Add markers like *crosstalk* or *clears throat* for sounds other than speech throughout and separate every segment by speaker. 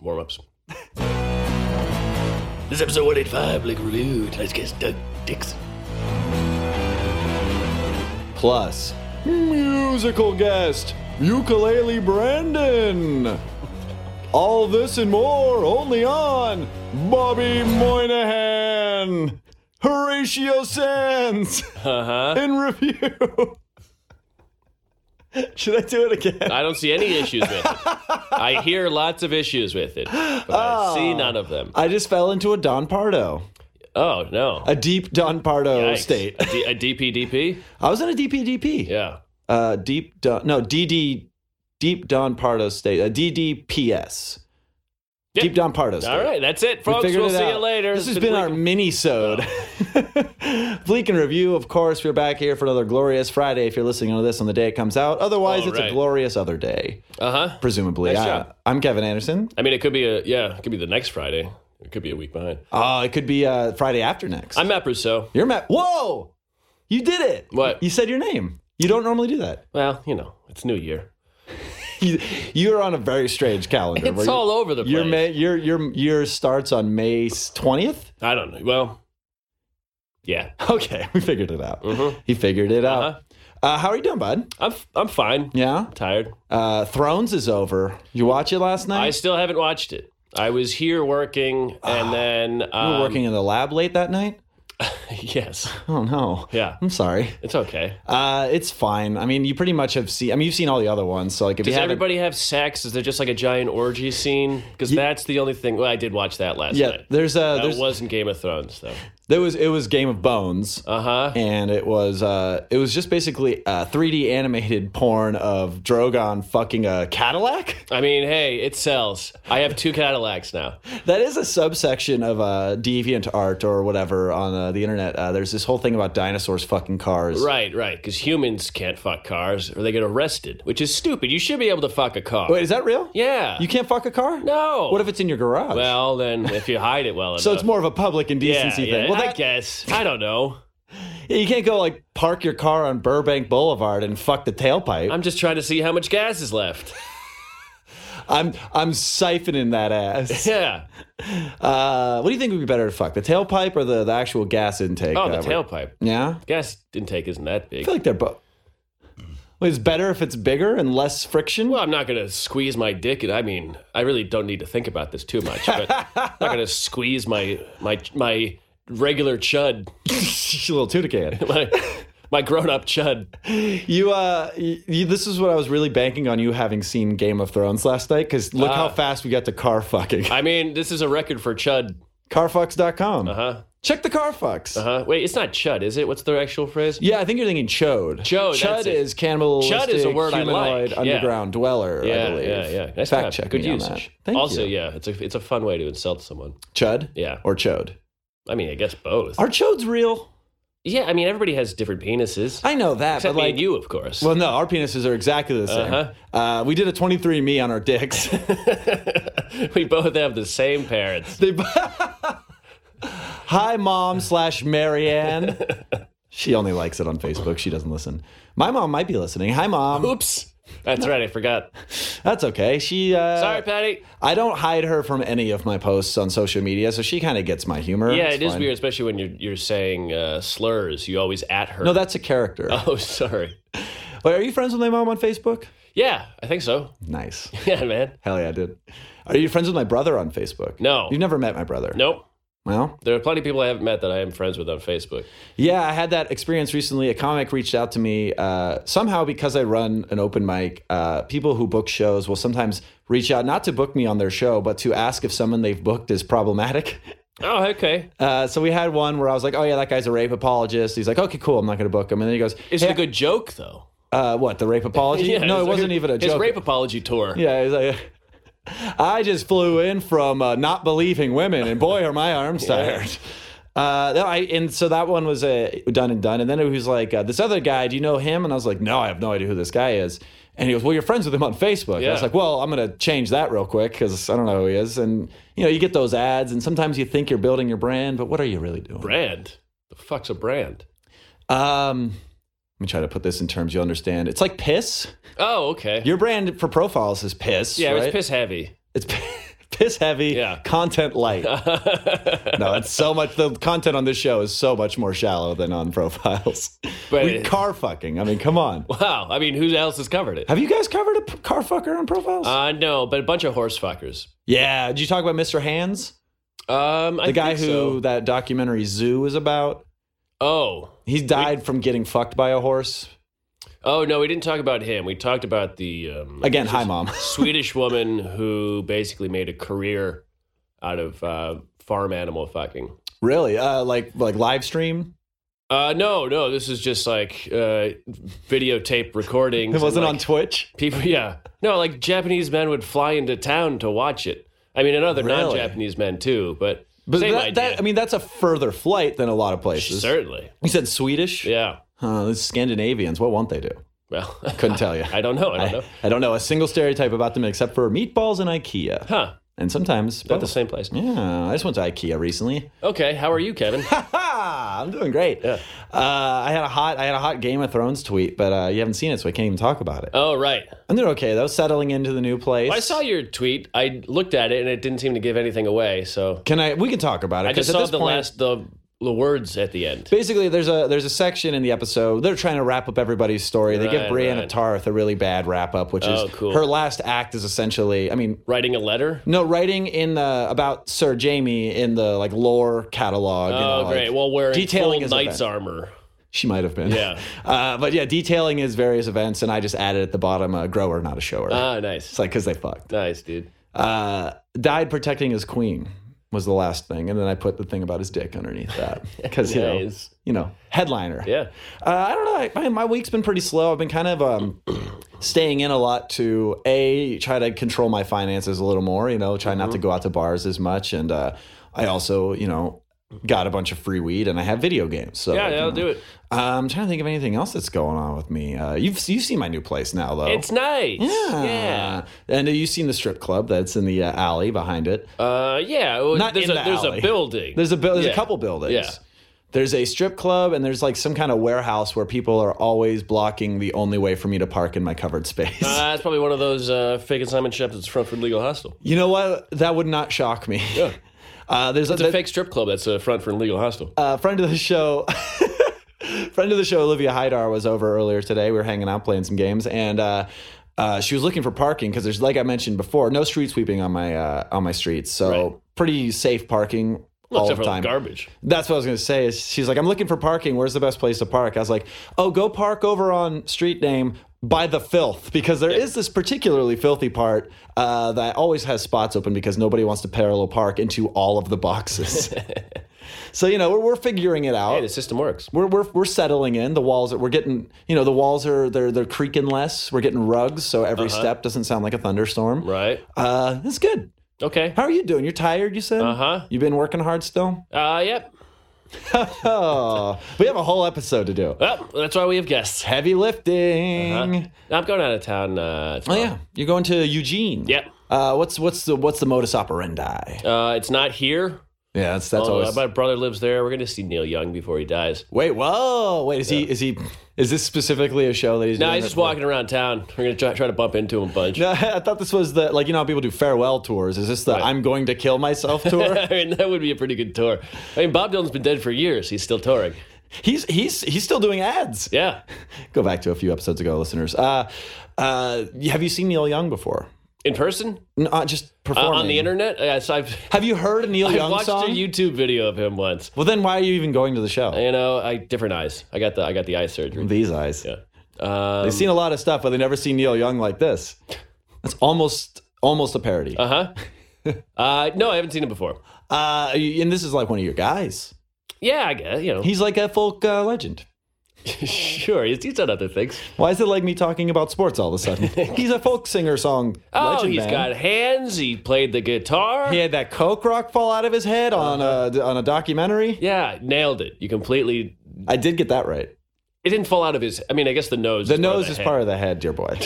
Speaker 1: Warm ups. this is episode 185, League Review. Tonight's guest, Doug Dixon.
Speaker 2: plus musical guest ukulele brandon all this and more only on bobby moynihan horatio sands
Speaker 3: Uh-huh.
Speaker 2: in review should i do it again
Speaker 3: I don't see any issues with it. I hear lots of issues with it, but
Speaker 2: Oh.
Speaker 3: I see none of them.
Speaker 2: i just fell into a don pardo
Speaker 3: Oh no!
Speaker 2: a deep don pardo
Speaker 3: Yikes.
Speaker 2: state
Speaker 3: A, D, a DPDP?
Speaker 2: i was in a dpdp
Speaker 3: Yeah.
Speaker 2: uh deep don no dd deep don pardo state uh, ddps
Speaker 3: Yeah.
Speaker 2: deep don pardo state
Speaker 3: All right, that's it, folks.
Speaker 2: figured
Speaker 3: We'll
Speaker 2: it
Speaker 3: see you
Speaker 2: out.
Speaker 3: later.
Speaker 2: This has been our mini-sode.
Speaker 3: Oh.
Speaker 2: *laughs* Bleak and Review, of course. We're back here for another glorious Friday if you're listening to this on the day it comes out. Otherwise,
Speaker 3: All
Speaker 2: it's
Speaker 3: right.
Speaker 2: a glorious other day,
Speaker 3: Uh huh.
Speaker 2: presumably.
Speaker 3: Nice
Speaker 2: I-
Speaker 3: job.
Speaker 2: I'm Kevin Anderson.
Speaker 3: I mean, it could be a yeah. It could be the next Friday. It could be a week behind.
Speaker 2: Uh, it could be uh, Friday after next.
Speaker 3: I'm Matt Rousseau.
Speaker 2: you're Matt. Whoa! You did it!
Speaker 3: What?
Speaker 2: You said your name. You don't normally do that.
Speaker 3: Well, you know, it's New Year.
Speaker 2: You, you're on a very strange calendar. where
Speaker 3: It's
Speaker 2: you-
Speaker 3: all over the place.
Speaker 2: Your, May, your, your, your starts on May 20th?
Speaker 3: I don't know. Well,
Speaker 2: *laughs*
Speaker 3: yeah.
Speaker 2: Okay, we figured it out. He figured it out.
Speaker 3: Mm-hmm. Uh-huh.
Speaker 2: Uh, how are you doing, bud?
Speaker 3: I'm f- I'm fine.
Speaker 2: Yeah.
Speaker 3: Tired.
Speaker 2: Uh, Thrones is over. You watch it last
Speaker 3: I
Speaker 2: night?
Speaker 3: still haven't watched it. I was here working, and then
Speaker 2: Ah. you
Speaker 3: um,
Speaker 2: were working in the lab late that night?
Speaker 3: *laughs*
Speaker 2: *laughs*
Speaker 3: Yes.
Speaker 2: Oh no.
Speaker 3: Yeah.
Speaker 2: I'm sorry.
Speaker 3: It's okay.
Speaker 2: Uh, it's fine. I mean, you pretty much have seen. I mean, you've seen all the other ones. So like, if
Speaker 3: Does
Speaker 2: you haven't,
Speaker 3: everybody have sex? Is there just like a giant orgy scene? Because that's the only thing. Well, I did watch that last
Speaker 2: yeah,
Speaker 3: night.
Speaker 2: there's a
Speaker 3: That
Speaker 2: there's
Speaker 3: wasn't Game of Thrones though.
Speaker 2: there was it was Game of Bones,
Speaker 3: Uh huh.
Speaker 2: and it was uh it was just basically uh 3D animated porn of Drogon fucking a Cadillac. *laughs*
Speaker 3: I mean, hey, it sells. I have two Cadillacs now.
Speaker 2: That is a subsection of uh deviant art or whatever on uh, the internet. Uh, there's this whole thing about dinosaurs fucking cars.
Speaker 3: Right, right. Because humans can't fuck cars, or they get arrested, which is stupid. You should be able to fuck a car.
Speaker 2: Wait, is that real?
Speaker 3: yeah.
Speaker 2: You can't fuck a car?
Speaker 3: no.
Speaker 2: What if it's in your garage?
Speaker 3: Well, then if you hide it well
Speaker 2: *laughs* so
Speaker 3: enough.
Speaker 2: it's more of a public
Speaker 3: yeah,
Speaker 2: indecency
Speaker 3: yeah,
Speaker 2: thing. Well,
Speaker 3: I
Speaker 2: that,
Speaker 3: guess. I don't know.
Speaker 2: you can't go like park your car on Burbank Boulevard and fuck the tailpipe. I'm
Speaker 3: I'm just trying to see how much gas is left. *laughs*
Speaker 2: I'm, siphoning
Speaker 3: *laughs*
Speaker 2: that ass.
Speaker 3: Yeah.
Speaker 2: uh, what do you think would be better to fuck the tailpipe or the, the actual gas intake?
Speaker 3: Oh, the
Speaker 2: uh,
Speaker 3: tailpipe.
Speaker 2: Yeah, I
Speaker 3: Gas intake isn't that big.
Speaker 2: feel like they're both. Well, it's better if it's bigger and less friction.
Speaker 3: Well, I'm not going to squeeze my dick. I mean, I really don't need to think about this too much. But I'm not going to squeeze my my my regular chud,
Speaker 2: *laughs* She's a little tootican.
Speaker 3: my, my grown up chud.
Speaker 2: *laughs* You, uh, y you, this is what I was really banking on you having seen Game of Thrones last night because look how fast we got to car fucking. *laughs*
Speaker 3: I mean, this is a record for chud.
Speaker 2: Carfucks.com.
Speaker 3: Huh?
Speaker 2: Check the Carfucks.
Speaker 3: Huh? Wait, it's not chud, is it? What's the actual phrase?
Speaker 2: Yeah, I think you're thinking chode.
Speaker 3: Chode,
Speaker 2: Chud
Speaker 3: that's it.
Speaker 2: is cannibalistic,
Speaker 3: Chud is a word I like,
Speaker 2: humanoid,
Speaker 3: yeah.
Speaker 2: underground dweller. I
Speaker 3: Yeah,
Speaker 2: believe.
Speaker 3: yeah, yeah. Nice
Speaker 2: Fact
Speaker 3: job.
Speaker 2: check
Speaker 3: Good
Speaker 2: me
Speaker 3: usage.
Speaker 2: on that. Thank
Speaker 3: also,
Speaker 2: you.
Speaker 3: yeah, it's a it's a fun way to insult someone.
Speaker 2: Chud.
Speaker 3: Yeah.
Speaker 2: Or chode.
Speaker 3: I mean, I guess both.
Speaker 2: Are chodes real?
Speaker 3: yeah, I mean, everybody has different penises.
Speaker 2: I know that,
Speaker 3: Except
Speaker 2: but
Speaker 3: me
Speaker 2: like
Speaker 3: and you, of course.
Speaker 2: Well, no, our penises are exactly the same.
Speaker 3: Uh-huh.
Speaker 2: Uh, we did a 23andMe on our dicks.
Speaker 3: we both have the same parents.
Speaker 2: They- *laughs* Hi, mom slash Marianne. She only likes it on Facebook. She doesn't listen. My mom might be listening. Hi, mom.
Speaker 3: Oops. That's right. I forgot.
Speaker 2: That's okay. She. Uh,
Speaker 3: Sorry, Patty.
Speaker 2: I don't hide her from any of my posts on social media, so she kind of gets my humor.
Speaker 3: Yeah,
Speaker 2: It's
Speaker 3: it is
Speaker 2: fine.
Speaker 3: weird, especially when you're you're saying uh, slurs. You always at her. *laughs*
Speaker 2: No, that's a character.
Speaker 3: oh, sorry.
Speaker 2: Wait, are you friends with my mom on Facebook?
Speaker 3: Yeah, I think so. *laughs*
Speaker 2: Nice.
Speaker 3: Yeah, man.
Speaker 2: Hell yeah, dude. Are you friends with my brother on Facebook?
Speaker 3: No.
Speaker 2: You've never met my brother.
Speaker 3: Nope.
Speaker 2: Well,
Speaker 3: There are plenty of people I haven't met that I am friends with on Facebook.
Speaker 2: yeah, I had that experience recently. A comic reached out to me uh, somehow because I run an open mic. Uh, people who book shows will sometimes reach out not to book me on their show, but to ask if someone they've booked is problematic. *laughs*
Speaker 3: Oh, okay.
Speaker 2: Uh, so we had one where I was like, "Oh yeah, that guy's a rape apologist." He's like, "Okay, cool, I'm not going to book him." And then he goes,
Speaker 3: Is
Speaker 2: "Hey,
Speaker 3: it a good joke though?
Speaker 2: Uh, what the rape apology?
Speaker 3: *laughs* Yeah,
Speaker 2: no, it
Speaker 3: his-
Speaker 2: wasn't even a
Speaker 3: His
Speaker 2: joke.
Speaker 3: rape apology tour.
Speaker 2: yeah, he's like, *laughs* I just flew in from uh, not believing women, and boy, are my arms tired. Uh, no, I, and so that one was uh, done and done. And then it was like, uh, this other guy, do you know him? And I was like, no, I have no idea who this guy is. And he goes, well, you're friends with him on Facebook. I was
Speaker 3: Yeah.
Speaker 2: like, well, I'm going to change that real quick because I don't know who he is. And, you know, you get those ads, and sometimes you think you're building your brand, but what are you really doing?
Speaker 3: Brand. The fuck's a brand?
Speaker 2: Um, Let me try to put this in terms you'll understand. It's like piss.
Speaker 3: Oh, okay.
Speaker 2: Your brand for profiles is piss.
Speaker 3: yeah,
Speaker 2: right?
Speaker 3: it's piss heavy. *laughs*
Speaker 2: It's *laughs* piss heavy,
Speaker 3: Yeah.
Speaker 2: content light. no,
Speaker 3: *laughs*
Speaker 2: it's so much. The content on this show is so much more shallow than on profiles.
Speaker 3: But
Speaker 2: we
Speaker 3: it-
Speaker 2: car fucking. I mean, come on.
Speaker 3: Wow. I mean, who else has covered it?
Speaker 2: Have you guys covered a p- car fucker on profiles?
Speaker 3: Uh, no, but a bunch of horse fuckers.
Speaker 2: yeah. Did you talk about Mr. Hands,
Speaker 3: Um, I
Speaker 2: the guy
Speaker 3: think
Speaker 2: who
Speaker 3: so.
Speaker 2: that documentary Zoo is about?
Speaker 3: Oh,
Speaker 2: He died from getting fucked by a horse.
Speaker 3: oh no, we didn't talk about him. We talked about the um,
Speaker 2: Again, hi mom.
Speaker 3: Swedish woman who basically made a career out of uh, farm animal fucking.
Speaker 2: *laughs* really? Uh, like like live stream?
Speaker 3: Uh, no, no, this is just like uh, videotape recordings.
Speaker 2: *laughs* It wasn't
Speaker 3: and,
Speaker 2: on
Speaker 3: like,
Speaker 2: Twitch.
Speaker 3: people. Yeah, no, like Japanese men would fly into town to watch it. I mean, and other
Speaker 2: Really?
Speaker 3: non-Japanese men too, but,
Speaker 2: But
Speaker 3: same
Speaker 2: that,
Speaker 3: idea.
Speaker 2: that I mean, that's a further flight than a lot of places.
Speaker 3: certainly,
Speaker 2: You said Swedish?
Speaker 3: yeah.
Speaker 2: Huh, those Scandinavians, what won't they do?
Speaker 3: Well, *laughs*
Speaker 2: Couldn't tell you.
Speaker 3: I don't know. I don't know.
Speaker 2: I don't know a single stereotype about them except for meatballs and IKEA.
Speaker 3: Huh?
Speaker 2: And sometimes
Speaker 3: Not
Speaker 2: both.
Speaker 3: the same place.
Speaker 2: Yeah, I just went to IKEA recently.
Speaker 3: Okay, how are you,
Speaker 2: *laughs*
Speaker 3: Kevin?
Speaker 2: Ha! I'm doing great.
Speaker 3: Yeah.
Speaker 2: Uh, I had a hot I had a hot Game of Thrones tweet, but uh, you haven't seen it, so I can't even talk about it.
Speaker 3: oh, right.
Speaker 2: I'm doing okay though, settling into the new place.
Speaker 3: I saw your tweet. I looked at it and it didn't seem to give anything away. So
Speaker 2: Can I? We can talk about it.
Speaker 3: I
Speaker 2: 'cause
Speaker 3: just
Speaker 2: at
Speaker 3: saw
Speaker 2: this
Speaker 3: the
Speaker 2: point-
Speaker 3: last the the words at the end.
Speaker 2: Basically, there's a there's a section in the episode. They're trying to wrap up everybody's story. They give
Speaker 3: Right,
Speaker 2: Brienne
Speaker 3: right.
Speaker 2: of Tarth a really bad wrap up, which
Speaker 3: Oh,
Speaker 2: is
Speaker 3: cool.
Speaker 2: her last act is essentially. I mean,
Speaker 3: Writing a letter.
Speaker 2: No, writing in the about Sir Jamie in the like lore catalog. you know,
Speaker 3: Oh,
Speaker 2: like,
Speaker 3: great. Well, wearing
Speaker 2: detailing
Speaker 3: full
Speaker 2: his
Speaker 3: knight's
Speaker 2: event.
Speaker 3: armor.
Speaker 2: She might have been.
Speaker 3: Yeah.
Speaker 2: *laughs* Uh, but yeah, detailing his various events, and I just added at the bottom a grower, not a shower.
Speaker 3: Ah, nice.
Speaker 2: it's like because they fucked.
Speaker 3: Nice, dude.
Speaker 2: Uh, died protecting his queen was the last thing, and then I put the thing about his dick
Speaker 3: *laughs*
Speaker 2: underneath that because you know,
Speaker 3: Nice.
Speaker 2: you know, headliner.
Speaker 3: Yeah.
Speaker 2: Uh, I don't know. I, man, my week's been pretty slow. I've been kind of um, *clears throat* staying in a lot to a try to control my finances a little more. You know, try not
Speaker 3: Mm-hmm.
Speaker 2: to go out to bars as much, and uh, I also, you know, got a bunch of free weed and I have video games. So
Speaker 3: Yeah,
Speaker 2: you
Speaker 3: that'll
Speaker 2: know.
Speaker 3: do it.
Speaker 2: I'm trying to think of anything else that's going on with me. Uh, you've you've seen my new place now though.
Speaker 3: It's nice.
Speaker 2: yeah.
Speaker 3: Yeah.
Speaker 2: and uh, you've seen the strip club that's in the uh, alley behind it.
Speaker 3: Uh, yeah. well,
Speaker 2: Not
Speaker 3: there's
Speaker 2: in
Speaker 3: a,
Speaker 2: the
Speaker 3: there's
Speaker 2: alley.
Speaker 3: a building. Uh,
Speaker 2: There's a bu- there's
Speaker 3: Yeah.
Speaker 2: a couple buildings.
Speaker 3: Yeah.
Speaker 2: There's a strip club and there's like some kind of warehouse where people are always blocking the only way for me to park in my covered
Speaker 3: *laughs*
Speaker 2: space.
Speaker 3: uh, it's probably one of those uh, fake and Simon Shepard's front for legal hostel.
Speaker 2: you know what? That would not shock me. *laughs* Uh, there's
Speaker 3: It's a fake strip club that's a front for legal hostel.
Speaker 2: uh, friend of the show. *laughs* friend of the show, Olivia Hydar, was over earlier today. We were hanging out playing some games, and uh, uh, she was looking for parking because there's, like I mentioned before, no street sweeping on my uh, on my streets, so
Speaker 3: Right.
Speaker 2: pretty safe parking all the
Speaker 3: Except for
Speaker 2: time.
Speaker 3: garbage.
Speaker 2: That's what I was gonna say. Is she's like, I'm looking for parking. Where's the best place to park? I was like, Oh, go park over on street name by the filth because there is this particularly filthy part uh, that always has spots open because nobody wants to parallel park into all of
Speaker 3: *laughs*
Speaker 2: the boxes. so you know we're, we're figuring it out.
Speaker 3: Hey, the system works.
Speaker 2: we're, we're, we're settling in the walls are, we're getting you know the walls are they're they're creaking less we're getting rugs so every step doesn't sound like a thunderstorm
Speaker 3: Uh-huh. Right.
Speaker 2: uh it's good
Speaker 3: Okay.
Speaker 2: how are you doing you're tired you said
Speaker 3: Uh-huh.
Speaker 2: you've been working hard still
Speaker 3: Uh, yep.
Speaker 2: Oh, we have a whole episode to do.
Speaker 3: Well, that's why we have guests.
Speaker 2: Heavy lifting.
Speaker 3: Huh? I'm going out of town. Uh,
Speaker 2: Uh-huh. Oh
Speaker 3: tomorrow.
Speaker 2: yeah, you're going to Eugene.
Speaker 3: Yep.
Speaker 2: Uh, what's what's the what's the modus operandi?
Speaker 3: Uh, it's not here.
Speaker 2: Yeah, that's that's
Speaker 3: Uh,
Speaker 2: always.
Speaker 3: my brother lives there. We're going to see Neil Young before he dies.
Speaker 2: Wait, whoa, wait. Is he is he is this specifically a show that he's?
Speaker 3: No,
Speaker 2: doing
Speaker 3: he's
Speaker 2: that-
Speaker 3: just walking around town. We're going to try, try to bump into him a bunch.
Speaker 2: No, *laughs* I thought this was the like you know how people do farewell tours. Is this the I'm going to kill myself tour?
Speaker 3: *laughs*
Speaker 2: *laughs*
Speaker 3: I mean, that would be a pretty good tour. I mean, Bob Dylan's been dead for years. He's still touring.
Speaker 2: he's he's he's still doing ads.
Speaker 3: Yeah.
Speaker 2: Go back to a few episodes ago, listeners. Uh, uh, have you seen Neil Young before?
Speaker 3: In person?
Speaker 2: N- uh, just
Speaker 3: Uh,
Speaker 2: performing
Speaker 3: on the internet? Yes, I've, *laughs*
Speaker 2: Have you heard a Neil
Speaker 3: I
Speaker 2: Young
Speaker 3: watched
Speaker 2: song?
Speaker 3: a YouTube video of him once.
Speaker 2: well, then why are you even going to the show?
Speaker 3: You know, I different eyes. I got the I got the eye surgery.
Speaker 2: These eyes.
Speaker 3: Yeah. Um,
Speaker 2: They've seen a lot of stuff, but they never seen Neil Young like this. That's almost almost a parody. Uh,
Speaker 3: *laughs* uh-huh. uh No, I haven't seen him before.
Speaker 2: and this is like one of your guys.
Speaker 3: Yeah, I guess you know.
Speaker 2: He's like a folk uh, legend.
Speaker 3: *laughs* sure, he's, he's done other things.
Speaker 2: Why is it like me talking about sports all of
Speaker 3: *laughs*
Speaker 2: a sudden? He's a folk singer song.
Speaker 3: Oh,
Speaker 2: legend
Speaker 3: he's
Speaker 2: man.
Speaker 3: got hands. He played the guitar.
Speaker 2: He had that coke rock fall out of his head on a
Speaker 3: Uh-huh.
Speaker 2: on a documentary.
Speaker 3: Yeah, nailed it. You completely.
Speaker 2: I did get that right.
Speaker 3: It didn't fall out of his. I mean, I guess the nose.
Speaker 2: The
Speaker 3: is part of *laughs*
Speaker 2: nose is
Speaker 3: head.
Speaker 2: part of the head, dear boy.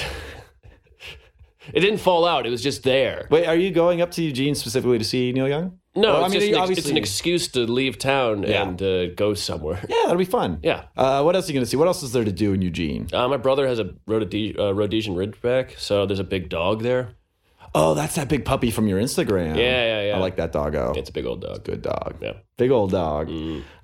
Speaker 3: It didn't fall out. It was just there.
Speaker 2: Wait, are you going up to Eugene specifically to see Neil Young?
Speaker 3: No,
Speaker 2: Well,
Speaker 3: it's, just an ex- it's an
Speaker 2: obviously-
Speaker 3: excuse to leave town
Speaker 2: Yeah.
Speaker 3: and uh, go somewhere. *laughs*
Speaker 2: Yeah, that'll be fun.
Speaker 3: Yeah.
Speaker 2: Uh, what else are you going to see? What else is there to do in Eugene?
Speaker 3: Uh, my brother has a Rhodode- uh, Rhodesian Ridgeback, so there's a big dog there.
Speaker 2: Oh, that's that big puppy from your Instagram.
Speaker 3: Yeah, yeah, yeah.
Speaker 2: I like that doggo.
Speaker 3: It's a big old dog.
Speaker 2: good dog.
Speaker 3: Yeah. Mm-hmm.
Speaker 2: Big old dog.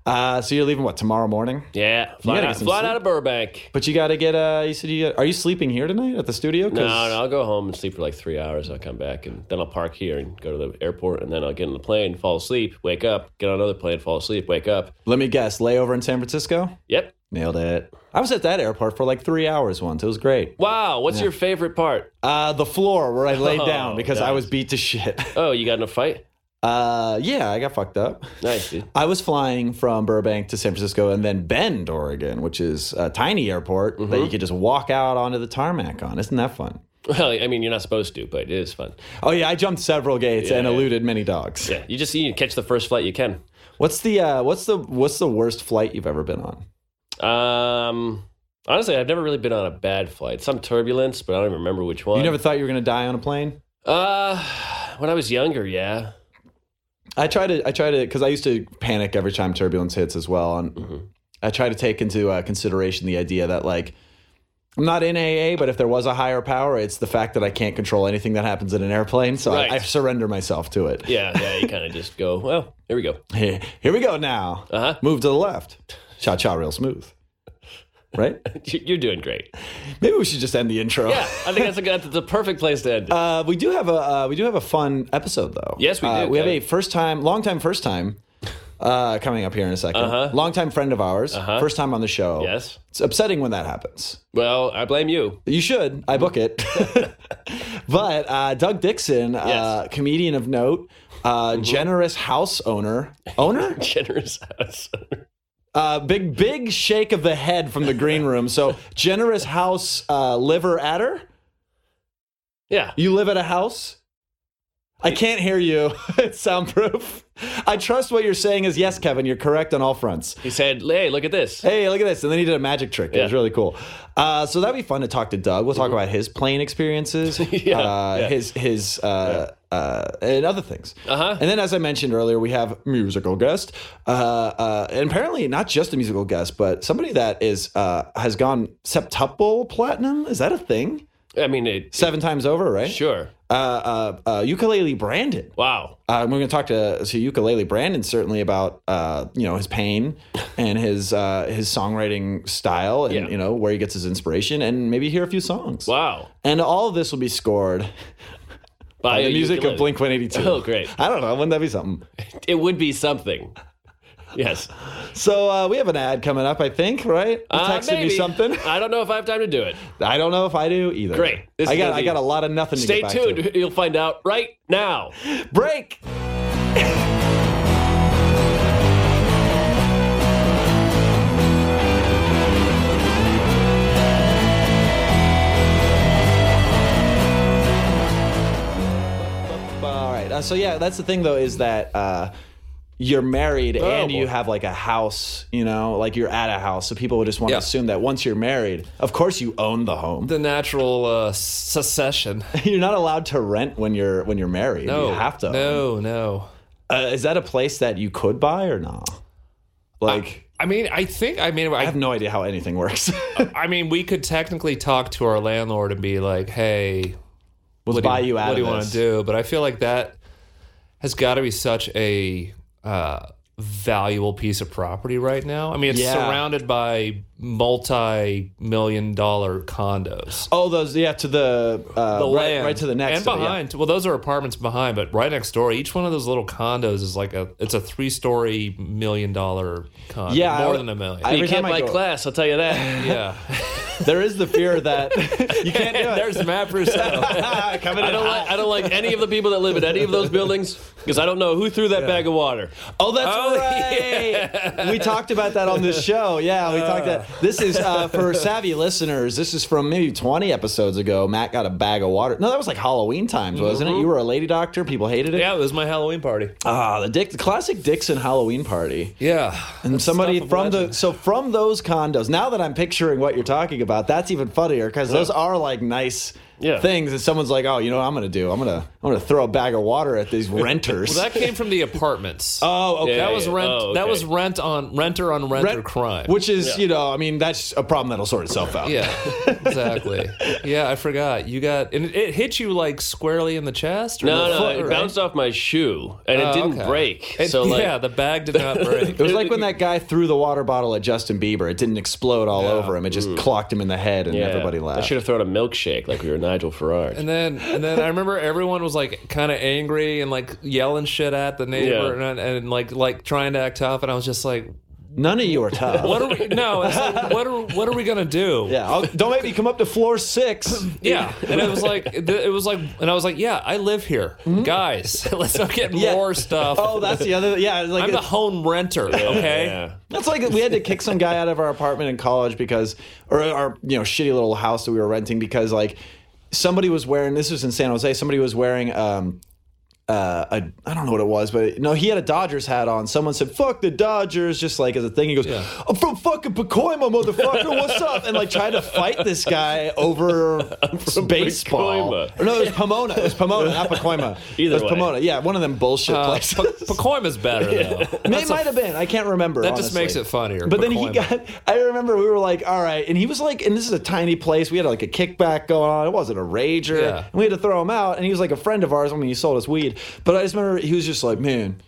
Speaker 2: Uh, so you're leaving what tomorrow morning?
Speaker 3: Yeah,
Speaker 2: gotta
Speaker 3: flying,
Speaker 2: get
Speaker 3: out,
Speaker 2: some
Speaker 3: flying
Speaker 2: sleep.
Speaker 3: out of Burbank.
Speaker 2: But you got to get. Uh, you said you. Got, are you sleeping here tonight at the studio? 'Cause-
Speaker 3: No, no, I'll go home and sleep for like three hours. I'll come back and then I'll park here and go to the airport and then I'll get on the plane, fall asleep, wake up, get on another plane, fall asleep, wake up.
Speaker 2: Let me guess. Layover in San Francisco.
Speaker 3: Yep.
Speaker 2: Nailed it. I was at that airport for like three hours once. It was great.
Speaker 3: Wow, what's your favorite part?
Speaker 2: Uh, the floor where I laid
Speaker 3: Oh,
Speaker 2: down because I
Speaker 3: nice.
Speaker 2: was beat to shit. *laughs*
Speaker 3: Oh, you got in a fight?
Speaker 2: Uh, yeah, I got fucked up.
Speaker 3: Nice, dude.
Speaker 2: I was flying from Burbank to San Francisco and then Bend, Oregon, which is a tiny airport that
Speaker 3: Mm-hmm.
Speaker 2: you could just walk out onto the tarmac on. Isn't that fun?
Speaker 3: Well, I mean, you're not supposed to, but it is fun.
Speaker 2: Oh yeah, I jumped several gates and
Speaker 3: Yeah.
Speaker 2: eluded many dogs.
Speaker 3: Yeah, you just you catch the first flight you can.
Speaker 2: What's the uh, what's the what's the worst flight you've ever been on?
Speaker 3: Um, honestly, I've never really been on a bad flight. Some turbulence, but I don't even remember which one.
Speaker 2: You never thought you were gonna die on a plane?
Speaker 3: Uh, when I was younger, yeah.
Speaker 2: I try to I try to because I used to panic every time turbulence hits as well, and
Speaker 3: Mm-hmm.
Speaker 2: I try to take into uh, consideration the idea that like I'm not in AA, but if there was a higher power, it's the fact that I can't control anything that happens in an airplane, so
Speaker 3: Right.
Speaker 2: I, I surrender myself to it.
Speaker 3: Yeah, yeah. You kind of just go, well, here we go.
Speaker 2: Here, here we go now.
Speaker 3: Uh huh.
Speaker 2: Move to the left. Cha cha, real smooth. Right?
Speaker 3: You're doing great.
Speaker 2: Maybe we should just end the intro.
Speaker 3: Yeah, I think that's a, that's the perfect place to end. it.
Speaker 2: Uh, we do have a uh, we do have a fun episode though.
Speaker 3: Yes, we
Speaker 2: Uh,
Speaker 3: do,
Speaker 2: we have a
Speaker 3: Kevin.
Speaker 2: first time, long time, first time. Uh, coming up here in a 2nd
Speaker 3: Uh-huh.
Speaker 2: Long time friend of ours. First time on the show.
Speaker 3: yes.
Speaker 2: It's upsetting when that happens.
Speaker 3: Well, I blame
Speaker 2: *laughs*
Speaker 3: you.
Speaker 2: You should. I book it. *laughs* but uh, Doug Dixon, uh, comedian of note, uh,
Speaker 3: Mm-hmm.
Speaker 2: generous house owner, owner,
Speaker 3: Generous house.
Speaker 2: uh, big big shake of the head from the green room. So generous house uh, liver adder.
Speaker 3: yeah.
Speaker 2: You live at a house? I can't hear you. *laughs* it's soundproof. I trust what you're saying is yes, Kevin. You're correct on all fronts.
Speaker 3: He said, hey, look at this.
Speaker 2: Hey, look at this. And then he did a magic trick. It was
Speaker 3: Yeah. Mm-hmm.
Speaker 2: really cool. Uh, so that'd be fun to talk to Doug. We'll talk about his plane
Speaker 3: *laughs*
Speaker 2: experiences,
Speaker 3: Yeah,
Speaker 2: uh,
Speaker 3: yeah.
Speaker 2: his, his, uh, uh, and other things.
Speaker 3: Uh-huh.
Speaker 2: And then, as I mentioned earlier, we have musical guest, uh, uh, and apparently not just a musical guest, but somebody that is uh, has gone septuple platinum. Is that a thing?
Speaker 3: I mean, it,
Speaker 2: Seven times over, right?
Speaker 3: sure.
Speaker 2: uh, uh, uh, ukulele Brandon.
Speaker 3: Wow.
Speaker 2: Uh, we're going to talk to to ukulele Brandon certainly about uh, you know his pain and his uh, his songwriting style and
Speaker 3: Yeah.
Speaker 2: you know where he gets his inspiration and maybe hear a few songs.
Speaker 3: Wow.
Speaker 2: And all of this will be scored
Speaker 3: By
Speaker 2: by the
Speaker 3: a
Speaker 2: music
Speaker 3: Oh, ukulele.
Speaker 2: of Blink One Eighty Two.
Speaker 3: Oh, great.
Speaker 2: I don't know. Wouldn't that be something?
Speaker 3: It would be something.
Speaker 4: *laughs*
Speaker 3: Yes.
Speaker 2: So uh, we have an ad coming up, I think. Right? You
Speaker 3: Uh,
Speaker 2: texted me
Speaker 3: maybe.
Speaker 2: something.
Speaker 3: *laughs* I don't know if I have time to do it.
Speaker 2: I don't know if I do either.
Speaker 3: Great. This
Speaker 2: I
Speaker 3: is
Speaker 2: got
Speaker 3: gonna
Speaker 2: I
Speaker 3: be-
Speaker 2: got a lot of nothing.
Speaker 3: Stay
Speaker 2: to get back
Speaker 3: tuned.
Speaker 2: To.
Speaker 3: You'll find out right now.
Speaker 2: Break. All right. Uh, so yeah, that's the thing though is that uh, you're married
Speaker 4: Oh,
Speaker 2: and
Speaker 3: boy.
Speaker 2: you have like a house. You know, like you're at a house, so people would just want
Speaker 4: Yeah.
Speaker 2: to assume that once you're married, of course you own the home. *laughs*
Speaker 4: The natural uh, secession.
Speaker 2: you're not allowed to rent when you're when you're married.
Speaker 4: No,
Speaker 3: Oh.
Speaker 2: you have to.
Speaker 4: No, no.
Speaker 2: Uh, is that a place that you could buy or not? Like,
Speaker 4: I mean, I think. I mean,
Speaker 2: I have
Speaker 4: I,
Speaker 2: no idea how anything works.
Speaker 4: I mean, we could technically talk to our landlord and be like, "Hey,
Speaker 2: *laughs* we'll
Speaker 4: what
Speaker 2: buy
Speaker 4: do you,
Speaker 2: you out
Speaker 4: what
Speaker 2: of
Speaker 4: do you
Speaker 2: this.
Speaker 4: want to do?" But I feel like that has got to be such a uh, valuable piece of property right now. I mean, it's
Speaker 2: Yeah.
Speaker 4: surrounded by multi-million dollar condos.
Speaker 2: Oh, those yeah to the, uh, right, right to the next
Speaker 4: and
Speaker 2: to the- yeah.
Speaker 4: behind. Well, those are apartments behind, but right next door, each one of those little condos is like a it's a three story million dollar condo,
Speaker 2: Yeah, I
Speaker 4: more
Speaker 2: would-
Speaker 4: than a million.
Speaker 2: I-
Speaker 3: You
Speaker 2: Every
Speaker 3: can't
Speaker 2: time I
Speaker 3: buy
Speaker 2: go-
Speaker 3: class, I'll tell you *laughs* that.
Speaker 4: yeah,
Speaker 2: There is the fear
Speaker 4: *laughs*
Speaker 2: that you can't do it.
Speaker 4: there's Matt Rousseau.
Speaker 2: coming
Speaker 3: I
Speaker 2: in
Speaker 3: don't,
Speaker 2: hot.
Speaker 3: like, I don't like any of the people that live in any of those buildings because I don't know who threw that bag of water.
Speaker 2: Oh, that's
Speaker 4: Oh,
Speaker 2: right. We talked about that on this show. Yeah, we talked that. This is uh, for savvy listeners. This is from maybe 20 episodes ago. Matt got a bag of water. No, that was like Halloween times, wasn't it? You were a lady doctor. People hated it.
Speaker 4: Mm-hmm. yeah, it was my Halloween party.
Speaker 2: Ah, the, Dick, the classic Dixon Halloween party.
Speaker 4: *laughs* Yeah,
Speaker 2: And somebody
Speaker 4: stuff of
Speaker 2: from the
Speaker 4: legend.
Speaker 2: so from those condos. Now that I'm picturing what you're talking about, that's even funnier because those are like nice
Speaker 3: Yeah.
Speaker 2: things, and someone's like, "Oh, you know what I'm gonna do? I'm gonna I'm gonna throw a bag of water at these renters."
Speaker 4: Well, that came from the apartments.
Speaker 2: oh, okay.
Speaker 3: Yeah,
Speaker 4: that was
Speaker 3: yeah.
Speaker 4: rent.
Speaker 3: Oh,
Speaker 4: That
Speaker 3: okay.
Speaker 4: was rent on renter on renter
Speaker 2: Rent-
Speaker 4: crime.
Speaker 2: Which is, you know, I mean, that's a problem that'll sort itself out.
Speaker 4: yeah, *laughs* exactly. Yeah, I forgot. You got and it, it hit you like squarely in the chest. Or
Speaker 3: No,
Speaker 4: the
Speaker 3: no,
Speaker 4: foot,
Speaker 3: it
Speaker 4: right?
Speaker 3: bounced off my shoe and
Speaker 4: Oh,
Speaker 3: it didn't
Speaker 4: okay.
Speaker 3: break.
Speaker 4: It-
Speaker 3: so like,
Speaker 4: *laughs* yeah, the bag did not break.
Speaker 2: It was like when that guy threw the water bottle at Justin Bieber. It didn't explode all over him. It just clocked him in the head, and
Speaker 3: yeah,
Speaker 2: everybody
Speaker 3: I
Speaker 2: laughed.
Speaker 3: should have thrown a milkshake like we were Nigel Farage.
Speaker 4: And then, and then I remember everyone was like kind of angry and like yelling shit at the neighbor
Speaker 3: Yeah.
Speaker 4: and, and like like trying to act tough. And I was just like,
Speaker 2: None of you are tough.
Speaker 4: what are we? No, it's like, what are what are we gonna do?
Speaker 2: yeah, I'll, don't make me come up to floor
Speaker 4: *laughs*
Speaker 2: six.
Speaker 4: Yeah. And it was like it was like, and I was like, yeah, I live here, guys. *laughs* Let's not get
Speaker 2: Mm-hmm. *laughs* Yeah.
Speaker 4: more stuff.
Speaker 2: Oh, that's the other. Yeah, it's like
Speaker 4: I'm the home renter. Okay.
Speaker 3: yeah.
Speaker 2: That's like we had to kick some guy out of our apartment in college because, or our you know shitty little house that we were renting because like somebody was wearing this was in San Jose somebody was wearing um uh a, I don't know what it was but no he had a Dodgers hat on someone said fuck the Dodgers just like as a thing he goes I'm from fucking Pacoima motherfucker what's up and like tried to fight this guy
Speaker 4: *laughs*
Speaker 2: over baseball
Speaker 3: Pacoima.
Speaker 2: Or no it was Pomona it was Pomona not
Speaker 4: *laughs*
Speaker 2: Pacoima
Speaker 3: Either
Speaker 2: it was
Speaker 3: way.
Speaker 2: Pomona yeah one of them bullshit
Speaker 4: Uh,
Speaker 2: places.
Speaker 4: Pa- Pacoima's
Speaker 2: *laughs*
Speaker 4: better though.
Speaker 2: It might have been. I can't remember.
Speaker 4: That just
Speaker 2: honestly.
Speaker 4: makes it funnier,
Speaker 2: But then he
Speaker 4: Pacoima.
Speaker 2: got. I remember we were like, all right, and he was like, and this is a tiny place. We had like a kickback going on. It wasn't a rager,
Speaker 4: Yeah.
Speaker 2: and we had to throw him out. And he was like a friend of ours. I mean, he sold us weed, but I just remember he was just like, man.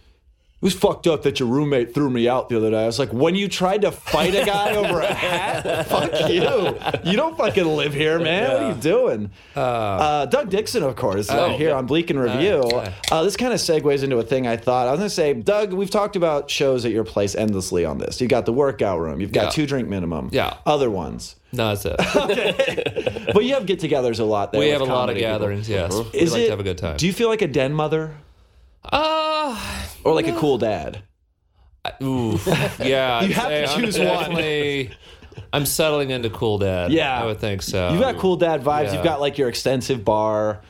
Speaker 2: It was fucked up that your roommate threw me out the other day. I was like, when you tried to fight a
Speaker 4: *laughs*
Speaker 2: guy over a hat, fuck you. You don't fucking live here, man. What are you doing? Uh, Doug Dixon, of course,
Speaker 4: Oh,
Speaker 2: uh, here on Bleak and Review. Uh, this kind of segues into a thing I thought. I was going to say, Doug, we've talked about shows at your place endlessly on this. You've got the workout room, you've got
Speaker 4: Yeah.
Speaker 2: two drink minimum,
Speaker 4: Yeah.
Speaker 2: other ones. *laughs*
Speaker 4: No, that's it.
Speaker 2: But you have get togethers a lot there.
Speaker 4: We
Speaker 2: with
Speaker 4: have a lot of
Speaker 2: comedy people. Mm-hmm.
Speaker 4: gatherings. Yes, we
Speaker 2: Is
Speaker 4: like
Speaker 2: it,
Speaker 4: to have a good time.
Speaker 2: Do you feel like a den mother
Speaker 4: uh,
Speaker 2: or like a cool dad?
Speaker 4: Ooh,
Speaker 2: *laughs*
Speaker 4: yeah.
Speaker 2: You have to choose one.
Speaker 4: one. I'm settling into cool dad.
Speaker 2: Yeah.
Speaker 4: I would think so.
Speaker 2: You've got cool dad vibes.
Speaker 4: Oh, yeah.
Speaker 2: You've got like your extensive bar.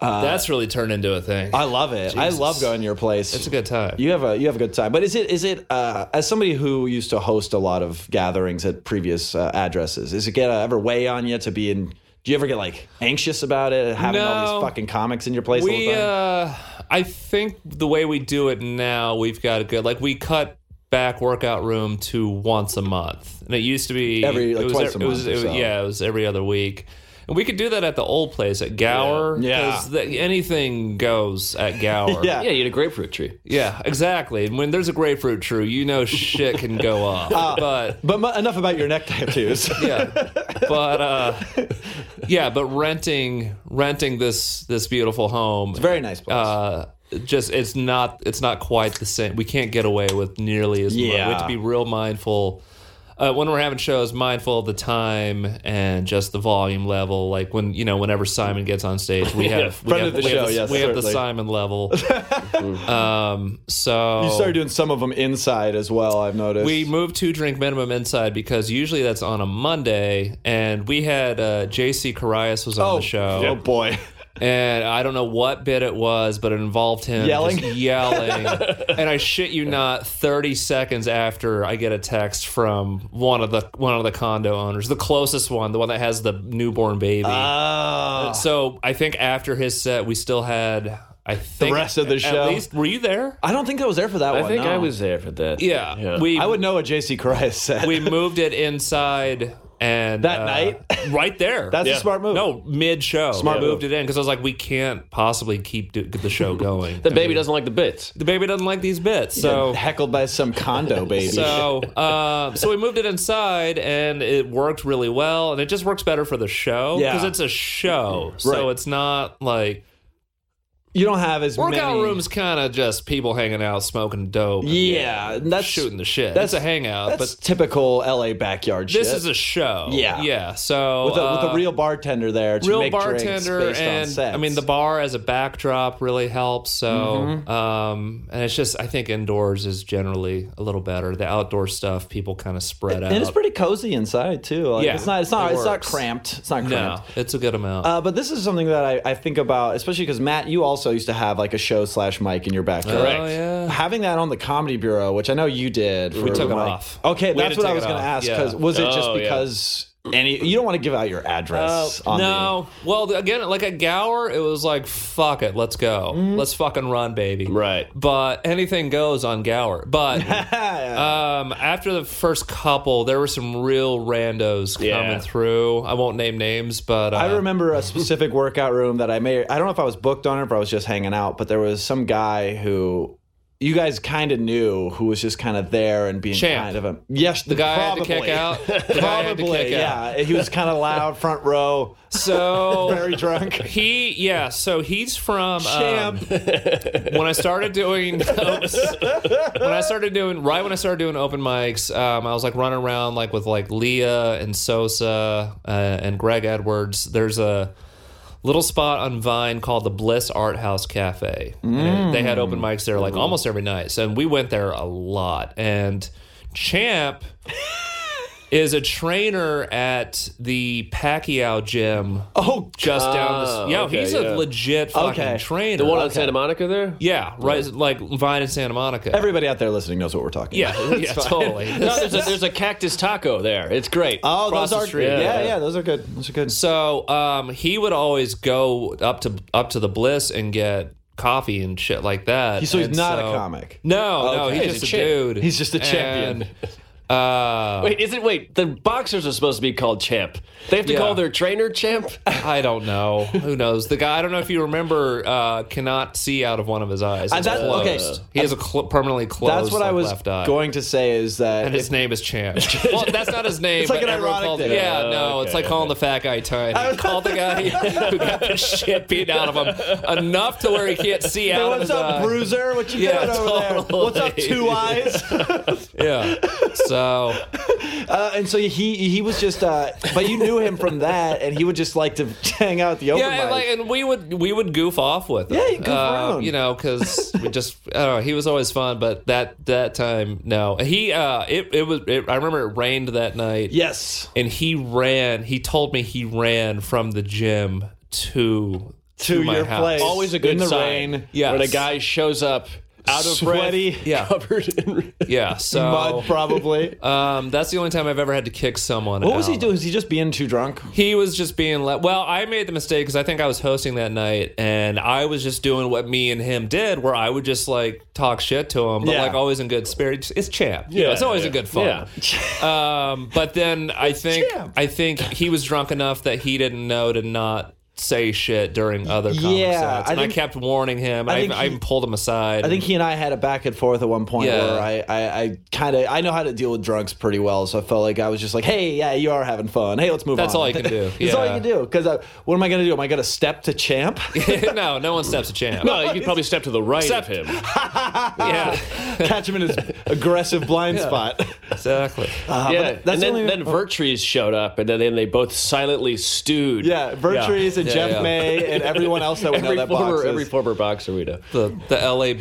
Speaker 4: That's really turned into a thing.
Speaker 2: I love it. I love going to your place.
Speaker 4: it's a good time.
Speaker 2: You have a you have a good time, but is it is it uh, as somebody who used to host a lot of gatherings at previous uh, addresses? Is it get uh, ever weigh on you to be in? Do you ever get like anxious about it, having all
Speaker 4: No.
Speaker 2: these fucking comics in your place? all
Speaker 4: we,
Speaker 2: the time?
Speaker 4: uh, I think the way we do it now, we've got a good like we cut back workout room to once a month, and it used to be
Speaker 2: Every, like,
Speaker 4: it was,
Speaker 2: twice a
Speaker 4: it was-
Speaker 2: month or
Speaker 4: it-
Speaker 2: so.
Speaker 4: Yeah, it was every other week. And we could do that at the old place at Gower.
Speaker 2: Yeah.
Speaker 4: 'cause the- anything goes at
Speaker 2: *laughs*
Speaker 4: Gower.
Speaker 2: Yeah.
Speaker 3: yeah, you had a grapefruit tree.
Speaker 4: Yeah, exactly. And when there's a grapefruit tree, you know shit can
Speaker 2: *laughs*
Speaker 4: go up.
Speaker 2: Uh.
Speaker 4: but
Speaker 2: but mu- enough about your neck *laughs* tattoos.
Speaker 4: *laughs* yeah, but uh, yeah, but renting renting this this beautiful home, it's
Speaker 2: Very nice place.
Speaker 4: Uh, just it's not it's not quite the same. We can't get away with nearly as much. We have
Speaker 2: Yeah.
Speaker 4: to be real mindful. Uh, when we're having shows, mindful of the time and just the volume level. Like when you know, whenever Simon gets on
Speaker 2: *laughs*
Speaker 4: stage, we have we
Speaker 2: friend of
Speaker 4: have,
Speaker 2: the
Speaker 4: we have
Speaker 2: show, yes,
Speaker 4: we have the
Speaker 2: certainly. Mm-hmm. *laughs*
Speaker 4: Simon level. um, so
Speaker 2: you started doing some of them inside as well. I've noticed.
Speaker 4: we moved to drink minimum inside because usually that's on a Monday, and we had uh, J.C. Carias was on
Speaker 2: oh
Speaker 4: the show,
Speaker 2: Oh
Speaker 4: *laughs*
Speaker 2: boy.
Speaker 4: and I don't know what bit it was, but it involved him
Speaker 2: Yelling?
Speaker 4: just *laughs* yelling. and I shit you not, thirty seconds after I get a text from one of the one of the condo owners, the closest one, the one that has the newborn baby.
Speaker 2: Ah.
Speaker 4: so I think after his set, we still had. I think
Speaker 2: rest of the
Speaker 4: at
Speaker 2: show?
Speaker 4: least- were you there?
Speaker 2: I don't think I was there for that
Speaker 3: I
Speaker 2: one.
Speaker 3: think
Speaker 2: no.
Speaker 3: I was there for that.
Speaker 4: Yeah, we
Speaker 2: I would know what J.C. Correa *laughs* said.
Speaker 4: we moved it inside and
Speaker 2: That
Speaker 4: uh,
Speaker 2: night?
Speaker 4: right there
Speaker 2: *laughs* That's a
Speaker 3: Yeah.
Speaker 2: smart move.
Speaker 4: no mid show smart
Speaker 3: move.
Speaker 4: moved it in because i was like we can't possibly keep do-
Speaker 2: *laughs*
Speaker 4: the show going
Speaker 3: the baby doesn't like the bits.
Speaker 4: the baby doesn't like these bits
Speaker 2: *laughs*
Speaker 4: so
Speaker 2: heckled by some condo baby.
Speaker 4: *laughs* so uh, so we moved it inside and it worked really well and it just works better for the show
Speaker 2: Yeah.
Speaker 4: because it's a show so
Speaker 2: Right.
Speaker 4: it's not like
Speaker 2: you don't have as
Speaker 4: workout
Speaker 2: many
Speaker 4: rooms kind of just people hanging out smoking dope and,
Speaker 2: Yeah, that's
Speaker 4: shooting the shit
Speaker 2: that's-
Speaker 4: that's a hangout
Speaker 2: That's
Speaker 4: but
Speaker 2: typical LA backyard shit.
Speaker 4: this is a show
Speaker 2: Yeah.
Speaker 4: yeah so
Speaker 2: with a, with
Speaker 4: uh,
Speaker 2: a real bartender there to
Speaker 4: real
Speaker 2: make drinks
Speaker 4: bartender
Speaker 2: based on
Speaker 4: and
Speaker 2: sets.
Speaker 4: I mean the bar as a backdrop really helps. So
Speaker 2: Mm-hmm.
Speaker 4: um, and it's just I think indoors is generally a little better. The outdoor stuff people kind of spread out.
Speaker 2: and it's pretty cozy inside too. Like,
Speaker 4: Yeah,
Speaker 2: it's not it's not
Speaker 4: it
Speaker 2: it's not
Speaker 4: works.
Speaker 2: cramped. It's not
Speaker 4: no,
Speaker 2: cramped.
Speaker 4: it's a good amount.
Speaker 2: Uh, but this is something that I, I think about, especially because Matt, you also used to have like a show slash mic in your backyard.
Speaker 4: Oh yeah.
Speaker 2: Having that on the Comedy Bureau, which I know you did. For
Speaker 4: took it
Speaker 2: like-
Speaker 4: off.
Speaker 2: Okay,
Speaker 4: We had
Speaker 2: that's
Speaker 4: to
Speaker 2: what I
Speaker 4: take
Speaker 2: was
Speaker 4: it
Speaker 2: going to
Speaker 4: off,
Speaker 2: ask.
Speaker 4: yeah. Uh,
Speaker 2: Because was it just
Speaker 3: Oh, yeah.
Speaker 2: because any. You don't want to give out your address. on *laughs*
Speaker 4: no. Well, th- again, like at Gower, it was like, fuck it, let's go.
Speaker 2: Mm-hmm.
Speaker 4: Let's fucking run, baby.
Speaker 3: Right.
Speaker 4: But anything goes on Gower.
Speaker 2: *laughs*
Speaker 4: But
Speaker 2: The,
Speaker 4: um, after the first couple, there were some real randos
Speaker 3: Yeah.
Speaker 4: coming through. I won't name names, but uh,
Speaker 2: I remember a specific workout room that I may. I don't know if I was booked on it, or if I was just hanging out. But there was some guy who. You guys kind of knew who was just kind of there and being
Speaker 4: Champ.
Speaker 2: kind of a yes.
Speaker 4: the guy I had to kick out.
Speaker 2: *laughs*
Speaker 4: The guy I had to
Speaker 2: Probably,
Speaker 4: kick out.
Speaker 2: yeah. He was kind of loud, front row,
Speaker 4: So
Speaker 2: *laughs* very drunk.
Speaker 4: He yeah, so he's from um,
Speaker 2: Champ.
Speaker 4: when I started doing when I started doing right when I started doing open mics, um, I was like running around like with like Leah and Sosa uh, and Greg Edwards. There's a little spot on Vine called the Bliss Art House Cafe. And They had open mics there like almost every night, so, and we went there a lot. And Champ is a trainer at the Pacquiao gym
Speaker 2: Oh,
Speaker 4: just down the s-
Speaker 3: Oh,
Speaker 4: yeah
Speaker 3: okay,
Speaker 4: he's
Speaker 3: yeah.
Speaker 4: a legit fucking
Speaker 2: Okay.
Speaker 4: trainer
Speaker 3: The one on Santa Monica there?
Speaker 4: yeah right like vine in santa monica
Speaker 2: everybody out there listening knows what we're talking *laughs*
Speaker 4: *laughs* yeah
Speaker 2: about.
Speaker 4: yeah totally
Speaker 3: No, there's a, there's a cactus taco there. It's great.
Speaker 2: Oh,
Speaker 4: Across
Speaker 2: those
Speaker 4: the
Speaker 2: are
Speaker 4: street.
Speaker 2: yeah, yeah,
Speaker 3: Yeah.
Speaker 2: Those are good. Those are good.
Speaker 4: so um he would always go up to up to the bliss and get coffee and shit like that
Speaker 2: So he's
Speaker 4: And
Speaker 2: not
Speaker 4: so-
Speaker 2: a comic.
Speaker 4: no no
Speaker 2: Okay.
Speaker 4: he's,
Speaker 2: He's
Speaker 4: just
Speaker 3: a
Speaker 4: a,
Speaker 3: champ.
Speaker 4: dude
Speaker 2: He's just a champion.
Speaker 4: And, uh
Speaker 3: Wait, isn't wait? The boxers are supposed to be called champ. They have to
Speaker 4: Yeah.
Speaker 3: call their trainer champ.
Speaker 4: i don't know who knows the guy i don't know if you remember uh cannot see out of one of his eyes
Speaker 2: And
Speaker 4: It's
Speaker 2: Uh, that- okay.
Speaker 4: closed. he has a cl- permanently closed
Speaker 2: That's what I
Speaker 4: like,
Speaker 2: was
Speaker 4: left eye.
Speaker 2: going to say. Is that
Speaker 4: And his name is *laughs* Champ. well, that's not his name.
Speaker 2: It's like
Speaker 4: but
Speaker 2: an
Speaker 4: everyone
Speaker 2: ironic
Speaker 4: calls-
Speaker 2: thing.
Speaker 4: Yeah, no,
Speaker 3: okay,
Speaker 4: it's like calling the fat guy *laughs* tiny. Call the guy who got the shit beat out of him enough to where he can't see
Speaker 2: Hey,
Speaker 4: out of
Speaker 2: what's
Speaker 4: his
Speaker 2: up,
Speaker 4: eye.
Speaker 2: Bruiser? What you
Speaker 4: *laughs* Yeah,
Speaker 2: doing over there?
Speaker 4: totally.
Speaker 2: What's up, Two
Speaker 4: *laughs*
Speaker 2: Eyes?
Speaker 4: Yeah.
Speaker 2: *laughs*
Speaker 4: So
Speaker 2: uh, and so he he was just, uh, but you knew him from that, and he would just like to *laughs* hang out at the open
Speaker 4: yeah, and,
Speaker 2: mic.
Speaker 4: like, and we would we would goof off with him.
Speaker 2: Yeah, you goof
Speaker 4: Uh,
Speaker 2: around.
Speaker 4: You know, because we just I don't know. He was always fun, but that that time, no. He uh, it it was. It, I remember it rained that night.
Speaker 2: yes,
Speaker 4: and he ran. He told me he ran from the gym to
Speaker 2: to,
Speaker 4: my
Speaker 2: your
Speaker 4: house.
Speaker 2: place.
Speaker 3: Always a good
Speaker 2: in the
Speaker 3: sign
Speaker 2: rain.
Speaker 4: Yes.
Speaker 3: when a guy shows up out of
Speaker 2: Sweaty.
Speaker 3: breath,
Speaker 2: *laughs*
Speaker 4: Yeah.
Speaker 3: covered in
Speaker 4: Yeah, so
Speaker 2: Mud,
Speaker 4: *laughs*
Speaker 2: probably.
Speaker 4: Um, that's the only time I've ever had to kick someone.
Speaker 2: what was he
Speaker 4: out.
Speaker 2: doing? Was he just being too drunk?
Speaker 4: He was just being like, well, I made the mistake because I think I was hosting that night and I was just doing what me and him did, where I would just like talk shit to him, but
Speaker 2: Yeah.
Speaker 4: like always in good spirits. It's champ. Yeah, it's always
Speaker 3: yeah.
Speaker 4: a good fun. *laughs* Um, but then I think I think he was drunk enough that he didn't know to not say shit during other
Speaker 2: Yeah,
Speaker 4: conversations.
Speaker 2: I
Speaker 4: and I
Speaker 2: think-
Speaker 4: kept warning him. I,
Speaker 2: think
Speaker 4: I,
Speaker 2: he-
Speaker 4: even pulled him aside. *laughs*
Speaker 2: I think he and I had a back and forth at one point
Speaker 4: Yeah.
Speaker 2: where I, I, I kind of I know how to deal with drunks pretty well, so I felt like I was just like, hey, yeah, you are having fun. Hey, let's move
Speaker 4: That's
Speaker 2: on.
Speaker 4: all you can do.
Speaker 2: *laughs* That's all you
Speaker 4: Yeah.
Speaker 2: can do. Because what am I going to do? Am I going to step to champ?
Speaker 4: no, no one steps a champ.
Speaker 3: Well, you could probably step to the right
Speaker 4: Except-
Speaker 3: of him.
Speaker 4: *laughs*
Speaker 2: Uh-huh,
Speaker 4: yeah,
Speaker 2: *laughs* Catch him in his aggressive blind spot.
Speaker 4: exactly.
Speaker 3: yeah,
Speaker 2: that's
Speaker 3: and
Speaker 2: the
Speaker 3: then,
Speaker 2: only-
Speaker 3: then Vertrees showed up, and then, then they both silently stewed.
Speaker 2: *laughs* Yeah, Vertrees and
Speaker 4: Yeah,
Speaker 2: Jeff
Speaker 4: yeah.
Speaker 2: May and everyone else
Speaker 4: *laughs*
Speaker 2: that we know
Speaker 3: every
Speaker 2: that
Speaker 3: former
Speaker 2: boxes.
Speaker 3: every former boxer we know.
Speaker 4: the, the LA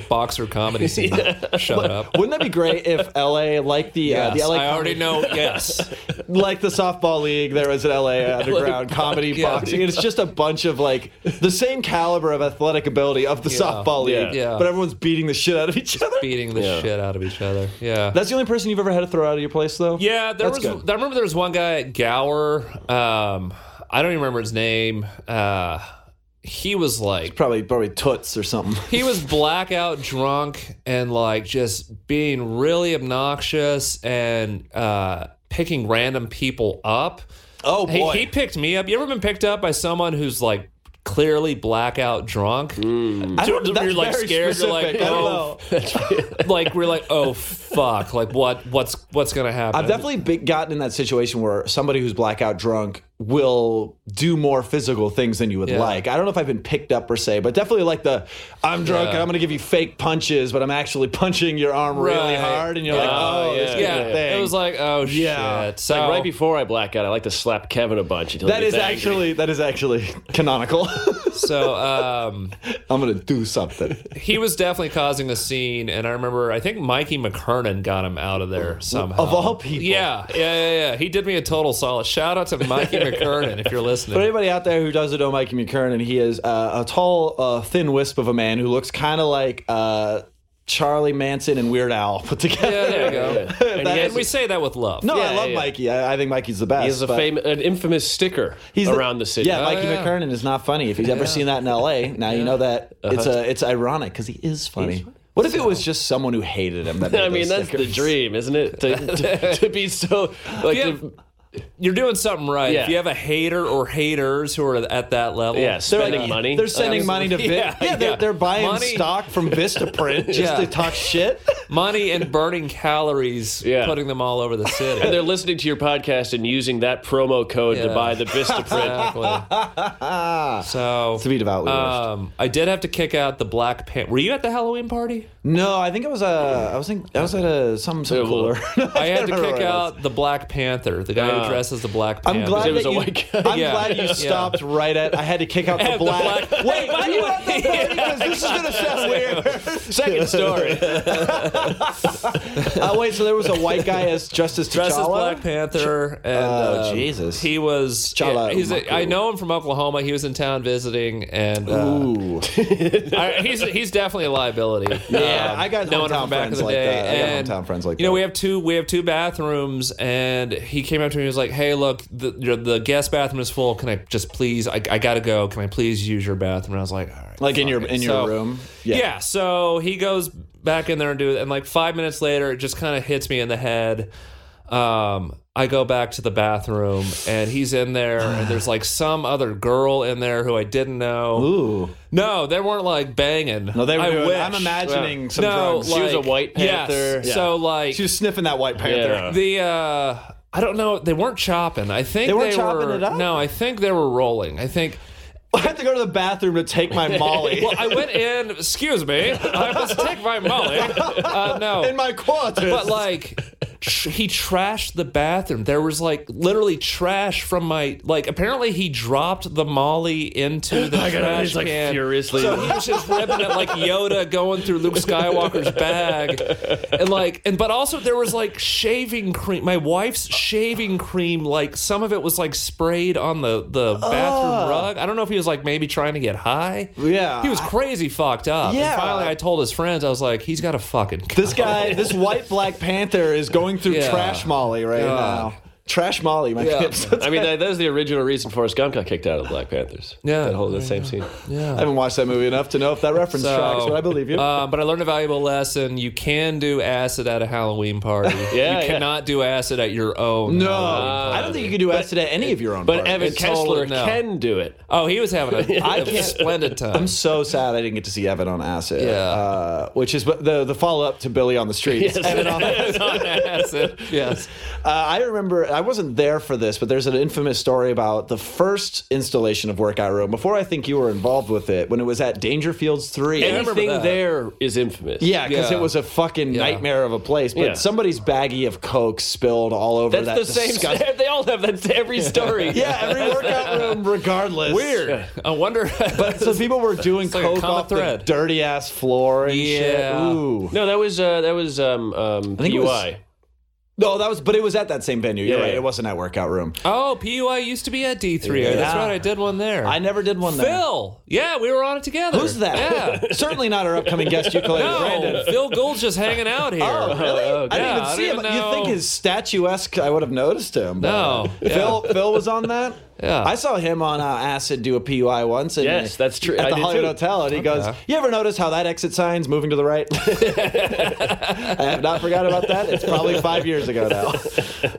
Speaker 2: *laughs*
Speaker 4: boxer comedy scene. Shut up.
Speaker 2: Wouldn't that be great if LA, like the uh, the
Speaker 4: Yes,
Speaker 2: LA,
Speaker 4: I already know.
Speaker 2: *laughs*
Speaker 4: Yes.
Speaker 2: like the softball league, there was an LA *laughs* underground comedy
Speaker 4: yeah.
Speaker 2: boxing. It's just a bunch of like the same caliber of athletic ability of the softball
Speaker 3: Yeah.
Speaker 2: league,
Speaker 4: Yeah.
Speaker 2: but everyone's beating the shit out of each other.
Speaker 4: Beating the
Speaker 3: Yeah.
Speaker 4: shit out of each other. Yeah.
Speaker 2: That's the only person you've ever had to throw out of your place, though.
Speaker 4: yeah. There
Speaker 2: That's
Speaker 4: was.
Speaker 2: good.
Speaker 4: I remember there was one guy at Gower. Um, I don't even remember his name. Uh, he was like.
Speaker 2: Probably, probably toots or something.
Speaker 4: He was blackout drunk and like just being really obnoxious and uh, picking random people up.
Speaker 2: Oh
Speaker 4: He,
Speaker 2: boy,
Speaker 4: he picked me up. You ever been picked up by someone who's like clearly blackout drunk?
Speaker 2: I don't-
Speaker 4: you're,
Speaker 2: that's
Speaker 4: like,
Speaker 2: very
Speaker 4: scared, you're like,
Speaker 2: specific. I don't know.
Speaker 4: *laughs* like we're like, oh fuck, like what what's what's gonna happen?
Speaker 2: I've definitely been, gotten in that situation where somebody who's blackout drunk will do more physical things than you would
Speaker 4: Yeah.
Speaker 2: like. I don't know if I've been picked up per se, but definitely like the I'm drunk and I'm going to give you fake punches, but I'm actually punching your arm really
Speaker 4: Right.
Speaker 2: hard, and you're like,
Speaker 3: Oh,
Speaker 2: oh, this
Speaker 3: yeah,
Speaker 2: could be
Speaker 4: yeah,
Speaker 2: a thing.
Speaker 4: it was like oh
Speaker 2: Yeah.
Speaker 4: shit. So
Speaker 3: Like right before I black out, I like to slap Kevin a bunch until he
Speaker 2: Oh. that
Speaker 3: gets
Speaker 2: is
Speaker 3: angry.
Speaker 2: actually that is actually canonical. *laughs*
Speaker 4: so um,
Speaker 2: I'm going to do
Speaker 4: *laughs*
Speaker 2: something.
Speaker 4: he was definitely causing a scene, and I remember I think Mikey McKernan got him out of there somehow.
Speaker 2: Of all people.
Speaker 4: yeah, yeah, yeah, yeah. He did me a total solid. Shout out to
Speaker 2: *laughs*
Speaker 4: Mikey McKernan if you're
Speaker 2: For
Speaker 4: listening.
Speaker 2: anybody out there who doesn't know Mikey McKernan, he is uh, a tall, uh, thin wisp of a man who looks kind of like uh, Charlie Manson and Weird Al put together.
Speaker 4: Yeah, there you
Speaker 2: *laughs*
Speaker 4: go.
Speaker 3: And he
Speaker 4: And
Speaker 3: has
Speaker 4: we say that with love.
Speaker 2: No, I
Speaker 3: Yeah,
Speaker 2: love
Speaker 3: yeah.
Speaker 2: Mikey. I, I think Mikey's the best.
Speaker 3: He has a
Speaker 2: but-
Speaker 3: fam- an infamous sticker
Speaker 2: He's
Speaker 3: around the, city.
Speaker 2: Yeah,
Speaker 4: Oh,
Speaker 2: Mikey
Speaker 4: yeah.
Speaker 2: McKernan is not funny. If you've ever seen that in L.A., now you know that it's a it's ironic because he is funny. What if it was just someone who hated him? That
Speaker 3: *laughs*
Speaker 2: made
Speaker 3: I mean,
Speaker 2: those
Speaker 3: that's
Speaker 2: stickers?
Speaker 3: the dream, isn't it? To, to, to be so like,
Speaker 4: Yeah.
Speaker 3: to-
Speaker 4: You're doing something right.
Speaker 3: Yeah.
Speaker 4: If you have a hater or haters who are at that level,
Speaker 3: yeah,
Speaker 2: They're like-
Speaker 3: spending money.
Speaker 2: They're sending
Speaker 3: *laughs*
Speaker 2: money to Vi-
Speaker 4: Yeah,
Speaker 2: yeah, they're,
Speaker 4: yeah.
Speaker 2: they're buying
Speaker 4: Money.
Speaker 2: stock from Vistaprint just
Speaker 4: Yeah.
Speaker 2: to talk shit.
Speaker 4: money and burning calories,
Speaker 3: Yeah.
Speaker 4: putting them all over the city.
Speaker 3: and they're listening to your podcast and using that promo code to
Speaker 4: Yeah.
Speaker 3: buy the Vista
Speaker 4: *laughs*
Speaker 3: print.
Speaker 4: exactly.
Speaker 2: *laughs*
Speaker 4: so
Speaker 2: To be devoutly worshipped.
Speaker 4: um, I did have to kick out the Black Panther. Were you at the
Speaker 2: *laughs*
Speaker 4: Halloween party?
Speaker 2: No, I think it was a. I was think I was at a some some
Speaker 3: well,
Speaker 2: cooler. *laughs*
Speaker 4: I had
Speaker 2: can't
Speaker 4: to
Speaker 2: remember
Speaker 4: kick
Speaker 2: where I was.
Speaker 4: out the Black Panther, the guy
Speaker 3: Ah.
Speaker 4: who dresses the Black Panther.
Speaker 2: Uh, I'm glad
Speaker 3: it was
Speaker 2: that
Speaker 3: a
Speaker 2: you,
Speaker 3: white guy.
Speaker 2: I'm
Speaker 4: Yeah.
Speaker 2: glad you
Speaker 4: Yeah.
Speaker 2: stopped right at. I had to kick out the
Speaker 4: *laughs* the
Speaker 2: black.
Speaker 4: black-
Speaker 2: Wait, why
Speaker 4: By
Speaker 2: do
Speaker 4: the
Speaker 2: you
Speaker 4: way- *laughs*
Speaker 2: have the black? Because this is gonna sound weird.
Speaker 3: Second story.
Speaker 2: *laughs* Oh wait, so there was a white guy as Justice
Speaker 4: Dressed as
Speaker 2: T'Challa?
Speaker 4: Black Panther, and
Speaker 2: Oh,
Speaker 4: um,
Speaker 2: Jesus.
Speaker 4: he was.
Speaker 2: T'Challa
Speaker 4: yeah, he's a,
Speaker 2: Maku.
Speaker 4: I know him from Oklahoma. He was in town visiting, and uh,
Speaker 2: Ooh.
Speaker 4: I- he's he's definitely a liability.
Speaker 2: *laughs* Yeah,
Speaker 4: Um,
Speaker 2: I got
Speaker 4: knowing him
Speaker 2: hometown
Speaker 4: from back in
Speaker 2: friends
Speaker 4: the
Speaker 2: like
Speaker 4: day,
Speaker 2: that. I got
Speaker 4: and,
Speaker 2: hometown friends like
Speaker 4: you know,
Speaker 2: that.
Speaker 4: we have two we have two bathrooms, and he came up to me. and was like, "Hey, look, the, your- the guest bathroom is full. Can I just please? I, I gotta go. Can I please use your bathroom?" And I was like, "All right."
Speaker 2: like in your in your
Speaker 4: So-
Speaker 2: room.
Speaker 4: Yeah. so he goes back in there and do it, and like five minutes later, it just kind of hits me in the head. Um, I go back to the bathroom, and he's in there, and there's like some other girl in there who I didn't know.
Speaker 2: Ooh.
Speaker 4: No, they weren't like banging.
Speaker 2: No, they were.
Speaker 4: I
Speaker 2: doing-
Speaker 4: wish.
Speaker 2: I'm imagining some
Speaker 4: no,
Speaker 2: drugs.
Speaker 4: like,
Speaker 3: was a White
Speaker 4: yes.
Speaker 3: Panther.
Speaker 4: So like
Speaker 2: she was sniffing that White Panther.
Speaker 3: Yeah.
Speaker 4: the uh I don't know. They weren't chopping. I
Speaker 2: They
Speaker 4: think they,
Speaker 2: weren't chopping
Speaker 4: were.
Speaker 2: it up?
Speaker 4: No, I think they were rolling. I think.
Speaker 2: *laughs* I had to go to the bathroom to take
Speaker 4: *laughs*
Speaker 2: my Molly.
Speaker 4: Well, I went in. excuse me. I must take my Molly. Uh, no,
Speaker 2: *laughs* in my quarters.
Speaker 4: but like tr- he trashed the bathroom there was like literally trash from my like apparently he dropped the molly
Speaker 3: *laughs*
Speaker 4: into the
Speaker 3: I got
Speaker 4: trash
Speaker 3: he's like
Speaker 4: can
Speaker 3: furiously.
Speaker 4: so he was just ripping it like Yoda going through Luke Skywalker's bag, and like, and but also there was like shaving cream. My wife's shaving cream, like some of it was like sprayed on the the bathroom rug. I don't know if he was like maybe trying to get high.
Speaker 2: Yeah.
Speaker 4: he was crazy fucked up.
Speaker 2: Yeah.
Speaker 4: and finally I told his friends, I was like, he's got a fucking.
Speaker 2: this guy, this white Black Panther is going through
Speaker 4: Oh. Yeah.
Speaker 2: trash Molly right
Speaker 4: God.
Speaker 2: now. Trash Molly, my
Speaker 4: Yeah.
Speaker 2: kids. *laughs*
Speaker 3: I mean, that, that was the original reason Forrest Gump got kicked out of the Black Panthers.
Speaker 4: Yeah.
Speaker 3: that whole that same scene.
Speaker 2: I haven't watched that movie enough to know if that reference
Speaker 4: So,
Speaker 2: tracks, but I believe you.
Speaker 4: Uh, but I learned a valuable lesson. You can do acid at a
Speaker 2: *laughs*
Speaker 4: Halloween party.
Speaker 3: Yeah, yeah.
Speaker 4: you cannot do acid at your own.
Speaker 2: no,
Speaker 4: Halloween.
Speaker 2: I don't think you can do acid at any of your own.
Speaker 3: But
Speaker 2: parties.
Speaker 3: Evan
Speaker 4: It's totally
Speaker 3: Kessler
Speaker 4: no.
Speaker 3: can do it.
Speaker 4: Oh, he was
Speaker 2: *laughs*
Speaker 4: having a,
Speaker 2: I
Speaker 4: a
Speaker 2: can't-
Speaker 4: splendid time.
Speaker 2: I'm so sad I didn't get to see Evan on acid.
Speaker 4: Yeah.
Speaker 2: uh, which is what- the the follow up to Billy on the Streets. Evan on acid.
Speaker 4: *laughs* Acid. Yes.
Speaker 2: Uh, I remember I wasn't there for this, but there's an infamous story about the first installation of Workout Room before I think you were involved with it when it was at Dangerfields Three.
Speaker 4: remember
Speaker 3: Anything
Speaker 4: that.
Speaker 3: there is infamous.
Speaker 2: Yeah, because
Speaker 4: Yeah.
Speaker 2: it was a fucking nightmare of a place. But
Speaker 3: Yeah.
Speaker 2: somebody's baggie of coke spilled all over
Speaker 3: that's
Speaker 2: that.
Speaker 3: the same. *laughs*
Speaker 2: disgust-
Speaker 3: They all have that's every story.
Speaker 2: yeah, every workout room, regardless.
Speaker 4: Weird. I wonder. *laughs*
Speaker 2: But *laughs* so people were doing
Speaker 4: like a
Speaker 2: coke
Speaker 4: common
Speaker 2: off
Speaker 4: thread.
Speaker 2: the dirty ass floor and shit.
Speaker 4: Yeah.
Speaker 2: Ooh.
Speaker 3: No, that was uh, that was um, um,
Speaker 2: think it
Speaker 3: PUI.
Speaker 2: was- No, that was, but it was at that same venue. You're
Speaker 3: Yeah,
Speaker 2: right.
Speaker 3: yeah.
Speaker 2: It wasn't at workout room.
Speaker 4: oh, PUI used to be at D3. That's
Speaker 2: Yeah.
Speaker 4: right. I did one there.
Speaker 2: I never did one there.
Speaker 4: Phil. Yeah, we were on it together.
Speaker 2: Who's *laughs* that?
Speaker 4: Yeah.
Speaker 2: Certainly not our upcoming guest, ukulele
Speaker 4: No,
Speaker 2: Brandon.
Speaker 4: Phil Gould's just hanging out here.
Speaker 2: Oh,
Speaker 4: *laughs*
Speaker 2: really? I didn't
Speaker 4: yeah,
Speaker 2: even
Speaker 4: I
Speaker 2: see him.
Speaker 4: don't even
Speaker 2: You think
Speaker 4: know.
Speaker 2: his statuesque? I would have noticed him. but- uh,
Speaker 4: No, yeah.
Speaker 2: Phil Phil was on that.
Speaker 4: *laughs* Yeah.
Speaker 2: I saw him on uh, acid do a PUI once. And
Speaker 3: Yes, that's true.
Speaker 2: At
Speaker 3: I
Speaker 2: the
Speaker 3: did
Speaker 2: Hollywood
Speaker 3: too.
Speaker 2: Hotel, and he goes, "You ever notice how that exit sign's moving to the right?" *laughs* I have not forgot about that. It's probably five years ago
Speaker 4: *laughs*
Speaker 2: now.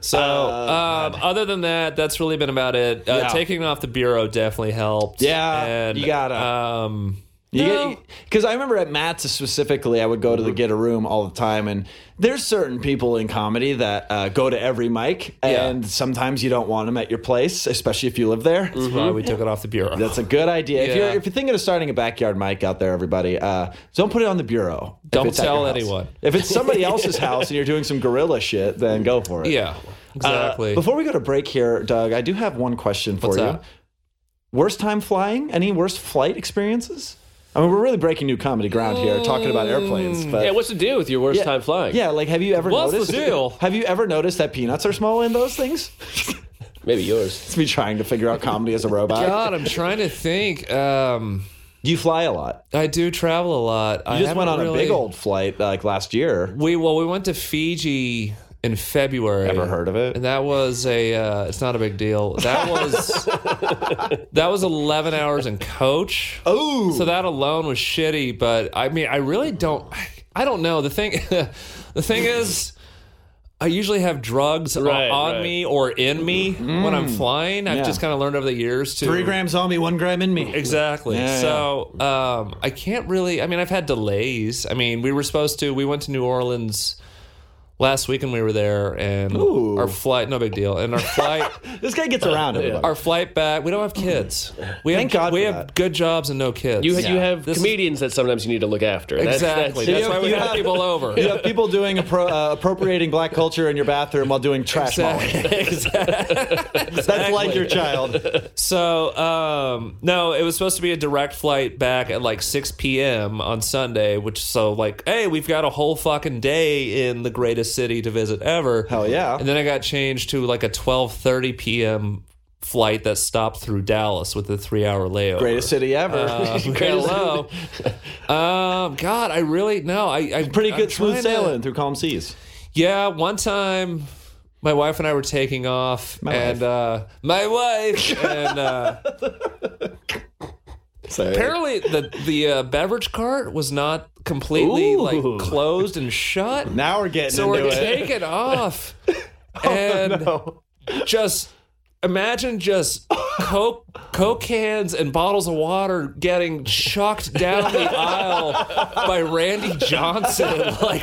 Speaker 4: So, um, other than that, that's really been about it. Uh,
Speaker 2: Oh, Yeah.
Speaker 4: Taking off the bureau definitely helped.
Speaker 2: Yeah,
Speaker 4: and,
Speaker 2: you gotta.
Speaker 4: Um, No. Mm-hmm.
Speaker 2: Because I remember at Matt's specifically, I would go to the get a room all the time, and there's certain people in comedy that uh, go to every mic,
Speaker 4: Yeah.
Speaker 2: and sometimes you don't want them at your place, especially if you live there.
Speaker 4: that's why we took it off the bureau.
Speaker 2: Mm-hmm. That's a good idea. If you're
Speaker 4: Yeah.
Speaker 2: if you're thinking of starting a backyard mic out there, everybody, uh, don't put it on the bureau. if
Speaker 4: Don't
Speaker 2: it's at your
Speaker 4: tell
Speaker 2: house.
Speaker 4: anyone.
Speaker 2: If it's somebody else's
Speaker 4: *laughs*
Speaker 2: house and you're doing some gorilla shit, then go for it.
Speaker 4: *laughs* yeah,
Speaker 2: Uh,
Speaker 4: exactly.
Speaker 2: before we go to break here, Doug, I do have one question for
Speaker 4: What's
Speaker 2: you.
Speaker 4: that?
Speaker 2: Worst time flying? Any worst flight experiences? I mean, we're really breaking new comedy ground here, talking about airplanes.
Speaker 4: Mm.
Speaker 2: But
Speaker 3: Yeah, what's the deal with your worst time flying?
Speaker 2: Yeah, like have you ever
Speaker 4: What's the
Speaker 2: noticed?
Speaker 4: deal?
Speaker 2: Have you ever noticed that peanuts are small in those things? *laughs*
Speaker 3: maybe yours.
Speaker 4: *laughs*
Speaker 2: it's me trying to figure out comedy as a robot.
Speaker 4: God, I'm trying to think. Um,
Speaker 2: You fly a lot.
Speaker 4: I do travel a lot.
Speaker 2: You
Speaker 4: I
Speaker 2: just went on
Speaker 4: haven't
Speaker 2: a big
Speaker 4: really-
Speaker 2: old flight like last year.
Speaker 4: We well, we went to Fiji in February.
Speaker 2: Ever heard of it?
Speaker 4: And that was a. Uh, it's not a big deal.
Speaker 2: *laughs*
Speaker 4: That was that was eleven hours in coach.
Speaker 2: Oh,
Speaker 4: So that alone was shitty. But I mean, I really don't. I don't know. The thing, *laughs* the thing is. I usually have drugs o-
Speaker 3: Right,
Speaker 4: on
Speaker 3: right.
Speaker 4: me or in me when I'm flying. I've
Speaker 2: Mm. Yeah.
Speaker 4: just kind of learned over the years to
Speaker 2: three grams on me, one gram in me.
Speaker 4: Exactly.
Speaker 2: Yeah,
Speaker 4: so Um, I can't really. I mean, I've had delays. I mean, we were supposed to. We went to New Orleans last week, and we were there, and
Speaker 2: Ooh.
Speaker 4: our flight. No big deal. And
Speaker 2: *laughs*
Speaker 4: our flight.
Speaker 2: *laughs* This guy gets around everybody.
Speaker 4: our flight back. We don't have kids. We
Speaker 2: Thank
Speaker 4: have,
Speaker 2: God
Speaker 4: We
Speaker 2: for
Speaker 4: have
Speaker 2: that.
Speaker 4: good jobs and no kids.
Speaker 3: You, you have
Speaker 4: This is-
Speaker 3: comedians that sometimes you need to look after. That's- that's-
Speaker 4: exactly. That's, why we
Speaker 2: You
Speaker 4: have
Speaker 2: have-
Speaker 4: people over.
Speaker 2: *laughs* You have people doing appro- uh, appropriating black culture in your bathroom while doing trash mowing.
Speaker 4: *laughs*
Speaker 2: That's like your child.
Speaker 4: So, um, no, it was supposed to be a direct flight back at like 6 p.m. on Sunday, which, so, like, hey, we've got a whole fucking day in the greatest city to visit ever.
Speaker 2: Hell yeah.
Speaker 4: And then I got changed to like a 12.30 p.m. flight that stopped through Dallas with a three-hour
Speaker 2: *laughs* *laughs*
Speaker 4: layover.
Speaker 2: Greatest city ever.
Speaker 4: Uh, hello.
Speaker 2: *laughs*
Speaker 4: um, God, I really, no, I, I
Speaker 2: Pretty
Speaker 4: I'm
Speaker 2: good smooth
Speaker 4: trying to-
Speaker 2: sailing through calm seas.
Speaker 4: yeah, one time my wife and I were taking off and uh my wife
Speaker 2: *laughs*
Speaker 4: and uh apparently the the uh, beverage cart was not completely
Speaker 3: Ooh.
Speaker 4: like closed and shut.
Speaker 2: Now we're getting
Speaker 4: so
Speaker 2: into
Speaker 4: we're
Speaker 2: it. Oh,
Speaker 4: taking off and just imagine just coke coke cans and bottles of water getting chucked down the aisle by Randy Johnson *laughs* like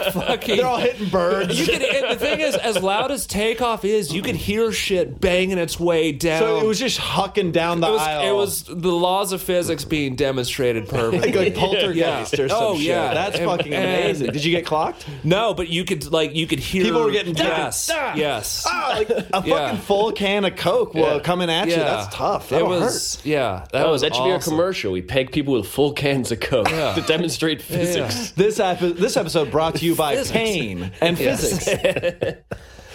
Speaker 2: *laughs*
Speaker 4: fucking
Speaker 2: They're all hitting birds.
Speaker 4: you can, and the thing is, as loud as takeoff is, you can hear shit banging its way down.
Speaker 2: so it was just hucking down the
Speaker 4: it was,
Speaker 2: aisle.
Speaker 4: it was the laws of physics being demonstrated
Speaker 2: *laughs*
Speaker 4: perfectly.
Speaker 2: like a poltergeist
Speaker 4: Yeah.
Speaker 2: or some
Speaker 4: Oh,
Speaker 2: shit.
Speaker 4: yeah.
Speaker 2: That's
Speaker 4: And-
Speaker 2: fucking
Speaker 4: and-
Speaker 2: amazing. Did you get clocked?
Speaker 4: No, but you could like you could hear
Speaker 2: People were getting down,
Speaker 4: yes,
Speaker 2: down.
Speaker 4: yes.
Speaker 2: Oh, like a fucking
Speaker 4: *laughs* Yeah.
Speaker 2: full can of Coke well, coming at you.
Speaker 4: Yeah.
Speaker 2: That's tough.
Speaker 4: It
Speaker 2: That'll
Speaker 4: was yeah. That
Speaker 3: Oh,
Speaker 4: was
Speaker 3: that should be our
Speaker 4: awesome.
Speaker 3: commercial. We peg people with full cans of Coke to demonstrate physics.
Speaker 2: hurt. This, epi- this episode brought to you by
Speaker 4: Physics. *laughs*
Speaker 2: pain and physics.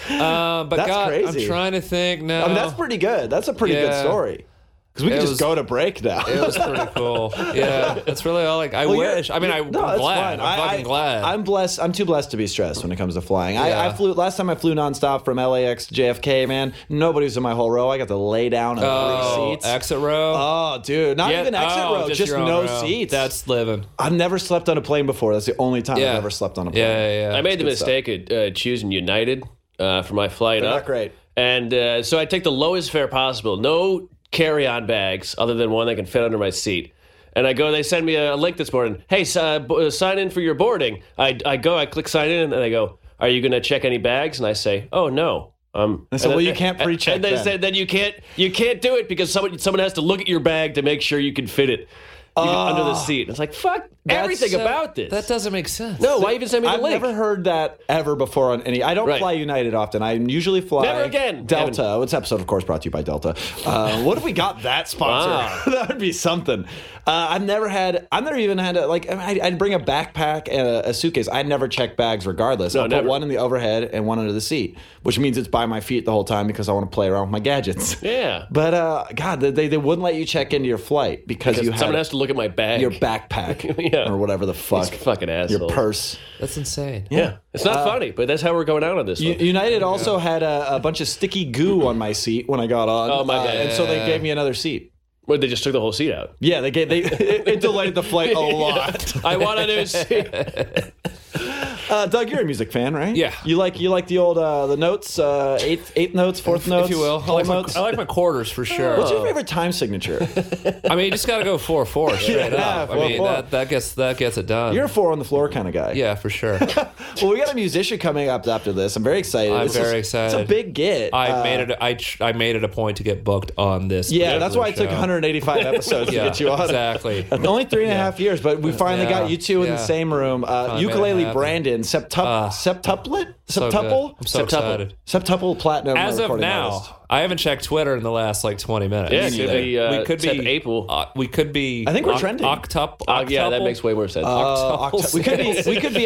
Speaker 4: Um, but
Speaker 2: That's
Speaker 4: God,
Speaker 2: crazy.
Speaker 4: I'm trying to think now.
Speaker 2: I mean,
Speaker 4: *laughs*
Speaker 2: that's pretty good. That's a pretty good
Speaker 4: Yeah.
Speaker 2: story. Because we can
Speaker 4: It
Speaker 2: just
Speaker 4: was-
Speaker 2: go to break now.
Speaker 4: it was pretty cool. Yeah, that's really all. Like
Speaker 2: *laughs*
Speaker 4: I
Speaker 2: Well, you're-
Speaker 4: wish. I mean, I,
Speaker 2: no,
Speaker 4: am
Speaker 2: it's
Speaker 4: glad.
Speaker 2: fine.
Speaker 4: I'm
Speaker 2: I-
Speaker 4: fucking
Speaker 2: I-
Speaker 4: glad.
Speaker 2: I'm blessed. I'm too blessed to be stressed when it comes to flying. I, I
Speaker 4: Yeah.
Speaker 2: flew last time. I flew nonstop from LAX to JFK. Man, nobody was in my whole row. I got to lay down in
Speaker 4: oh,
Speaker 2: three seats.
Speaker 4: exit row.
Speaker 2: oh, dude, not
Speaker 4: Yeah,
Speaker 2: even exit
Speaker 4: oh,
Speaker 2: row. Just,
Speaker 4: your own
Speaker 2: no
Speaker 4: row.
Speaker 2: seats.
Speaker 4: That's living.
Speaker 2: I've never slept on a plane before. That's the only time
Speaker 4: Yeah.
Speaker 2: I've ever slept on a plane.
Speaker 4: Yeah, yeah, yeah.
Speaker 3: I made the mistake of uh, choosing United uh, for my flight
Speaker 2: They're
Speaker 3: up.
Speaker 2: not great.
Speaker 3: And uh, so I take the lowest fare possible. No carry-on bags other than one that can fit under my seat. And I go. They send me a link this morning. Hey, si- uh, b- uh, sign in for your boarding. I, I go. I click sign in, and they go, "Are you going to check any bags?" And I say, "Oh no." Um,
Speaker 2: They said,
Speaker 3: and
Speaker 2: "Well,
Speaker 3: then-
Speaker 2: you can't
Speaker 3: and-
Speaker 2: pre-check
Speaker 3: And they
Speaker 2: then."
Speaker 3: said, "Then you can't you can't do it because someone someone has to look at your bag to make sure you can fit it you can- under
Speaker 2: Ah.
Speaker 3: the seat." It's like fuck everything
Speaker 4: So,
Speaker 3: about this.
Speaker 4: That doesn't make sense.
Speaker 3: no, Oh, why even send me the
Speaker 2: I've
Speaker 3: link?
Speaker 2: never heard that ever before on any. I don't
Speaker 3: Right.
Speaker 2: fly United often. I usually fly
Speaker 3: Never again,
Speaker 2: Delta. This episode, of course, brought to you by Delta. Uh, what if we got that sponsor?
Speaker 3: Wow.
Speaker 2: *laughs* that would be something. Uh, I've never had. I've never even had a, like. I, I'd bring a backpack and a, a suitcase. I never check bags, regardless. I put
Speaker 3: never.
Speaker 2: one in the overhead and one under the seat, which means it's by my feet the whole time because I want to play around with my
Speaker 3: *laughs*
Speaker 2: gadgets.
Speaker 3: Yeah.
Speaker 2: But uh, God, they, they wouldn't let you check into your flight because, you
Speaker 3: someone
Speaker 2: had
Speaker 3: has to look at my bag.
Speaker 2: your
Speaker 3: *laughs*
Speaker 2: backpack
Speaker 3: Yeah.
Speaker 2: or whatever the fuck,
Speaker 3: These fucking
Speaker 2: your
Speaker 3: assholes.
Speaker 2: purse.
Speaker 4: That's insane.
Speaker 3: Yeah, it's
Speaker 2: Uh,
Speaker 3: not funny, but that's how we're going out on this.
Speaker 2: U-
Speaker 3: one.
Speaker 2: United also had a, a bunch of sticky goo on my seat when I got on.
Speaker 3: Oh, my
Speaker 2: uh,
Speaker 3: bad.
Speaker 2: and so they gave me another seat.
Speaker 3: Well, they just took the whole seat
Speaker 2: *laughs*
Speaker 3: out.
Speaker 2: Yeah, they gave they it, it delayed the
Speaker 4: *laughs*
Speaker 2: flight a lot.
Speaker 3: I want a *laughs* new seat.
Speaker 2: Uh, Doug, you're a music fan, right?
Speaker 4: Yeah.
Speaker 2: You like you like the old uh, the notes, uh, eighth eighth notes, fourth notes,
Speaker 4: If you will. I
Speaker 2: whole
Speaker 4: like, my,
Speaker 2: notes.
Speaker 4: I like my quarters for sure.
Speaker 2: What's your favorite time
Speaker 4: *laughs*
Speaker 2: signature?
Speaker 4: I mean, you just got to go 4 4
Speaker 2: *laughs*
Speaker 4: straight
Speaker 2: Yeah,
Speaker 4: up. I
Speaker 2: 4-4.
Speaker 4: mean, that, that, gets, that gets it done.
Speaker 2: You're Uh, a four on the floor kind of guy.
Speaker 4: yeah,
Speaker 2: *laughs*
Speaker 4: for sure.
Speaker 2: Well, we got a musician coming up after this. I'm very excited.
Speaker 4: I'm
Speaker 2: This
Speaker 4: very
Speaker 2: is- It's a
Speaker 4: excited.
Speaker 2: big get.
Speaker 4: I
Speaker 2: Uh,
Speaker 4: made it. I tr- I made it a point to get booked on this.
Speaker 2: Yeah, that's why it took
Speaker 4: show.
Speaker 2: 185 episodes
Speaker 4: *laughs* Yeah,
Speaker 2: to get you on.
Speaker 4: exactly.
Speaker 2: *laughs*
Speaker 4: Uh,
Speaker 2: Only three and a half years, but we finally
Speaker 4: Yeah.
Speaker 2: got you two in the
Speaker 4: Yeah.
Speaker 2: same room. Uh,
Speaker 4: made it
Speaker 2: ukulele
Speaker 4: happen. Ah.
Speaker 2: Brandon, septup- septuplet?
Speaker 4: So good.
Speaker 2: Septuple?
Speaker 4: I'm so
Speaker 2: septuple.
Speaker 4: excited.
Speaker 2: Septuple platinum.
Speaker 4: As of
Speaker 2: recording artist.
Speaker 4: now, I haven't checked Twitter in the last like 20 minutes.
Speaker 3: Yeah, it could be, uh,
Speaker 4: we could be
Speaker 3: except April.
Speaker 4: uh, we could be.
Speaker 2: I think we're
Speaker 4: oct-
Speaker 2: trending.
Speaker 4: Octup.
Speaker 3: Uh, yeah, that
Speaker 4: octuple?
Speaker 3: makes way more sense.
Speaker 4: *laughs*
Speaker 2: Uh,
Speaker 4: Octuple
Speaker 2: Octo- we could be we could be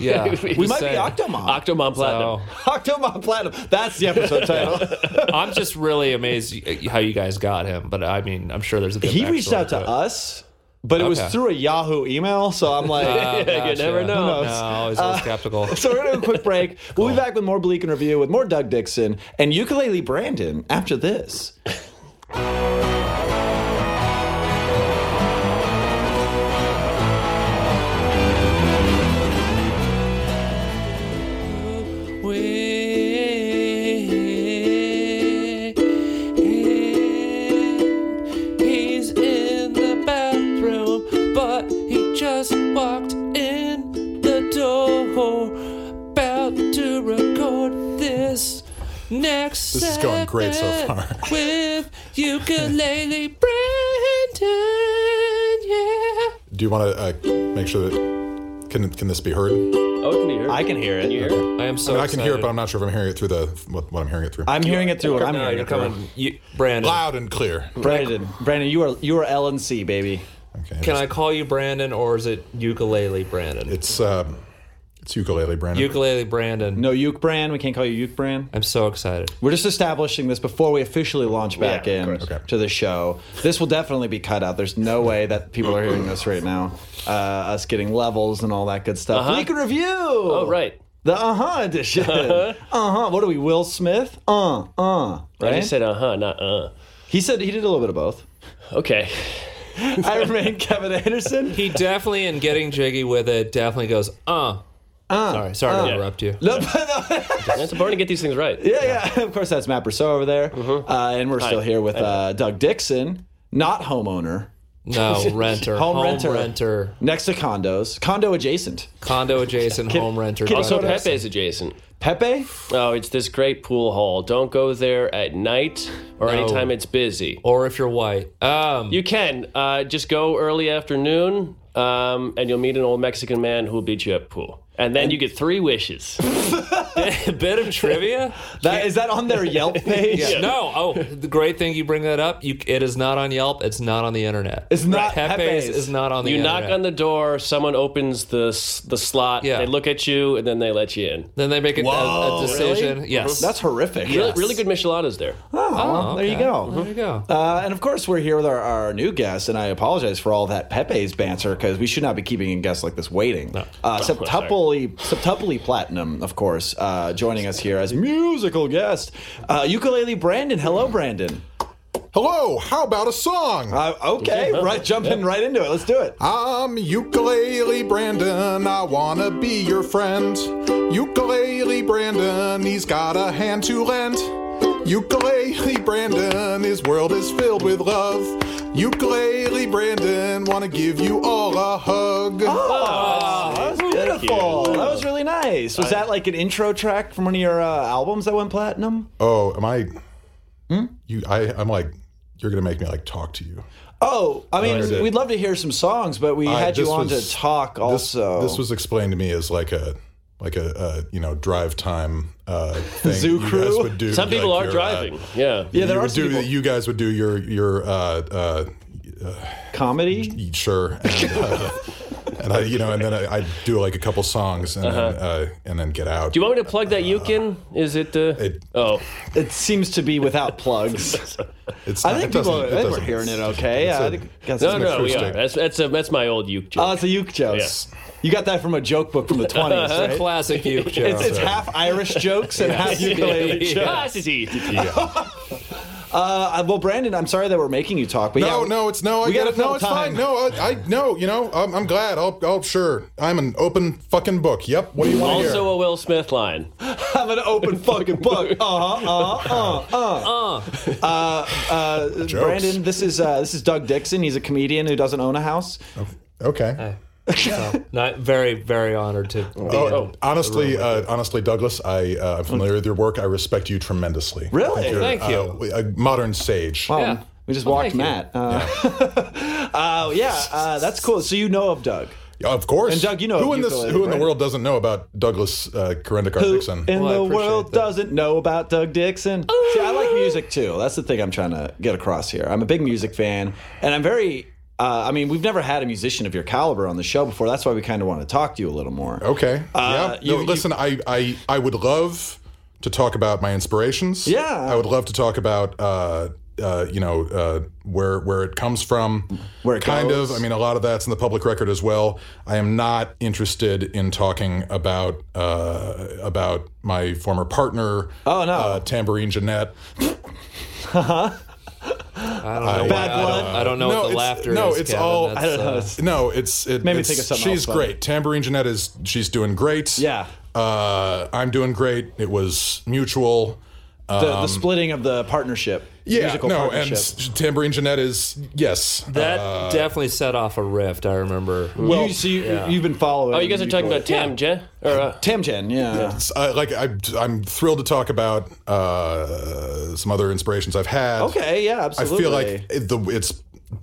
Speaker 3: *laughs*
Speaker 4: *laughs* Yeah,
Speaker 2: we might be
Speaker 4: Same.
Speaker 2: Octomom.
Speaker 3: Octomom Platinum.
Speaker 4: So,
Speaker 2: Octomom Platinum. That's the *laughs* episode title.
Speaker 4: I'm just really amazed y- how you guys got him, but I mean, I'm sure there's a. Good
Speaker 2: he reached
Speaker 4: backstory
Speaker 2: out to
Speaker 4: it.
Speaker 2: us but it was
Speaker 4: Okay. Ah,
Speaker 2: through a Yahoo email. So I'm like,
Speaker 3: you never
Speaker 4: gotcha.
Speaker 3: know.
Speaker 4: No, I was a little *laughs* skeptical.
Speaker 2: so we're gonna do a quick *laughs* break. We'll be back with more Bleak interview with more Doug Dixon and ukulele Brandon after this.
Speaker 4: He's in the bathroom, but he just walked in the door. About to record this next.
Speaker 5: This is going great so
Speaker 4: segment
Speaker 5: far. *laughs*
Speaker 4: with ukulele Brandon. Yeah.
Speaker 5: Do you want to uh, make sure that can can this be heard? I, mean,
Speaker 3: Oh, can you hear?
Speaker 2: I can hear it.
Speaker 3: hear. it?
Speaker 4: I am so.
Speaker 5: I can hear it, but I'm not sure if I'm hearing it through the what, what I'm hearing it through.
Speaker 2: I'm hearing it through. What I'm
Speaker 3: No,
Speaker 2: hearing
Speaker 3: you're
Speaker 2: it through.
Speaker 3: coming.
Speaker 4: you, Brandon.
Speaker 5: loud and clear.
Speaker 2: Brandon, Brandon, you are you are LNC baby.
Speaker 5: Okay.
Speaker 4: Can I call you Brandon or is it ukulele Brandon?
Speaker 5: It's um, it's ukulele, Brandon.
Speaker 4: ukulele Brandon.
Speaker 2: No Uke brand. We can't call you Uke brand.
Speaker 4: I'm so excited.
Speaker 2: We're just establishing this before we officially launch back
Speaker 3: Yeah, of
Speaker 2: in
Speaker 3: course.
Speaker 5: Okay.
Speaker 2: to the show. This will definitely be cut out. There's no way that people are hearing this right now. Uh, us getting levels and all that good stuff.
Speaker 3: Uh-huh.
Speaker 2: We can review. Oh
Speaker 3: Oh, right. Uh-huh.
Speaker 2: The uh huh edition. Uh huh. What are we? Will Smith. Uh uh.
Speaker 3: I
Speaker 2: Right.
Speaker 3: just said uh huh, not uh.
Speaker 2: he said he did a little bit of *laughs* both.
Speaker 3: Okay.
Speaker 2: I remain Kevin Anderson.
Speaker 4: He definitely, in getting jiggy with it, definitely goes, uh. Uh, sorry, sorry to
Speaker 3: uh.
Speaker 4: interrupt you.
Speaker 2: No, but no.
Speaker 3: It's important to get these things right.
Speaker 2: Yeah, yeah. Of course, that's Matt Brousseau over there. Uh, and we're still here with uh, Doug Dixon, not homeowner,
Speaker 4: No, renter,
Speaker 2: Home
Speaker 4: home,
Speaker 2: renter.
Speaker 4: renter.
Speaker 2: next to condos, condo adjacent.
Speaker 4: condo adjacent, home renter.
Speaker 3: Also,
Speaker 4: Brandon.
Speaker 3: Pepe's adjacent.
Speaker 2: Pepe?
Speaker 3: Oh, it's this great pool hall. Don't go there at night or anytime it's busy.
Speaker 4: or if you're white, um,
Speaker 3: You can uh, just go early afternoon, um, and you'll meet an old Mexican man who will beat you up pool, and then you get three wishes.
Speaker 4: a *laughs* bit of trivia.
Speaker 2: That, is that on their *laughs* Yelp page?
Speaker 4: No, oh, the great thing you bring that up. You, it is not on Yelp. It's not on the internet.
Speaker 2: It's not
Speaker 4: Pepe's.
Speaker 2: Pepe's.
Speaker 4: Is not on the.
Speaker 3: You
Speaker 4: internet.
Speaker 3: knock on the door, someone opens the s- the slot,
Speaker 4: Yeah.
Speaker 3: they look at you, and then they let you in.
Speaker 4: Then they make a, a,
Speaker 5: Whoa,
Speaker 4: a decision. Yes.
Speaker 2: That's horrific.
Speaker 3: Really, really good micheladas there.
Speaker 2: Oh, well,
Speaker 4: Oh,
Speaker 2: There you
Speaker 4: okay.
Speaker 2: go.
Speaker 4: There you go.
Speaker 2: Uh, and of course, we're here with our, our new guest, and I apologize for all that Pepe's banter because we should not be keeping a guest like this waiting. Uh, septuply, septuply platinum, of course, uh, joining us here as musical guest, uh, ukulele Brandon. Hello, Brandon.
Speaker 5: Hello, how about a song?
Speaker 2: Uh, okay, right, jumping right into it. Let's do it.
Speaker 5: I'm ukulele Brandon. I wanna be your friend. Ukulele Brandon, he's got a hand to lend. Ukulele Brandon, his world is filled with love. Ukulele Brandon, wanna give you all a hug.
Speaker 2: that was beautiful. That was really nice. Was that like an intro track from one of your uh, albums that went platinum?
Speaker 5: Oh, am I?
Speaker 2: Hmm?
Speaker 5: You, I, I'm like, you're gonna make me like talk to you.
Speaker 2: Oh, I mean,
Speaker 5: I did.
Speaker 2: we'd love to hear some songs, but we
Speaker 5: I-
Speaker 2: had you
Speaker 5: this
Speaker 2: on
Speaker 5: was-
Speaker 2: to talk
Speaker 5: This,
Speaker 2: also.
Speaker 5: this was explained to me as like a, like a, uh, you know, drive time
Speaker 2: *laughs*
Speaker 5: uh, thing.
Speaker 2: Zoo
Speaker 5: you guys
Speaker 2: crew?
Speaker 5: would do,
Speaker 3: Some
Speaker 5: like,
Speaker 3: people are
Speaker 5: your, uh,
Speaker 3: driving. yeah.
Speaker 2: yeah, there
Speaker 5: you
Speaker 2: are
Speaker 5: would
Speaker 2: some
Speaker 5: do
Speaker 2: people-
Speaker 5: you guys would do your your uh, uh,
Speaker 2: comedy.
Speaker 5: eat sure and,
Speaker 2: *laughs*
Speaker 5: uh, and I you know and then I I'd do like a couple songs and then,
Speaker 2: Uh-huh.
Speaker 5: uh, and then get out.
Speaker 3: Do you want me to plug that uke in? Is it the?
Speaker 5: It-
Speaker 3: oh,
Speaker 2: It seems to be without
Speaker 5: *laughs*
Speaker 2: plugs.
Speaker 5: it's
Speaker 2: I
Speaker 5: not-
Speaker 2: think
Speaker 5: it doesn't-
Speaker 2: people I
Speaker 5: it
Speaker 2: think we're
Speaker 5: doesn't-
Speaker 2: hearing
Speaker 5: *laughs*
Speaker 2: it okay.
Speaker 5: it's
Speaker 2: Yeah, I
Speaker 5: a-
Speaker 2: think got
Speaker 3: no,
Speaker 2: some-
Speaker 3: no, we
Speaker 5: acoustic.
Speaker 3: are. That's that's a, that's my old uke
Speaker 2: Oh,
Speaker 3: joke.
Speaker 2: it's a uke joke. You got that from a joke book from the
Speaker 4: *laughs*
Speaker 2: 20s, right?
Speaker 4: Classic
Speaker 3: *laughs*
Speaker 4: you, Joe.
Speaker 2: It's, it's half Irish jokes
Speaker 4: *laughs*
Speaker 2: and half ukulele jokes.
Speaker 3: Ah, this is easy.
Speaker 2: Uh, well, Brandon, I'm sorry that we're making you talk, but
Speaker 5: No,
Speaker 2: yeah,
Speaker 5: no, it's no. I
Speaker 2: We
Speaker 5: get
Speaker 2: gotta
Speaker 5: it. No,
Speaker 2: fill
Speaker 5: it's
Speaker 2: time.
Speaker 5: fine. No, I, I no. You know, I'm, I'm glad. I'll, I'll sure. I'm an open fucking book. Yep. What do you want to hear?
Speaker 3: Also a Will Smith line.
Speaker 2: have an open fucking
Speaker 4: *laughs*
Speaker 2: book. Uh huh. Uh huh. Uh huh.
Speaker 5: Jokes.
Speaker 2: Uh, Brandon, this is uh, this is Doug Dixon. He's a comedian who doesn't own a house. uh,
Speaker 5: okay.
Speaker 4: Not very, very honored *laughs* to. Be
Speaker 5: Oh,
Speaker 4: oh,
Speaker 5: honestly, uh, honestly, Douglas, I, uh, I'm familiar with your work. I respect you tremendously.
Speaker 2: Really?
Speaker 5: I think
Speaker 4: Thank
Speaker 5: you're,
Speaker 4: you.
Speaker 5: uh, A modern sage.
Speaker 2: Oh,
Speaker 4: Yeah.
Speaker 2: We just
Speaker 4: Well,
Speaker 2: walked
Speaker 4: thank you.
Speaker 2: Matt. Uh, *laughs* uh, yeah, uh, that's cool. So you know of Doug.
Speaker 5: Of course.
Speaker 2: And Doug, you know
Speaker 5: who in this
Speaker 2: ukulele,
Speaker 5: who in the
Speaker 2: right?
Speaker 5: world doesn't know about Douglas uh, Karendikar
Speaker 2: Who
Speaker 5: Dixon?
Speaker 2: in
Speaker 4: Well, I
Speaker 2: the
Speaker 4: appreciate
Speaker 2: world
Speaker 4: that.
Speaker 2: doesn't know about Doug Dixon? See, I like music too. That's the thing I'm trying to get across here. I'm a big music fan, and I'm very. Uh, I mean, we've never had a musician of your caliber on the show before. That's why we kind of want to talk to you a little more.
Speaker 5: okay.
Speaker 2: Uh,
Speaker 5: yeah. No,
Speaker 2: you- you-
Speaker 5: listen, I, I I would love to talk about my inspirations.
Speaker 2: Yeah.
Speaker 5: I would love to talk about uh, uh, you know uh, where where it comes from.
Speaker 2: Where it
Speaker 5: kind
Speaker 2: goes.
Speaker 5: of. I mean, a lot of that's in the public record as well. I am not interested in talking about uh, about my former partner.
Speaker 2: Oh, no.
Speaker 5: uh, Tambourine Jeanette. *laughs*
Speaker 4: I don't know.
Speaker 2: Bad
Speaker 4: why- I,
Speaker 2: blood? *laughs*
Speaker 4: don't, I don't know
Speaker 5: No,
Speaker 4: what the
Speaker 5: it's-
Speaker 4: laughter
Speaker 5: no,
Speaker 4: is.
Speaker 5: it's
Speaker 4: Kevin.
Speaker 5: all-
Speaker 4: That's,
Speaker 2: I don't know.
Speaker 4: uh,
Speaker 2: It's-
Speaker 5: No, it's it,
Speaker 2: Maybe
Speaker 5: it's,
Speaker 2: think of something else,
Speaker 5: She's
Speaker 2: buddy.
Speaker 5: great. Tambourine Jeanette is she's doing great.
Speaker 2: Yeah.
Speaker 5: Uh, I'm doing great. It was mutual.
Speaker 2: the, the splitting of the partnership.
Speaker 5: um, Yeah,
Speaker 2: musical
Speaker 5: no, and
Speaker 2: partnership.
Speaker 5: s- Tambourine Jeanette is yes. Uh,
Speaker 4: that definitely set off a rift. I remember.
Speaker 2: well, you, so you, you've been following.
Speaker 3: Oh, you guys are talking about Tam Jen? Or, uh,
Speaker 2: Tamgen, yeah.
Speaker 5: Uh, like I, I'm thrilled to talk about uh, some other inspirations I've had.
Speaker 2: Okay, yeah,
Speaker 5: I
Speaker 2: absolutely.
Speaker 5: feel like it, the, it's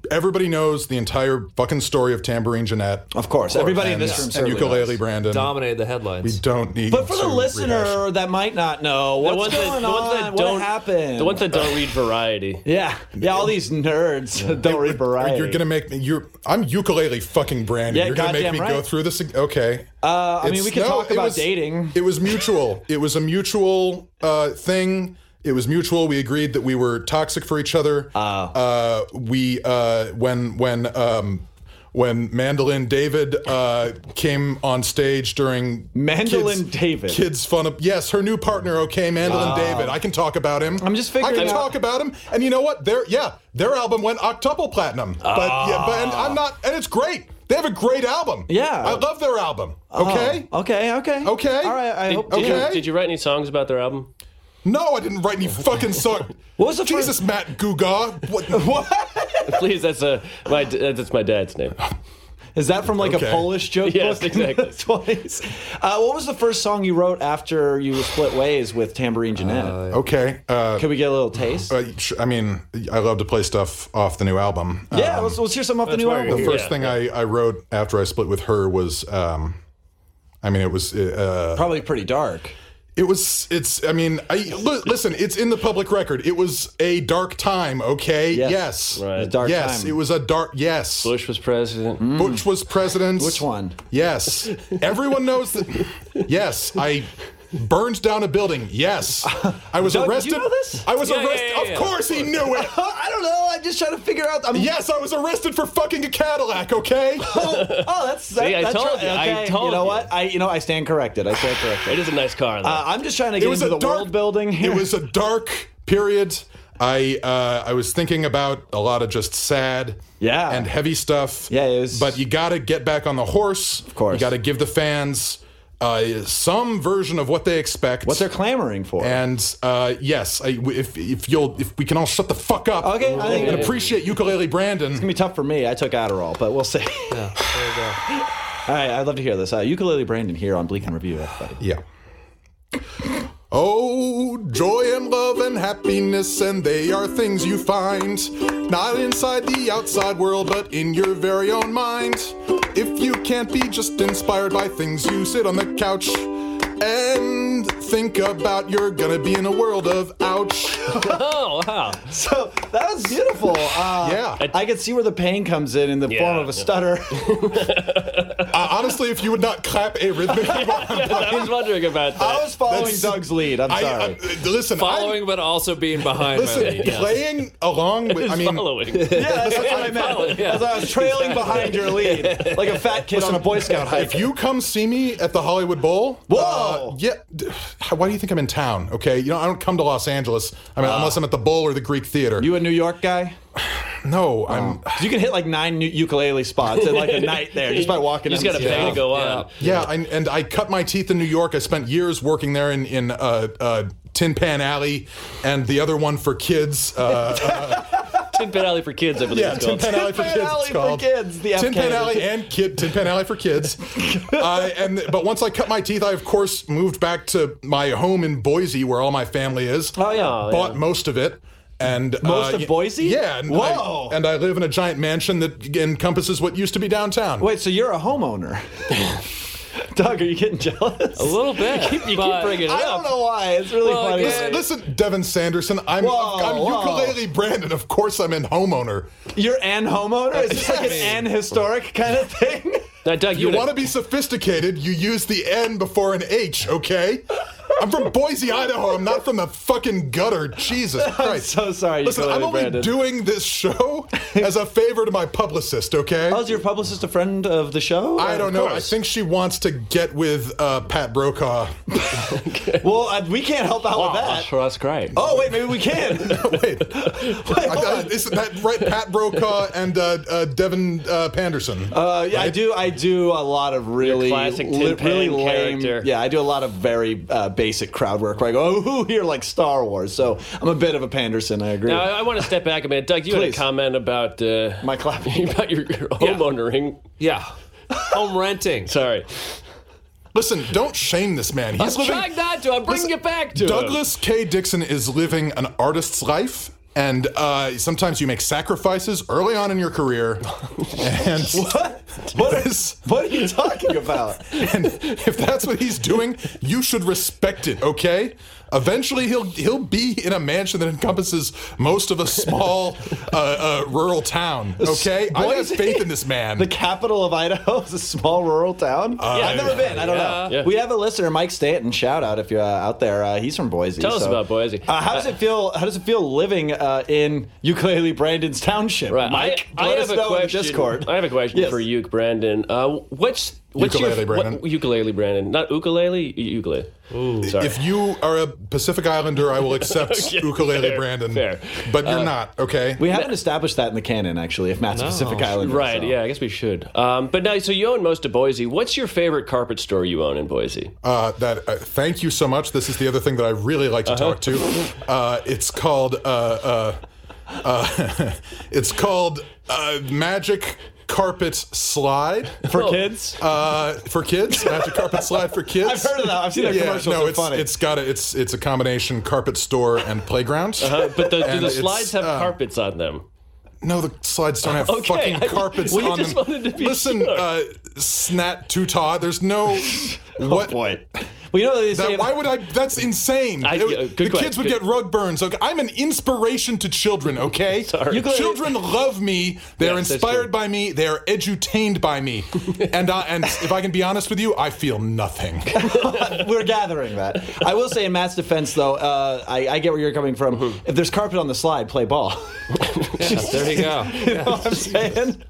Speaker 5: everybody knows the entire fucking story of Tambourine Jeanette.
Speaker 2: of course, everybody in this room.
Speaker 5: and, and
Speaker 2: certainly
Speaker 5: ukulele
Speaker 2: does.
Speaker 5: Brandon.
Speaker 4: Dominated the headlines.
Speaker 5: Don't need.
Speaker 2: But for
Speaker 5: to
Speaker 2: the
Speaker 5: rehash.
Speaker 2: listener that might not know,
Speaker 3: the
Speaker 2: what's
Speaker 3: ones that,
Speaker 2: going
Speaker 3: the ones
Speaker 2: on?
Speaker 3: that
Speaker 2: what
Speaker 3: don't
Speaker 2: happened?
Speaker 3: The ones that don't read Variety.
Speaker 2: yeah, yeah, all these nerds don't read variety.
Speaker 5: You're gonna make me. You're. I'm ukulele fucking Brandon.
Speaker 2: Yeah,
Speaker 5: you're gonna make
Speaker 2: goddamn
Speaker 5: me go
Speaker 2: right.
Speaker 5: through this. ag- Okay.
Speaker 2: Uh, I mean,
Speaker 5: It's-
Speaker 2: we can
Speaker 5: no,
Speaker 2: talk
Speaker 5: it
Speaker 2: about
Speaker 5: was-
Speaker 2: dating.
Speaker 5: It was mutual. it was a mutual uh, thing. It was mutual. We agreed that we were toxic for each other.
Speaker 2: Ah.
Speaker 5: Uh, we uh, when when um, when Mandolin David uh, came on stage during
Speaker 2: Mandolin
Speaker 5: Kids-
Speaker 2: David.
Speaker 5: Kids Fun. Yes, her new partner. Okay, Mandolin David. I can talk about him.
Speaker 2: I'm just
Speaker 5: I
Speaker 2: figuring
Speaker 5: can
Speaker 2: out-
Speaker 5: talk about him. And you know what? Their yeah, their album went octuple platinum. But yeah, but and I'm not. And it's great. They have a great album.
Speaker 2: Yeah.
Speaker 5: I love their album. Okay.
Speaker 2: Oh, okay, okay,
Speaker 5: Okay.
Speaker 2: All right, I
Speaker 3: Did,
Speaker 2: hope.
Speaker 3: did
Speaker 5: Okay.
Speaker 3: you, did you write any songs about their album?
Speaker 5: No, I didn't write any fucking *laughs* song.
Speaker 2: What was the first-
Speaker 5: Jesus, Matt Guga. What? what?
Speaker 3: Please, that's a my d- that's my dad's name.
Speaker 2: Is that from like
Speaker 5: Okay.
Speaker 2: a Polish joke
Speaker 3: Yes,
Speaker 2: book?
Speaker 3: exactly.
Speaker 2: *laughs* That's what it is. Uh, what was the first song you wrote after you split ways with Tambourine Jeanette?
Speaker 5: Okay. Uh,
Speaker 2: Can we get a little taste?
Speaker 5: uh, sh- I mean, I love to play stuff off the new album.
Speaker 2: yeah,
Speaker 5: Um,
Speaker 2: let's, let's hear some off the new
Speaker 3: why
Speaker 2: album.
Speaker 3: you're
Speaker 5: the
Speaker 3: here.
Speaker 5: first
Speaker 3: Yeah,
Speaker 5: thing I, I wrote after I split with her was, um, I mean, it was uh,
Speaker 2: Probably pretty dark.
Speaker 5: It was. It's. I mean. I li- listen. It's in the public record. It was a dark time. Okay. Yes.
Speaker 2: Yes.
Speaker 3: Right.
Speaker 2: It was a dark
Speaker 5: yes.
Speaker 2: time.
Speaker 5: It was a dark. Yes. Bush,
Speaker 3: Bush was president.
Speaker 5: was president.
Speaker 2: Which one?
Speaker 5: Yes. Everyone knows that. Yes. I burned down a building. Yes. I was
Speaker 2: Doug, did
Speaker 5: arrested.
Speaker 2: you know this?
Speaker 5: I was
Speaker 4: Yeah, yeah,
Speaker 5: arrested.
Speaker 4: yeah, yeah.
Speaker 5: Of course he knew it.
Speaker 2: Oh, I don't know. I'm just trying to figure out. I'm,
Speaker 5: Yes, I was arrested for fucking a Cadillac. Okay.
Speaker 2: Oh, oh, that's. That,
Speaker 3: I
Speaker 2: that's
Speaker 3: told
Speaker 2: right.
Speaker 3: you, I
Speaker 2: Okay,
Speaker 3: told
Speaker 2: You know
Speaker 3: you.
Speaker 2: what? I you know I stand corrected. I stand corrected.
Speaker 3: It is a nice car. Though.
Speaker 2: Uh, I'm just trying to
Speaker 5: It
Speaker 2: get
Speaker 5: was
Speaker 2: into
Speaker 5: a
Speaker 2: the
Speaker 5: dark
Speaker 2: world building.
Speaker 5: It was a dark period. I uh, I was thinking about a lot of just sad,
Speaker 2: Yeah.
Speaker 5: and heavy stuff.
Speaker 2: Yeah, it was-
Speaker 5: but you got to get back on the horse. Of
Speaker 2: course.
Speaker 5: you got to give the fans uh, some version of what they expect.
Speaker 2: what they're clamoring for.
Speaker 5: and uh, yes, I, if if you'll if we can all shut the fuck up.
Speaker 2: Okay, I think-
Speaker 5: and appreciate ukulele Brandon.
Speaker 2: It's gonna be tough for me. I took Adderall, but we'll see. All
Speaker 4: There you
Speaker 2: *laughs*
Speaker 4: go.
Speaker 2: right, I'd love to hear this. Uh, ukulele Brandon here on Bleak and Review, everybody.
Speaker 5: Yeah. Oh, joy and love and happiness, and they are things you find. Not inside the outside world, but in your very own mind. If you can't be just inspired by things, you sit on the couch and think about you're gonna be in a world of ouch.
Speaker 3: oh wow!
Speaker 2: So that was beautiful. Uh,
Speaker 5: Yeah.
Speaker 2: I could see where the pain comes in in the
Speaker 3: Yeah.
Speaker 2: form of a *laughs* stutter.
Speaker 5: Uh, honestly, if you would not clap a rhythmic.
Speaker 3: I was wondering about that.
Speaker 2: I was following
Speaker 5: That's-
Speaker 2: Doug's lead. I'm
Speaker 5: I,
Speaker 2: sorry.
Speaker 5: uh, listen,
Speaker 4: Following, but also being behind.
Speaker 5: I, *laughs* listen,
Speaker 4: my lead.
Speaker 5: playing along with. I mean,
Speaker 3: following.
Speaker 2: yeah, that's what *laughs* I
Speaker 4: following,
Speaker 2: meant.
Speaker 4: yeah.
Speaker 2: As I was trailing behind your lead, like a fat kid on a Boy Scout hike.
Speaker 5: If you come see me at the Hollywood Bowl,
Speaker 2: Whoa!
Speaker 5: uh, yeah. d- Why do you think I'm in town? Okay, you know I don't come to Los Angeles. I mean, unless I'm at the Bowl or the Greek Theater.
Speaker 2: *laughs* Ah. You Oh. a New York guy?
Speaker 5: no, I'm.
Speaker 2: 'Cause You can hit like nine nu- ukulele spots in like a night there just by walking.
Speaker 3: You just
Speaker 2: in
Speaker 3: got to
Speaker 2: and
Speaker 3: pay
Speaker 2: stuff.
Speaker 3: to go on.
Speaker 5: Yeah, I, and I cut my teeth in New York. I spent years working there in in uh, uh, Tin Pan Alley, and the other one for kids. Uh,
Speaker 3: Tin Pin Alley for kids, I believe
Speaker 5: yeah,
Speaker 3: it's
Speaker 5: Tin
Speaker 3: called.
Speaker 5: Pan Alley for
Speaker 2: Pan
Speaker 5: kids.
Speaker 2: Alley
Speaker 5: it's
Speaker 2: for
Speaker 5: called.
Speaker 2: kids, the
Speaker 5: Tin Pan
Speaker 2: FK.
Speaker 5: Alley and kid Tin Pan Alley for
Speaker 2: *laughs*
Speaker 5: kids. uh, and but once I cut my teeth, I of course moved back to my home in Boise, where all my family is.
Speaker 2: Oh yeah.
Speaker 5: bought most of it. And
Speaker 2: Most
Speaker 5: uh,
Speaker 2: of
Speaker 5: y-
Speaker 2: Boise?
Speaker 5: yeah. And
Speaker 2: Whoa.
Speaker 5: I, and I live in a giant mansion that encompasses what used to be downtown.
Speaker 2: Wait, so you're a
Speaker 3: *laughs*
Speaker 2: homeowner? Doug, are you getting jealous?
Speaker 4: A little bit.
Speaker 3: You keep
Speaker 4: but-
Speaker 3: bringing it
Speaker 2: I
Speaker 3: up.
Speaker 2: don't know why. It's really
Speaker 4: Well,
Speaker 2: funny.
Speaker 4: again-
Speaker 5: Listen, Devin Sanderson, I'm,
Speaker 2: Whoa,
Speaker 5: I'm
Speaker 2: whoa.
Speaker 5: ukulele Brandon. Of course, I'm in homeowner.
Speaker 2: You're an homeowner? Is this like an
Speaker 5: Yes.
Speaker 2: an historic kind of thing? *laughs*
Speaker 3: Now, Doug, you,
Speaker 5: You want to be sophisticated? You use the N before an H, okay? I'm from Boise, Idaho. I'm not from the fucking gutter.
Speaker 2: *laughs*
Speaker 5: Jesus Christ.
Speaker 2: so sorry you
Speaker 5: Listen,
Speaker 2: quoted
Speaker 5: I'm only
Speaker 2: Brandon.
Speaker 5: doing this
Speaker 2: *laughs*
Speaker 5: show as a favor to my publicist, okay?
Speaker 2: Oh, is your publicist a friend of the show?
Speaker 5: I don't know. I
Speaker 2: Of course.
Speaker 5: think she wants to get with uh, Pat Brokaw. *laughs*
Speaker 2: *laughs* Well, I, we can't help out with that.
Speaker 3: Oh, that's great.
Speaker 2: Oh wait, maybe we can.
Speaker 5: *laughs* Wait, I- I- is that right? Pat Brokaw and uh, uh, Devin uh, Panderson.
Speaker 2: Uh, yeah, I do. I do a lot of really
Speaker 3: classic Tin Pan
Speaker 2: really lame.
Speaker 3: character.
Speaker 2: Yeah, I do a lot of very uh, basic crowd work. Where I go, oh, who here like Star Wars? So I'm a bit of a Panderson. I agree.
Speaker 3: Now, I, I want to step back a minute. Doug, you had a
Speaker 2: Please.
Speaker 3: comment about uh,
Speaker 2: My
Speaker 3: *laughs*
Speaker 2: clapping.
Speaker 3: about your, your homeownering.
Speaker 4: Yeah. Home renting.
Speaker 3: Sorry.
Speaker 5: Listen, don't shame this man. He's
Speaker 3: I'm
Speaker 5: living.
Speaker 3: trying not to. I'm bringing
Speaker 5: Listen,
Speaker 3: it back to him.
Speaker 5: Douglas K. Dixon is living an artist's life. And uh, sometimes you make sacrifices early on in your career. *laughs*
Speaker 3: *laughs*
Speaker 5: And
Speaker 2: what is? What are you talking about?
Speaker 5: And if that's what he's doing, you should respect it, okay? Eventually, he'll he'll be in a mansion that encompasses most of
Speaker 3: *laughs*
Speaker 5: a small uh, uh, rural town. Okay, I have
Speaker 2: Boise-
Speaker 5: faith in this man.
Speaker 2: The capital of Idaho is a small rural town.
Speaker 5: Uh,
Speaker 2: yeah, I've never been. I don't know.
Speaker 3: Yeah.
Speaker 2: We have a listener, Mike Stanton. Shout out if you're uh, out there. Uh, he's from Boise.
Speaker 3: Tell us
Speaker 2: so-
Speaker 3: about Boise.
Speaker 2: Uh, how does it feel? How does it feel living uh, in ukulele Brandon's township?
Speaker 3: Right.
Speaker 2: Mike,
Speaker 3: I, I
Speaker 2: let
Speaker 3: have
Speaker 2: us
Speaker 3: a
Speaker 2: know in the
Speaker 3: question.
Speaker 2: Discord.
Speaker 3: I have a question
Speaker 2: Yes.
Speaker 3: for you, Brandon. Uh, what's what's
Speaker 5: Ukulele,
Speaker 3: your,
Speaker 5: Brandon.
Speaker 3: What, ukulele, Brandon. Not ukulele. u- Ukulele. *laughs* Sorry.
Speaker 5: if you are a Pacific Islander, I will
Speaker 3: *laughs*
Speaker 5: accept ukulele
Speaker 3: fair,
Speaker 5: Brandon,
Speaker 3: fair. Uh,
Speaker 5: but you're not. Okay,
Speaker 2: We haven't established that in the canon, actually. If Matt's Pacific Islander,
Speaker 3: right.
Speaker 2: so.
Speaker 3: Yeah. I guess we should. Um, but now, so you own most of Boise. What's your favorite carpet store you own in Boise?
Speaker 5: uh, that uh, thank you so much. This is the other thing that I really like to talk to. Uh, it's called uh, uh, uh, *laughs* it's called uh, Magic Carpet Slide.
Speaker 3: Oh.
Speaker 2: for Oh. kids.
Speaker 5: uh, for kids. Magic carpet slide for kids.
Speaker 2: I've heard of that. I've seen that commercial.
Speaker 5: no,
Speaker 2: They're
Speaker 5: it's
Speaker 2: funny.
Speaker 5: it's got a, it's it's a combination carpet store and playground.
Speaker 3: Uh, but the, do
Speaker 5: And
Speaker 3: the
Speaker 5: it's,
Speaker 3: slides have
Speaker 5: uh,
Speaker 3: carpets on them?
Speaker 5: No, the slides don't have
Speaker 3: Okay, I-
Speaker 5: fucking carpets
Speaker 3: we
Speaker 5: on
Speaker 3: just
Speaker 5: them.
Speaker 3: wanted to be
Speaker 5: Listen,
Speaker 3: sure.
Speaker 5: uh, snat tuta.
Speaker 3: *laughs*
Speaker 5: There's no what.
Speaker 2: boy. Well, you know they say
Speaker 5: That, why would I? That's insane.
Speaker 3: I-
Speaker 5: It would-
Speaker 3: uh, good
Speaker 5: the
Speaker 3: question,
Speaker 5: kids would
Speaker 3: good-
Speaker 5: get rug burns. Okay, I'm an inspiration to
Speaker 2: *laughs*
Speaker 5: children. Okay,
Speaker 3: Sorry.
Speaker 5: children love me. They're
Speaker 3: Yes, that's true.
Speaker 5: inspired by me. They are edutained
Speaker 2: *laughs*
Speaker 5: by me. and I, and if I can be honest with you, I feel nothing.
Speaker 2: *laughs* we're gathering that. I will say, in Matt's defense, though, uh, I, I get where you're coming from. If there's carpet on the slide, play ball. *laughs*
Speaker 4: There you go.
Speaker 2: you know
Speaker 5: *laughs*
Speaker 2: what I'm saying?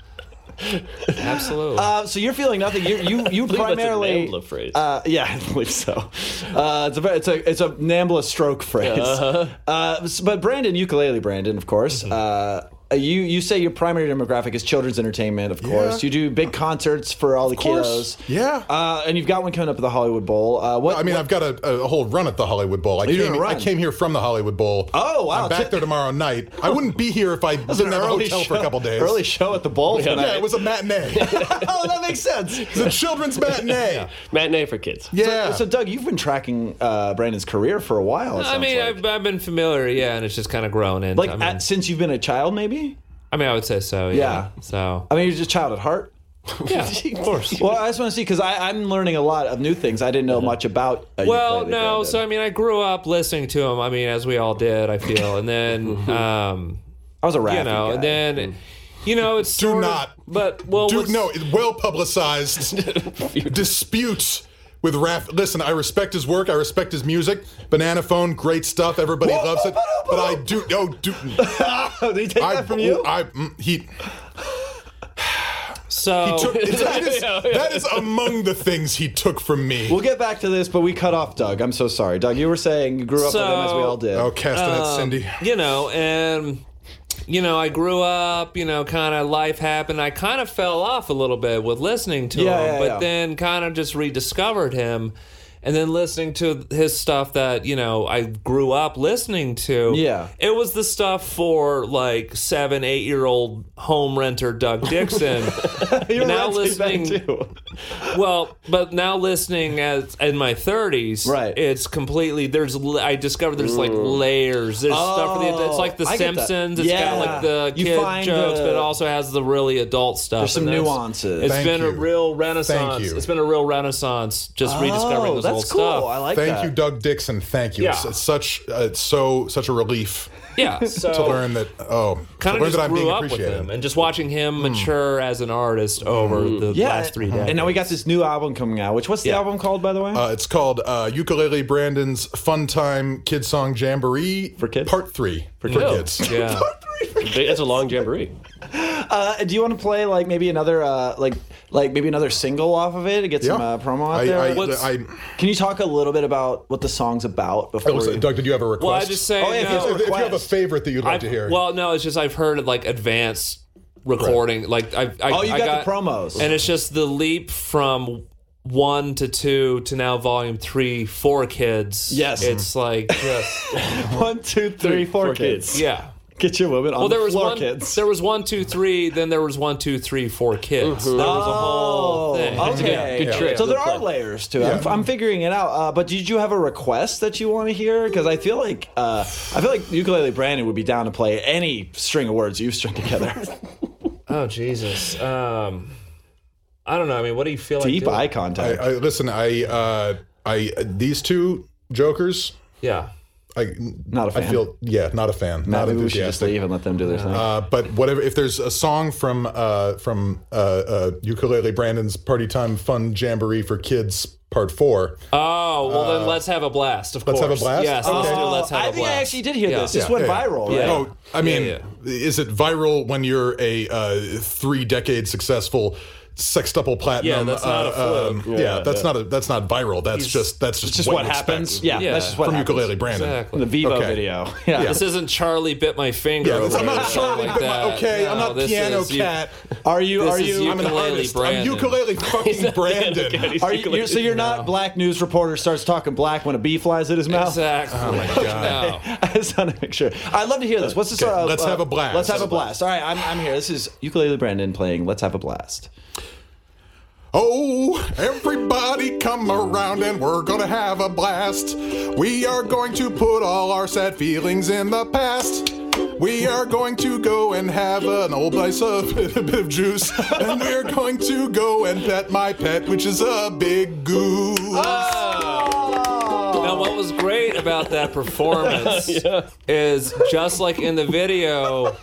Speaker 4: Absolutely.
Speaker 2: Uh, so you're feeling nothing. You you
Speaker 5: *laughs*
Speaker 2: you
Speaker 3: believe that's a
Speaker 2: primarily.
Speaker 3: NAMBLA phrase.
Speaker 2: Uh, yeah, *laughs* I believe so. Uh, it's a ve- it's a it's a NAMBLA stroke phrase.
Speaker 5: Uh-huh.
Speaker 2: uh s- but Brandon, ukulele Brandon, of course.
Speaker 5: Mm-hmm.
Speaker 2: Uh, you you say your primary demographic is children's entertainment, of course. You do big concerts for all the
Speaker 5: course.
Speaker 2: kiddos.
Speaker 5: Yeah.
Speaker 2: Uh, and you've got one coming up at the Hollywood Bowl. Uh, what?
Speaker 5: I mean, I've got a, a whole run at the Hollywood Bowl. I
Speaker 2: You're
Speaker 5: came,
Speaker 2: gonna run.
Speaker 5: I came here from the Hollywood Bowl.
Speaker 2: Oh, wow.
Speaker 5: I'm back there tomorrow night. I wouldn't be here if I
Speaker 2: It's an
Speaker 5: didn't have a
Speaker 2: early
Speaker 5: hotel for a
Speaker 2: show-
Speaker 5: couple days.
Speaker 2: Early show at the bowl tonight.
Speaker 5: yeah, it was a matinee. it's
Speaker 2: *laughs* oh, that makes sense.
Speaker 5: a children's matinee.
Speaker 3: Matinee for kids.
Speaker 2: *laughs*
Speaker 5: Yeah.
Speaker 2: So, Doug, you've been tracking uh, Brandon's career for a while. it
Speaker 4: I mean,
Speaker 2: sounds like,
Speaker 4: I've, I've been familiar, yeah, and it's just kind of grown. And
Speaker 2: Like,
Speaker 4: I, mean,
Speaker 2: at, since you've been a child, maybe.
Speaker 4: I mean, I would say so.
Speaker 2: Yeah.
Speaker 4: Yeah. So
Speaker 2: I mean, you're just a child at heart. *laughs*
Speaker 4: yeah, of course.
Speaker 2: Well, I just want to see because I'm learning a lot of new things I didn't know much about. uh,
Speaker 4: Well,
Speaker 2: ukulele,
Speaker 4: no.
Speaker 2: Brandon.
Speaker 4: So I mean, I grew up listening to him. I mean, as we all did, I feel. And *laughs* then, um,
Speaker 2: I was a rap.
Speaker 4: you know, and then, you know, it's
Speaker 5: Do
Speaker 4: sort of-
Speaker 5: not.
Speaker 4: but well,
Speaker 5: Dude,
Speaker 4: what's-
Speaker 5: no, it- well publicized
Speaker 4: *laughs*
Speaker 5: disputes with Raph. Listen, I respect his work. I respect his music. Banana Phone, great stuff. Everybody loves it. But I do. No, do.
Speaker 2: *laughs* did he take
Speaker 5: I,
Speaker 2: that from you?
Speaker 5: I, mm, he.
Speaker 4: So
Speaker 5: took- it's-
Speaker 4: *laughs*
Speaker 5: it is- that is among the things he took from me.
Speaker 2: we'll get back to this, but we cut off Doug. I'm so sorry, Doug. You were saying you grew up with him as we all did.
Speaker 5: Oh, Castanet
Speaker 4: um,
Speaker 5: Cindy.
Speaker 4: you know, and you know, I grew up, you know, kind of life happened. I kind of fell off a little bit with listening to
Speaker 2: Yeah,
Speaker 4: him,
Speaker 2: yeah,
Speaker 4: but
Speaker 2: yeah.
Speaker 4: then kind of just rediscovered him and then listening to his stuff that, you know, I grew up listening to.
Speaker 2: Yeah.
Speaker 4: It was the stuff for like seven, eight year old home renter Doug Dixon.
Speaker 2: *laughs* You're
Speaker 4: now
Speaker 2: renting back,
Speaker 4: listening-
Speaker 2: too.
Speaker 4: well, but now listening as in my 30s,
Speaker 2: Right. Mm.
Speaker 4: It's completely there's. l- I discovered there's like layers. There's stuff for the. It's like the
Speaker 2: Oh, I get that.
Speaker 4: Simpsons. It's
Speaker 2: Yeah.
Speaker 4: kind of like the
Speaker 2: You
Speaker 4: kid
Speaker 2: find
Speaker 4: jokes,
Speaker 2: the-
Speaker 4: but it also has the really adult stuff.
Speaker 2: There's some
Speaker 4: and that's-
Speaker 2: nuances.
Speaker 4: It's
Speaker 5: Thank
Speaker 4: been a
Speaker 5: you.
Speaker 4: real renaissance.
Speaker 5: you.
Speaker 4: It's been a real renaissance. Just rediscovering
Speaker 2: oh,
Speaker 4: this
Speaker 2: that's
Speaker 4: old
Speaker 2: cool.
Speaker 4: stuff.
Speaker 2: I like
Speaker 5: Thank
Speaker 2: that.
Speaker 5: you, Doug Dixon. Thank you. It's,
Speaker 4: Yeah.
Speaker 5: it's such uh, it's so such a relief.
Speaker 4: yeah.
Speaker 5: to
Speaker 4: So
Speaker 5: learn that oh, to
Speaker 4: kind of
Speaker 5: learn
Speaker 4: just
Speaker 5: that I'm
Speaker 4: grew
Speaker 5: being
Speaker 4: up with him,
Speaker 5: appreciated.
Speaker 4: and just watching him mature as an artist over the
Speaker 2: Hmm. Yeah,
Speaker 4: last
Speaker 5: Hmm.
Speaker 4: three days.
Speaker 2: And now we got this new album coming out. Which what's the
Speaker 4: Yeah.
Speaker 2: album called, by the way?
Speaker 5: Uh, it's called uh, Ukulele Brandon's Fun Time Kid Song Jamboree for
Speaker 2: kids?
Speaker 5: Part Three for,
Speaker 4: Oh,
Speaker 2: *laughs*
Speaker 5: kids.
Speaker 4: Yeah.
Speaker 3: That's a long jamboree.
Speaker 2: Uh, do you want to play like maybe another uh, like like maybe another single off of it to get some uh, promo out
Speaker 5: I,
Speaker 2: there?
Speaker 5: I,
Speaker 2: What's-
Speaker 5: I,
Speaker 2: Can you talk a little bit about what the song's about before?
Speaker 5: oh, so,
Speaker 2: you-
Speaker 5: Doug, did you have a request?
Speaker 4: Well, I just say
Speaker 2: Oh, yeah, if
Speaker 4: no.
Speaker 5: if, if you have a
Speaker 2: request.
Speaker 5: favorite that you'd like to hear,
Speaker 4: Well, no, it's just I've heard of like advanced recording. Like I've, I,
Speaker 2: Oh, you
Speaker 4: I
Speaker 2: got the promos.
Speaker 4: and it's just the leap from one to two to now volume three, four kids.
Speaker 2: Yes. Mm-hmm.
Speaker 4: it's like
Speaker 5: *laughs*
Speaker 4: just,
Speaker 2: One, two, three, four kids.
Speaker 4: yeah.
Speaker 2: Get your woman on
Speaker 4: Well, there
Speaker 2: the
Speaker 4: was
Speaker 2: floor,
Speaker 4: one.
Speaker 2: kids.
Speaker 4: There was one, two, three. Then there was one, two, three, four kids.
Speaker 5: Mm-hmm.
Speaker 4: There was a whole thing.
Speaker 2: Oh, okay.
Speaker 3: good Yeah. trick.
Speaker 2: So there
Speaker 3: Good
Speaker 2: are
Speaker 3: play.
Speaker 2: layers to it. I'm, I'm figuring it out. Uh, but did you have a request that you want to hear? Because I feel like uh, I feel like ukulele Brandon would be down to play any string of words you string
Speaker 5: *laughs*
Speaker 2: together. *laughs*
Speaker 4: Oh Jesus. Um, I don't know. I mean, what do you feel like?
Speaker 2: Deep
Speaker 4: doing?
Speaker 2: eye contact.
Speaker 5: I, I, listen, I, uh, I, these two jokers,
Speaker 4: Yeah.
Speaker 5: I,
Speaker 2: Not a fan.
Speaker 5: I feel, yeah, not a fan, not
Speaker 2: Maybe we should just
Speaker 5: enthusiastic.
Speaker 2: leave and let them do their thing.
Speaker 5: Uh, but whatever, if there's a song from uh, from uh, uh, ukulele Brandon's Party Time Fun Jamboree for Kids Part Four,
Speaker 4: Oh well, then let's have a blast. Of
Speaker 5: Uh, Let's
Speaker 4: course.
Speaker 5: have a blast?
Speaker 4: Yes. Let's
Speaker 5: Okay.
Speaker 4: do. Let's have
Speaker 2: Oh, I
Speaker 4: a
Speaker 2: think
Speaker 4: blast.
Speaker 2: I actually did hear
Speaker 4: Yeah.
Speaker 2: this. This
Speaker 5: Yeah,
Speaker 2: went
Speaker 5: yeah, yeah.
Speaker 2: viral,
Speaker 4: Yeah.
Speaker 2: right?
Speaker 5: Oh, I mean,
Speaker 4: Yeah,
Speaker 5: is it viral when you're a uh, three decade successful sextuple platinum?
Speaker 4: Yeah, that's not a
Speaker 5: uh,
Speaker 4: fluke.
Speaker 5: um, yeah, that's not a that's not viral. That's just that's just,
Speaker 2: Just what,
Speaker 5: you expect
Speaker 2: happens? Yeah,
Speaker 4: Yeah.
Speaker 2: that's just what
Speaker 5: from
Speaker 2: happens.
Speaker 5: ukulele Brandon.
Speaker 4: Exactly.
Speaker 2: The Vivo
Speaker 5: Okay.
Speaker 2: video.
Speaker 5: Yeah.
Speaker 4: This isn't Charlie bit my finger.
Speaker 5: Yeah, that's,
Speaker 4: over
Speaker 5: I'm
Speaker 4: here or
Speaker 5: not
Speaker 4: something
Speaker 5: Charlie.
Speaker 4: like
Speaker 5: but my-
Speaker 4: that.
Speaker 5: okay, I'm
Speaker 4: No,
Speaker 5: not
Speaker 4: this
Speaker 5: piano
Speaker 4: is- you-
Speaker 5: cat.
Speaker 2: Are you?
Speaker 4: This
Speaker 2: Are
Speaker 4: is
Speaker 2: you?
Speaker 5: I'm an
Speaker 4: Ukulele
Speaker 5: artist.
Speaker 4: Brandon. *laughs*
Speaker 5: I'm ukulele fucking Brandon.
Speaker 2: Are you you're, so you're not black news reporter starts talking black when a bee flies at his mouth.
Speaker 4: Exactly. Oh my
Speaker 5: God.
Speaker 2: *laughs* I just want to make sure. I'd love to hear this. What's this?
Speaker 5: Okay,
Speaker 2: uh,
Speaker 5: let's
Speaker 2: uh,
Speaker 5: have a blast.
Speaker 2: Let's have a blast. All right, I'm, I'm here. This is ukulele Brandon playing. Let's have a blast.
Speaker 5: Oh, everybody come around and we're gonna have a blast. We are going to put all our sad feelings in the past. We are going to go and have an old slice of *laughs* a bit of juice. And we're going to go and pet my pet, which is a big goose.
Speaker 4: Now, what was great about
Speaker 5: *laughs*
Speaker 4: that performance is just like in the video,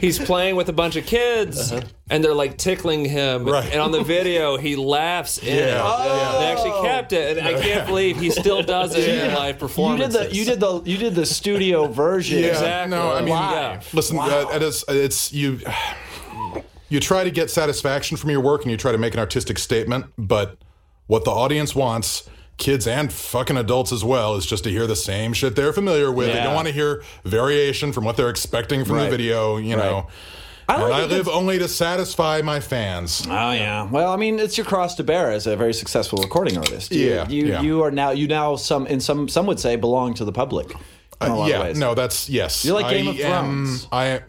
Speaker 4: he's playing with a bunch of kids and they're like tickling him.
Speaker 5: Uh-huh. Right.
Speaker 4: And on the video, he laughs in it.
Speaker 5: Yeah. Oh.
Speaker 4: They actually kept it. And I can't believe he still does
Speaker 5: *laughs*
Speaker 4: it in live
Speaker 2: You
Speaker 4: performances.
Speaker 2: did the you did the you did the studio version.
Speaker 5: Yeah.
Speaker 4: Exactly.
Speaker 5: No, I mean,
Speaker 4: Live.
Speaker 5: listen, uh, it is, it's you. You try to get satisfaction from your work, and you try to make an artistic statement. But what the audience wants, kids and fucking adults as well, is just to hear the same shit they're familiar with. They
Speaker 2: Yeah.
Speaker 5: don't want to hear variation from what they're expecting from
Speaker 2: Right.
Speaker 5: the video. You know.
Speaker 2: like
Speaker 5: and I
Speaker 2: that
Speaker 5: live only to satisfy my fans.
Speaker 2: Oh yeah. Well, I mean, it's your cross to bear as a very successful recording artist. You,
Speaker 5: Yeah,
Speaker 2: You
Speaker 5: yeah.
Speaker 2: you are now you now some in some some would say belong to the public. in a lot of
Speaker 5: Uh, yeah,
Speaker 2: ways.
Speaker 5: no, that's yes.
Speaker 2: You're like Game
Speaker 5: I
Speaker 2: of
Speaker 5: am-
Speaker 2: Thrones. Oh,
Speaker 5: I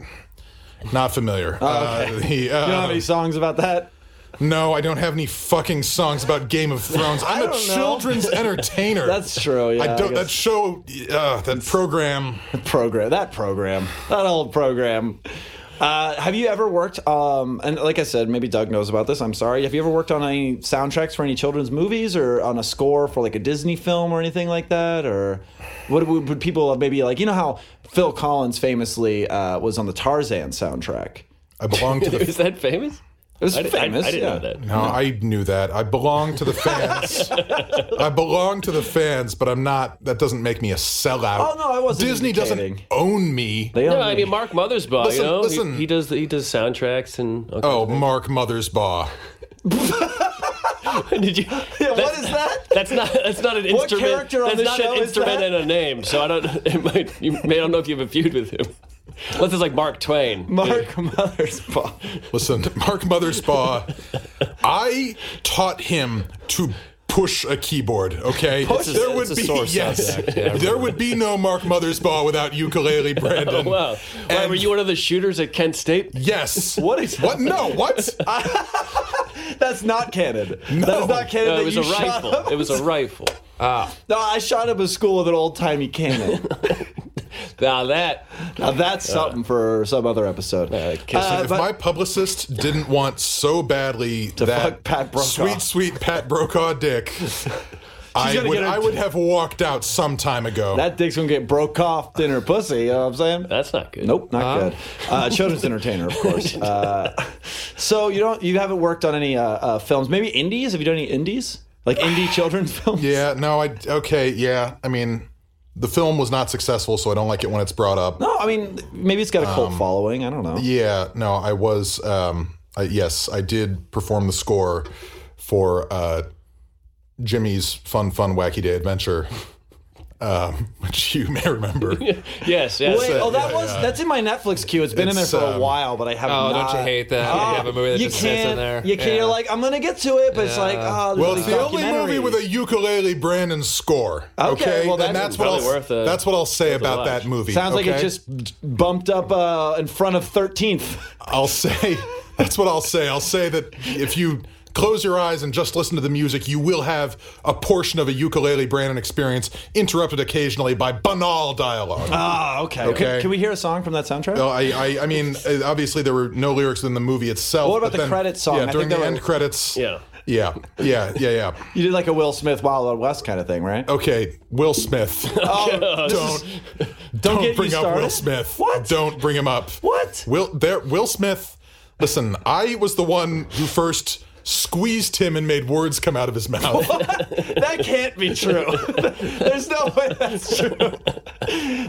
Speaker 5: not familiar. uh, the, uh,
Speaker 2: *laughs* You don't have any songs about that.
Speaker 5: No, I don't have any fucking songs about Game of Thrones.
Speaker 2: *laughs*
Speaker 5: I'm a
Speaker 2: don't know.
Speaker 5: children's entertainer.
Speaker 2: That's true. Yeah,
Speaker 5: I don't.
Speaker 2: guess.
Speaker 5: that show, uh, that program.
Speaker 2: program that program that old program uh, have you ever worked um, and like i said maybe doug knows about this i'm sorry have you ever worked on any soundtracks for any children's movies or on a score for like a disney film or anything like that or what would, would people maybe like you know how phil collins famously uh, was on the tarzan soundtrack
Speaker 5: I belong to
Speaker 3: *laughs* Is
Speaker 2: *laughs*
Speaker 5: the.
Speaker 3: that famous?
Speaker 2: it was
Speaker 3: I, di- I-
Speaker 2: famous
Speaker 3: I, didn't
Speaker 2: yeah.
Speaker 3: know that.
Speaker 5: No, I knew that. I belong to the fans. I belong to the fans, but I'm not. That doesn't make me a sellout.
Speaker 2: Oh, no, I wasn't
Speaker 5: Disney doesn't
Speaker 2: indicating.
Speaker 5: own me.
Speaker 2: They
Speaker 3: No,
Speaker 2: only-
Speaker 3: I mean Mark Mothersbaugh. you
Speaker 5: Listen,
Speaker 3: know, He-
Speaker 5: listen.
Speaker 3: He, does the, he does soundtracks and. all
Speaker 5: oh, Mark Mothersbaugh.
Speaker 3: kinds of- *laughs* did you?
Speaker 2: Yeah, what
Speaker 3: *laughs*
Speaker 2: is that
Speaker 3: That's not that's not an
Speaker 2: What
Speaker 3: instrument.
Speaker 2: character on
Speaker 3: that's
Speaker 2: the
Speaker 3: not
Speaker 2: show
Speaker 3: an
Speaker 2: is
Speaker 3: instrument
Speaker 2: that?
Speaker 3: and a name. So I don't. *laughs* It might, you may not know if you have a feud with him. *laughs* Unless it's like Mark Twain.
Speaker 2: mark mothersbaugh
Speaker 5: Listen, *laughs* Mark Mothersbaugh, I taught him to push a keyboard. Okay,
Speaker 4: a-
Speaker 5: there
Speaker 4: it's
Speaker 5: would
Speaker 4: a
Speaker 5: be
Speaker 4: sore
Speaker 5: *laughs* yes,
Speaker 4: subject, yeah, I
Speaker 5: there would be no Mark Mothersbaugh
Speaker 2: *laughs*
Speaker 5: without ukulele Brandon.
Speaker 3: Wow. Why,
Speaker 5: And-
Speaker 3: were you one of the shooters at Kent State?
Speaker 2: *laughs*
Speaker 5: Yes.
Speaker 2: What is- Uh,
Speaker 5: what? No.
Speaker 2: *laughs*
Speaker 5: What?
Speaker 2: that's not canon that is not canon
Speaker 3: No,
Speaker 2: that
Speaker 3: it was
Speaker 2: you
Speaker 3: a
Speaker 2: shot
Speaker 3: rifle.
Speaker 2: up.
Speaker 3: It was a rifle.
Speaker 2: no i shot up a school with an old-timey cannon
Speaker 3: Now that
Speaker 2: Now that's something for some other episode.
Speaker 3: kiss
Speaker 2: Uh,
Speaker 5: if
Speaker 2: but-
Speaker 5: my publicist didn't want so badly
Speaker 2: fuck
Speaker 5: that
Speaker 2: Pat Brokaw. *laughs*
Speaker 5: sweet, sweet Pat Brokaw dick, I
Speaker 2: gonna
Speaker 5: would,
Speaker 2: get her-
Speaker 5: I would have walked out some time ago.
Speaker 2: That dick's gonna get broke off in her pussy. You know what I'm saying?
Speaker 3: That's not good.
Speaker 2: Nope, not good. Uh,
Speaker 4: *laughs*
Speaker 2: children's entertainer, of course. Uh, so you don't, you haven't worked on any uh, uh, films. Maybe indies? Have you done any indies? Like indie
Speaker 4: *sighs*
Speaker 2: children's films?
Speaker 5: yeah, no, I okay, yeah. I mean, the film was not successful, so I don't like it when it's brought up.
Speaker 2: No, I mean maybe it's got a cult
Speaker 4: Um,
Speaker 2: following. I don't know.
Speaker 5: Yeah, no, I was. Um, I, yes, I did perform the score for uh, Jimmy's Fun Fun Wacky Day Adventure, *laughs* um, which you may
Speaker 2: *laughs*
Speaker 5: remember.
Speaker 3: Yes, yes.
Speaker 2: Wait, oh, that was that's in my Netflix queue. It's been in there
Speaker 5: It's,
Speaker 2: for a
Speaker 5: um,
Speaker 2: while, but I haven't.
Speaker 4: Oh, don't you hate that? you have a movie that
Speaker 2: you
Speaker 4: just sits
Speaker 2: can't.
Speaker 4: in there.
Speaker 2: You can't.
Speaker 4: Yeah.
Speaker 2: You're like, I'm gonna get to it, but it's like, oh,
Speaker 5: Well, it's the only movie with a ukulele Brandon score.
Speaker 2: Okay,
Speaker 5: Okay,
Speaker 2: well,
Speaker 5: and
Speaker 2: that's
Speaker 5: that's what I'll,
Speaker 3: probably worth a-
Speaker 5: that's what I'll say about
Speaker 3: watch.
Speaker 5: that movie.
Speaker 2: sounds like it
Speaker 5: okay?
Speaker 2: just bumped up uh, in front of 13th.
Speaker 5: I'll say *laughs* that's what I'll say. I'll say that if you close your eyes and just listen to the music, you will have a portion of a ukulele Brandon experience interrupted occasionally by banal dialogue.
Speaker 2: Ah, okay. Can- Can,
Speaker 5: Okay.
Speaker 2: we hear a song from that soundtrack?
Speaker 5: No, Oh, I, I, I mean, uh, obviously there were no lyrics in the movie itself.
Speaker 2: What about
Speaker 5: but
Speaker 2: the
Speaker 5: then-
Speaker 2: credits song? I
Speaker 5: Yeah,
Speaker 2: think
Speaker 5: during the
Speaker 2: there were-
Speaker 5: end credits.
Speaker 3: Yeah.
Speaker 5: Yeah, yeah, yeah, yeah.
Speaker 2: You did like a Will Smith Wild Wild West kind of thing, right?
Speaker 5: Okay, Will Smith.
Speaker 2: *laughs* Oh,
Speaker 5: don't, don't
Speaker 2: get you
Speaker 5: bring up
Speaker 2: started.
Speaker 5: Will Smith.
Speaker 2: What?
Speaker 5: Don't bring him up.
Speaker 2: What?
Speaker 5: Will there? Will Smith. Listen, I was the one who first squeezed him and made words come out of his
Speaker 2: *laughs*
Speaker 5: mouth.
Speaker 2: that can't be true. *laughs* There's no way that's true.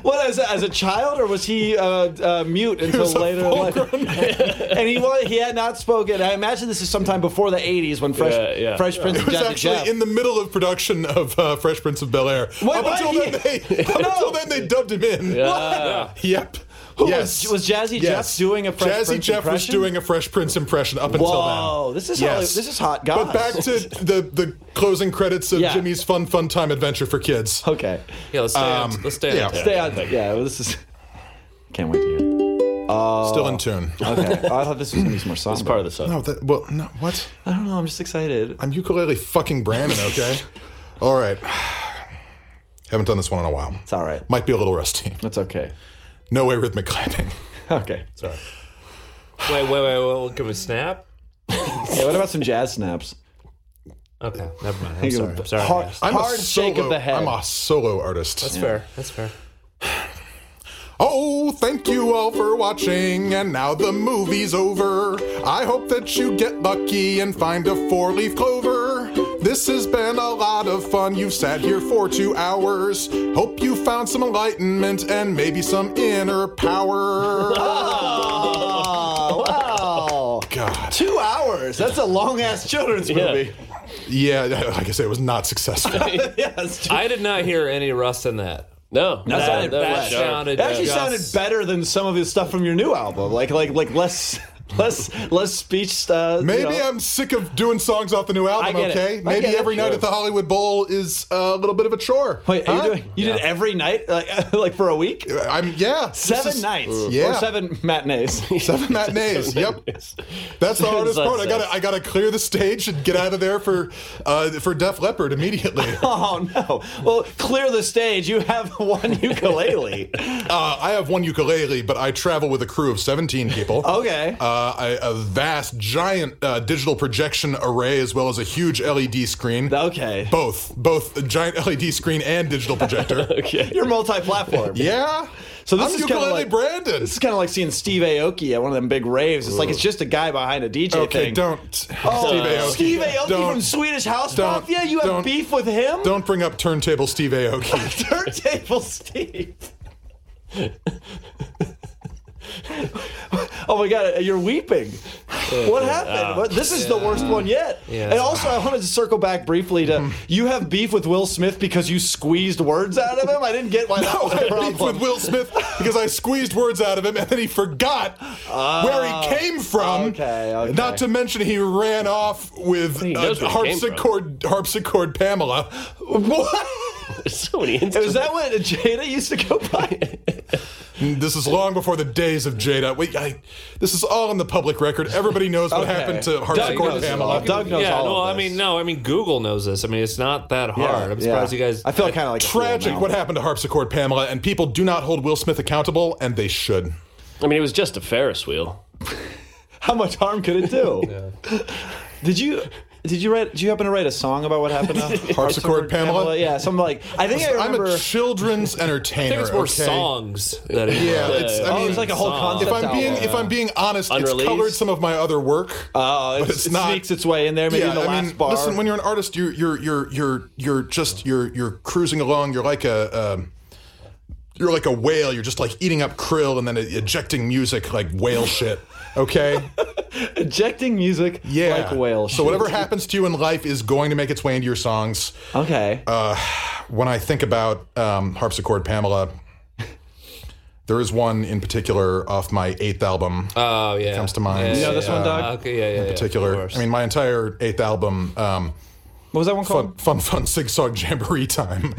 Speaker 2: What as a, as a child, or was he uh, uh, mute until
Speaker 5: was a
Speaker 2: later? in life? *laughs* and he was, he had not spoken. I imagine this is sometime before the '80s when Fresh
Speaker 3: Yeah, yeah.
Speaker 2: Fresh Prince
Speaker 5: It
Speaker 2: of
Speaker 5: was
Speaker 2: Jeff.
Speaker 5: actually in the middle of production of uh, Fresh Prince of Bel Air.
Speaker 2: Wait,
Speaker 5: up
Speaker 2: why
Speaker 5: until
Speaker 2: he-
Speaker 5: then, they,
Speaker 2: *laughs*
Speaker 5: up
Speaker 2: No.
Speaker 5: until then they dubbed him in.
Speaker 2: Uh,
Speaker 3: Ah,
Speaker 5: Yep. yes.
Speaker 2: was Jazzy Jeff doing a Fresh
Speaker 5: Jazzy
Speaker 2: Prince
Speaker 5: Jeff was
Speaker 2: impression?
Speaker 5: doing a Fresh Prince impression up until
Speaker 2: Whoa,
Speaker 5: then.
Speaker 2: this is Holly-
Speaker 5: yes.
Speaker 2: this is hot guys.
Speaker 5: But back to the the closing credits of
Speaker 2: Yeah.
Speaker 5: Jimmy's Fun Fun Time Adventure for Kids.
Speaker 2: okay,
Speaker 4: Yeah, let's stay on.
Speaker 5: Um,
Speaker 4: Let's stay
Speaker 5: yeah.
Speaker 4: on. topic.
Speaker 2: stay on. Yeah, well, this is. Can't wait to hear. it.
Speaker 5: Still in tune.
Speaker 2: Okay, I thought this was gonna be some more song.
Speaker 3: part of the song.
Speaker 5: No, that, well, no, what?
Speaker 2: I don't know. I'm just excited.
Speaker 5: I'm ukulele fucking Brandon, okay?
Speaker 2: *laughs*
Speaker 5: All right. Haven't done this one in a while.
Speaker 2: It's all right.
Speaker 5: Might be a little rusty.
Speaker 2: That's okay.
Speaker 5: No way rhythmic clapping.
Speaker 2: Okay.
Speaker 4: Wait, wait, wait, wait. Can we snap?
Speaker 2: Hey, what about some jazz snaps?
Speaker 4: Okay, never mind. I'm sorry. I'm sorry.
Speaker 2: Hard,
Speaker 4: guys.
Speaker 5: I'm a
Speaker 2: hard shake
Speaker 5: solo-
Speaker 2: of the head.
Speaker 5: I'm a solo artist.
Speaker 4: That's fair. That's fair.
Speaker 5: Oh, thank you all for watching, and now the movie's over. I hope that you get lucky and find a four leaf clover. This has been a lot of fun. You've sat here for two hours. Hope you found some enlightenment and maybe some inner
Speaker 2: *laughs*
Speaker 5: power. *laughs*
Speaker 2: Oh, wow.
Speaker 5: God.
Speaker 2: Two hours. That's a long ass children's movie.
Speaker 5: Yeah, like I say, it was not successful.
Speaker 2: *laughs* yes.
Speaker 4: I did not hear any rust in that.
Speaker 3: No,
Speaker 2: That sounded-
Speaker 3: was
Speaker 2: that
Speaker 3: sharp.
Speaker 4: sounded-
Speaker 2: It actually
Speaker 4: Yes.
Speaker 2: sounded better than some of his stuff from your new album. Like like like less *laughs* less less speech. Uh,
Speaker 5: Maybe
Speaker 2: you know.
Speaker 5: I'm sick of doing songs off the new album,
Speaker 2: get it.
Speaker 5: okay?
Speaker 2: I
Speaker 5: Maybe
Speaker 2: get it.
Speaker 5: every night
Speaker 2: Sure.
Speaker 5: at the Hollywood Bowl is a little bit of a chore.
Speaker 2: Wait, are
Speaker 5: huh?
Speaker 2: you doing? You did every night, like *laughs* like for a week,
Speaker 5: I'm yeah. this
Speaker 2: seven
Speaker 5: is-
Speaker 2: nights,
Speaker 5: Yeah.
Speaker 2: or seven matinees. *laughs*
Speaker 5: Seven matinees. yep. That's the hardest
Speaker 3: like
Speaker 5: part. I gotta I gotta clear the stage and get out of there for uh, for Def
Speaker 2: *laughs*
Speaker 5: Leppard immediately. uh,
Speaker 2: Oh no! Well, clear the stage. You have *laughs* one ukulele.
Speaker 5: I have one ukulele, but I travel with a crew of seventeen people.
Speaker 2: Okay.
Speaker 5: Uh, I- a vast, giant uh, digital projection array, as well as a huge LED screen.
Speaker 2: Okay.
Speaker 5: Both, both a giant *laughs* LED screen and
Speaker 2: *laughs*
Speaker 5: digital projector.
Speaker 3: Okay.
Speaker 2: You're multi-platform.
Speaker 5: Yeah.
Speaker 2: So this
Speaker 5: I'm
Speaker 2: is kinda
Speaker 5: ukulele
Speaker 2: like-
Speaker 5: Brandon.
Speaker 2: This is kind of like seeing Steve Aoki at one of them big raves. It's like it's just a guy behind a DJ
Speaker 5: Okay,
Speaker 2: thing.
Speaker 5: don't. Steve
Speaker 2: Oh,
Speaker 5: Aoki.
Speaker 2: Steve Aoki
Speaker 5: Don't-
Speaker 2: from Swedish House
Speaker 5: don't-
Speaker 2: Mafia. You have
Speaker 5: don't-
Speaker 2: beef with him?
Speaker 5: Don't bring up turntable Steve Aoki.
Speaker 2: Turntable Steve. oh my God! You're weeping. What happened? What- this is the worst one yet.
Speaker 4: Ah. Yeah.
Speaker 2: And also, I wanted to circle back briefly
Speaker 4: *laughs*
Speaker 2: to you have beef with Will Smith because you squeezed words out of him. I didn't get
Speaker 4: *laughs*
Speaker 2: why that
Speaker 5: No,
Speaker 2: was a
Speaker 5: I beef
Speaker 2: problem.
Speaker 5: with Will Smith because I squeezed words out of him and then he forgot where he came from.
Speaker 2: Oh, okay, okay.
Speaker 5: Not to mention he ran off with
Speaker 3: He
Speaker 5: uh,
Speaker 3: knows where he came from.
Speaker 5: harpsichord harpsichord Pamela.
Speaker 2: what?
Speaker 3: There's *laughs* so many
Speaker 2: Is
Speaker 3: instances.
Speaker 2: that what Jada used to go
Speaker 4: *laughs*
Speaker 2: by?
Speaker 5: This is long before the days of Jada. Wait, I, this is all in the public record. Everybody knows what
Speaker 2: Okay.
Speaker 5: happened to
Speaker 2: Doug
Speaker 5: harpsichord
Speaker 2: knows it
Speaker 5: Pamela.
Speaker 2: all. Doug knows
Speaker 4: yeah,
Speaker 2: all
Speaker 4: no,
Speaker 2: of
Speaker 4: I
Speaker 2: this.
Speaker 4: mean, no, I mean, Google knows this. I mean, it's not that hard. I'm surprised
Speaker 2: Yeah.
Speaker 4: you guys.
Speaker 2: I feel kind of like a fool
Speaker 5: Tragic
Speaker 2: now.
Speaker 5: what happened to harpsichord Pamela, and people do not hold Will Smith accountable, and they should.
Speaker 3: I mean, it was just a Ferris wheel.
Speaker 2: How much harm could it do? Did you? Did you write? Did you happen to write a song about what *laughs* happened? to
Speaker 5: Harpsichord Pamela?
Speaker 2: Yeah, something like I think I
Speaker 5: I'm
Speaker 2: remember.
Speaker 5: a children's
Speaker 4: I
Speaker 5: entertainer.
Speaker 4: think it's more
Speaker 5: okay?
Speaker 4: songs that it
Speaker 5: Yeah, it's, I
Speaker 2: oh,
Speaker 5: mean,
Speaker 2: it's like a whole
Speaker 4: song.
Speaker 2: concept.
Speaker 5: If I'm being
Speaker 2: album.
Speaker 5: if I'm being honest, it's
Speaker 3: Unreleased?
Speaker 5: colored some of my other work.
Speaker 2: oh, it's,
Speaker 5: it's
Speaker 2: it
Speaker 5: not-
Speaker 2: sneaks its way in there. Maybe in the last bar.
Speaker 5: listen. When you're an artist, you're you're you're you're you're just you're you're cruising along. You're like a um, you're like a whale. You're just like eating up krill and then ejecting music like whale shit.
Speaker 2: *laughs*
Speaker 5: Okay.
Speaker 2: Ejecting music
Speaker 5: Yeah.
Speaker 2: like whale.
Speaker 5: So
Speaker 2: shit.
Speaker 5: whatever happens to you in life is going to make its way into your songs.
Speaker 2: Okay.
Speaker 5: Uh, When I think about um, harpsichord Pamela, there is one in particular off my eighth album.
Speaker 2: Uh,
Speaker 4: Oh yeah,
Speaker 5: comes to mind.
Speaker 4: Yeah,
Speaker 5: You know
Speaker 4: yeah,
Speaker 2: this one,
Speaker 4: yeah.
Speaker 2: Doc?
Speaker 4: Okay, yeah, yeah. yeah.
Speaker 5: particular. I mean, my entire eighth album, um,
Speaker 2: what was that one called?
Speaker 5: fun, fun, fun, *laughs* zigzag jamboree time.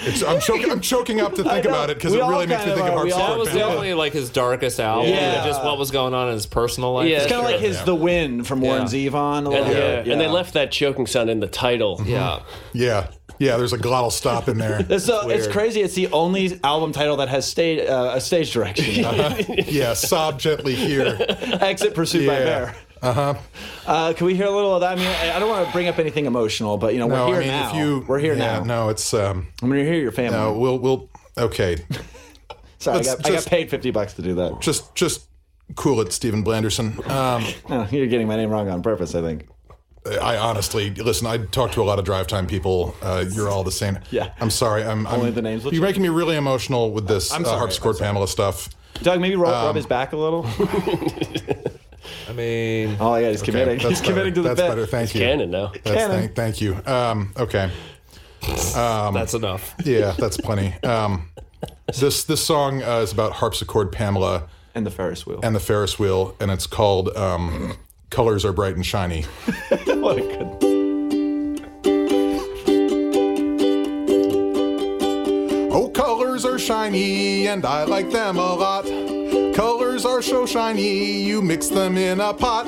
Speaker 5: It's, I'm choking. I'm choking up to think
Speaker 2: know.
Speaker 5: about it because it
Speaker 2: We all
Speaker 5: really makes me
Speaker 2: kind
Speaker 5: think
Speaker 2: of
Speaker 5: of
Speaker 2: are. We all-
Speaker 4: That was
Speaker 5: harpsichord. Pamela.
Speaker 4: definitely like his darkest album.
Speaker 2: Yeah.
Speaker 4: Yeah. Just what was going on in his personal life.
Speaker 3: Yeah.
Speaker 2: It's kind of
Speaker 3: sure.
Speaker 2: like his The Win from Warren Zevon. A little
Speaker 3: And,
Speaker 2: bit.
Speaker 3: and they left that choking sound in the title.
Speaker 4: Yeah.
Speaker 5: Yeah, yeah. There's a glottal stop in
Speaker 2: *laughs*
Speaker 5: there.
Speaker 2: It's, uh, it's crazy. It's the only album title that has stage uh, a stage *laughs* direction.
Speaker 5: yeah, sob
Speaker 2: *laughs*
Speaker 5: gently here.
Speaker 2: Exit Pursued by
Speaker 5: Yeah.
Speaker 2: Bear. Uh-huh. Can we hear a little of that? I mean, I I don't want to bring up anything emotional, but you know,
Speaker 5: No,
Speaker 2: we're here
Speaker 5: I mean,
Speaker 2: now.
Speaker 5: if you,
Speaker 2: we're here
Speaker 5: yeah,
Speaker 2: now.
Speaker 5: No, it's um,
Speaker 2: I'm gonna hear your family.
Speaker 5: no, we'll we'll okay.
Speaker 2: Sorry, I
Speaker 5: let's
Speaker 2: got, I got
Speaker 5: just-
Speaker 2: paid fifty bucks to do that. *clears throat*
Speaker 5: Just just cool it, Stephen Blanderson. Um,
Speaker 2: No, you're getting my name wrong on purpose. I think.
Speaker 5: I honestly listen. I talk to a lot of drive time people. Uh, you're all the same.
Speaker 2: Yeah.
Speaker 5: I'm sorry. I'm, I'm
Speaker 2: Only the names look
Speaker 5: You're making me really emotional with this uh, harpsichord Pamela stuff.
Speaker 2: Doug, maybe rub,
Speaker 5: Um,
Speaker 2: rub his back a
Speaker 5: *laughs*
Speaker 2: little.
Speaker 4: I mean,
Speaker 2: All I got is
Speaker 5: Okay,
Speaker 2: committing. He's committing to the
Speaker 5: that's
Speaker 2: bit.
Speaker 5: better. Thank you.
Speaker 3: Canon now.
Speaker 5: That's
Speaker 2: Canon.
Speaker 5: Thank, thank you. Um, okay.
Speaker 4: that's enough.
Speaker 5: Yeah, that's plenty. Um, this this song uh, is about harpsichord Pamela
Speaker 2: And the Ferris wheel.
Speaker 5: and the Ferris wheel, and it's called um, "Colors Are Bright and
Speaker 2: *laughs*
Speaker 5: Shiny."
Speaker 2: what a good.
Speaker 5: Oh, colors are shiny, and I like them a lot. Colors are so shiny, you mix them in a pot.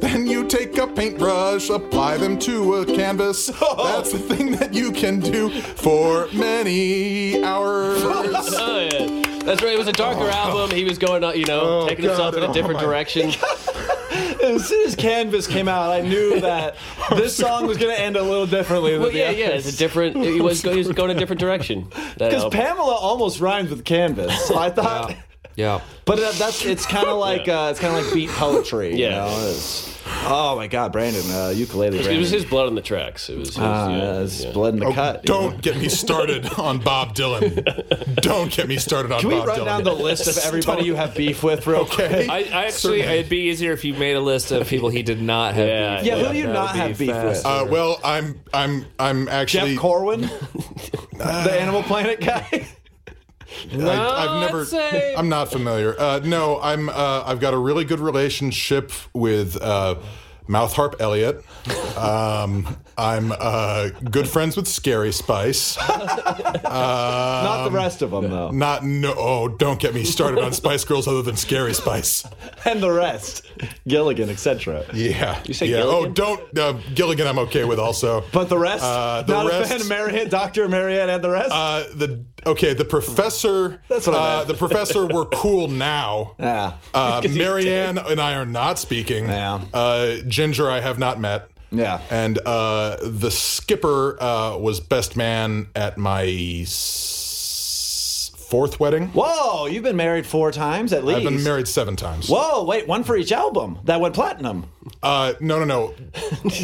Speaker 5: Then you take a paintbrush, apply them to a *laughs* canvas. That's the thing that you can do for many *laughs* hours.
Speaker 3: Oh, yeah. That's right. It was a
Speaker 2: Oh,
Speaker 3: darker album. He was going, uh, you know,
Speaker 5: Oh,
Speaker 3: taking
Speaker 5: God,
Speaker 3: himself in
Speaker 5: oh,
Speaker 3: a different
Speaker 5: my-
Speaker 3: direction.
Speaker 2: As soon as Canvas came out, I knew
Speaker 5: *laughs*
Speaker 2: that this song was gonna end a little differently. than
Speaker 3: Well,
Speaker 2: the
Speaker 3: yeah,
Speaker 2: other.
Speaker 3: yeah. It's a different. He was, go- he was going a different direction.
Speaker 2: *laughs*
Speaker 3: that
Speaker 2: Because
Speaker 3: album.
Speaker 2: Pamela almost rhymes with canvas. So I thought,
Speaker 4: Yeah.
Speaker 2: but uh, that's it's kind of like uh, it's kind of like beat poetry. you
Speaker 3: Yeah.
Speaker 2: know? It's- oh my God, Brandon, uh, ukulele. Brandon.
Speaker 3: it was his blood on the tracks. It was. His,
Speaker 2: Uh,
Speaker 3: yeah,
Speaker 2: it's
Speaker 3: yeah.
Speaker 2: blood in the cut. you know?
Speaker 5: Oh, Don't get me started on Bob Dylan.
Speaker 2: *laughs*
Speaker 5: Don't get me started on
Speaker 2: Can we
Speaker 5: Bob
Speaker 2: run
Speaker 5: Dylan.
Speaker 2: down the list of everybody you have beef with
Speaker 5: *laughs*
Speaker 2: real quick?
Speaker 4: I, I actually, it'd be easier if you made a list of people he did not have.
Speaker 3: Yeah.
Speaker 4: beef
Speaker 2: Yeah, who
Speaker 4: with.
Speaker 2: do you
Speaker 4: That
Speaker 2: not
Speaker 4: would be
Speaker 2: have beef
Speaker 4: fast.
Speaker 2: with?
Speaker 5: uh, well, I'm I'm I'm
Speaker 2: Jeff
Speaker 5: actually *laughs*
Speaker 2: Corwin, the Animal Planet guy. *laughs*
Speaker 5: I, I've never. I'm not familiar. Uh, no, I'm. Uh, I've got a really good relationship with uh, Mouth Harp Elliot. Um, I'm uh, good friends with Scary Spice.
Speaker 2: Not the rest of them though,
Speaker 5: Um, Not no. Oh, don't get me started on Spice Girls other than Scary Spice.
Speaker 2: and the rest, Gilligan, etc.
Speaker 5: Yeah. You
Speaker 3: say
Speaker 5: yeah. Oh,
Speaker 3: Gilligan?
Speaker 5: don't uh, Gilligan. I'm okay with also.
Speaker 2: But the rest,
Speaker 5: Uh, the
Speaker 2: not
Speaker 5: rest-
Speaker 2: a fan, Mariette, Doctor Mariette, and the rest.
Speaker 5: Uh, the okay, the professor.
Speaker 2: That's what I
Speaker 5: uh,
Speaker 2: meant.
Speaker 5: The professor. We're cool now.
Speaker 2: *laughs* Yeah.
Speaker 3: *laughs*
Speaker 5: Uh, Marianne and I are not speaking.
Speaker 2: Yeah.
Speaker 5: Uh, Ginger, I have not met.
Speaker 2: Yeah.
Speaker 5: And uh, the skipper uh, was best man at my s- fourth wedding.
Speaker 2: Whoa, you've been married four times at least.
Speaker 5: I've been married seven times.
Speaker 2: Whoa, Oh, wait, one for each album that went platinum.
Speaker 5: Uh, no, no,
Speaker 2: *laughs*
Speaker 5: no.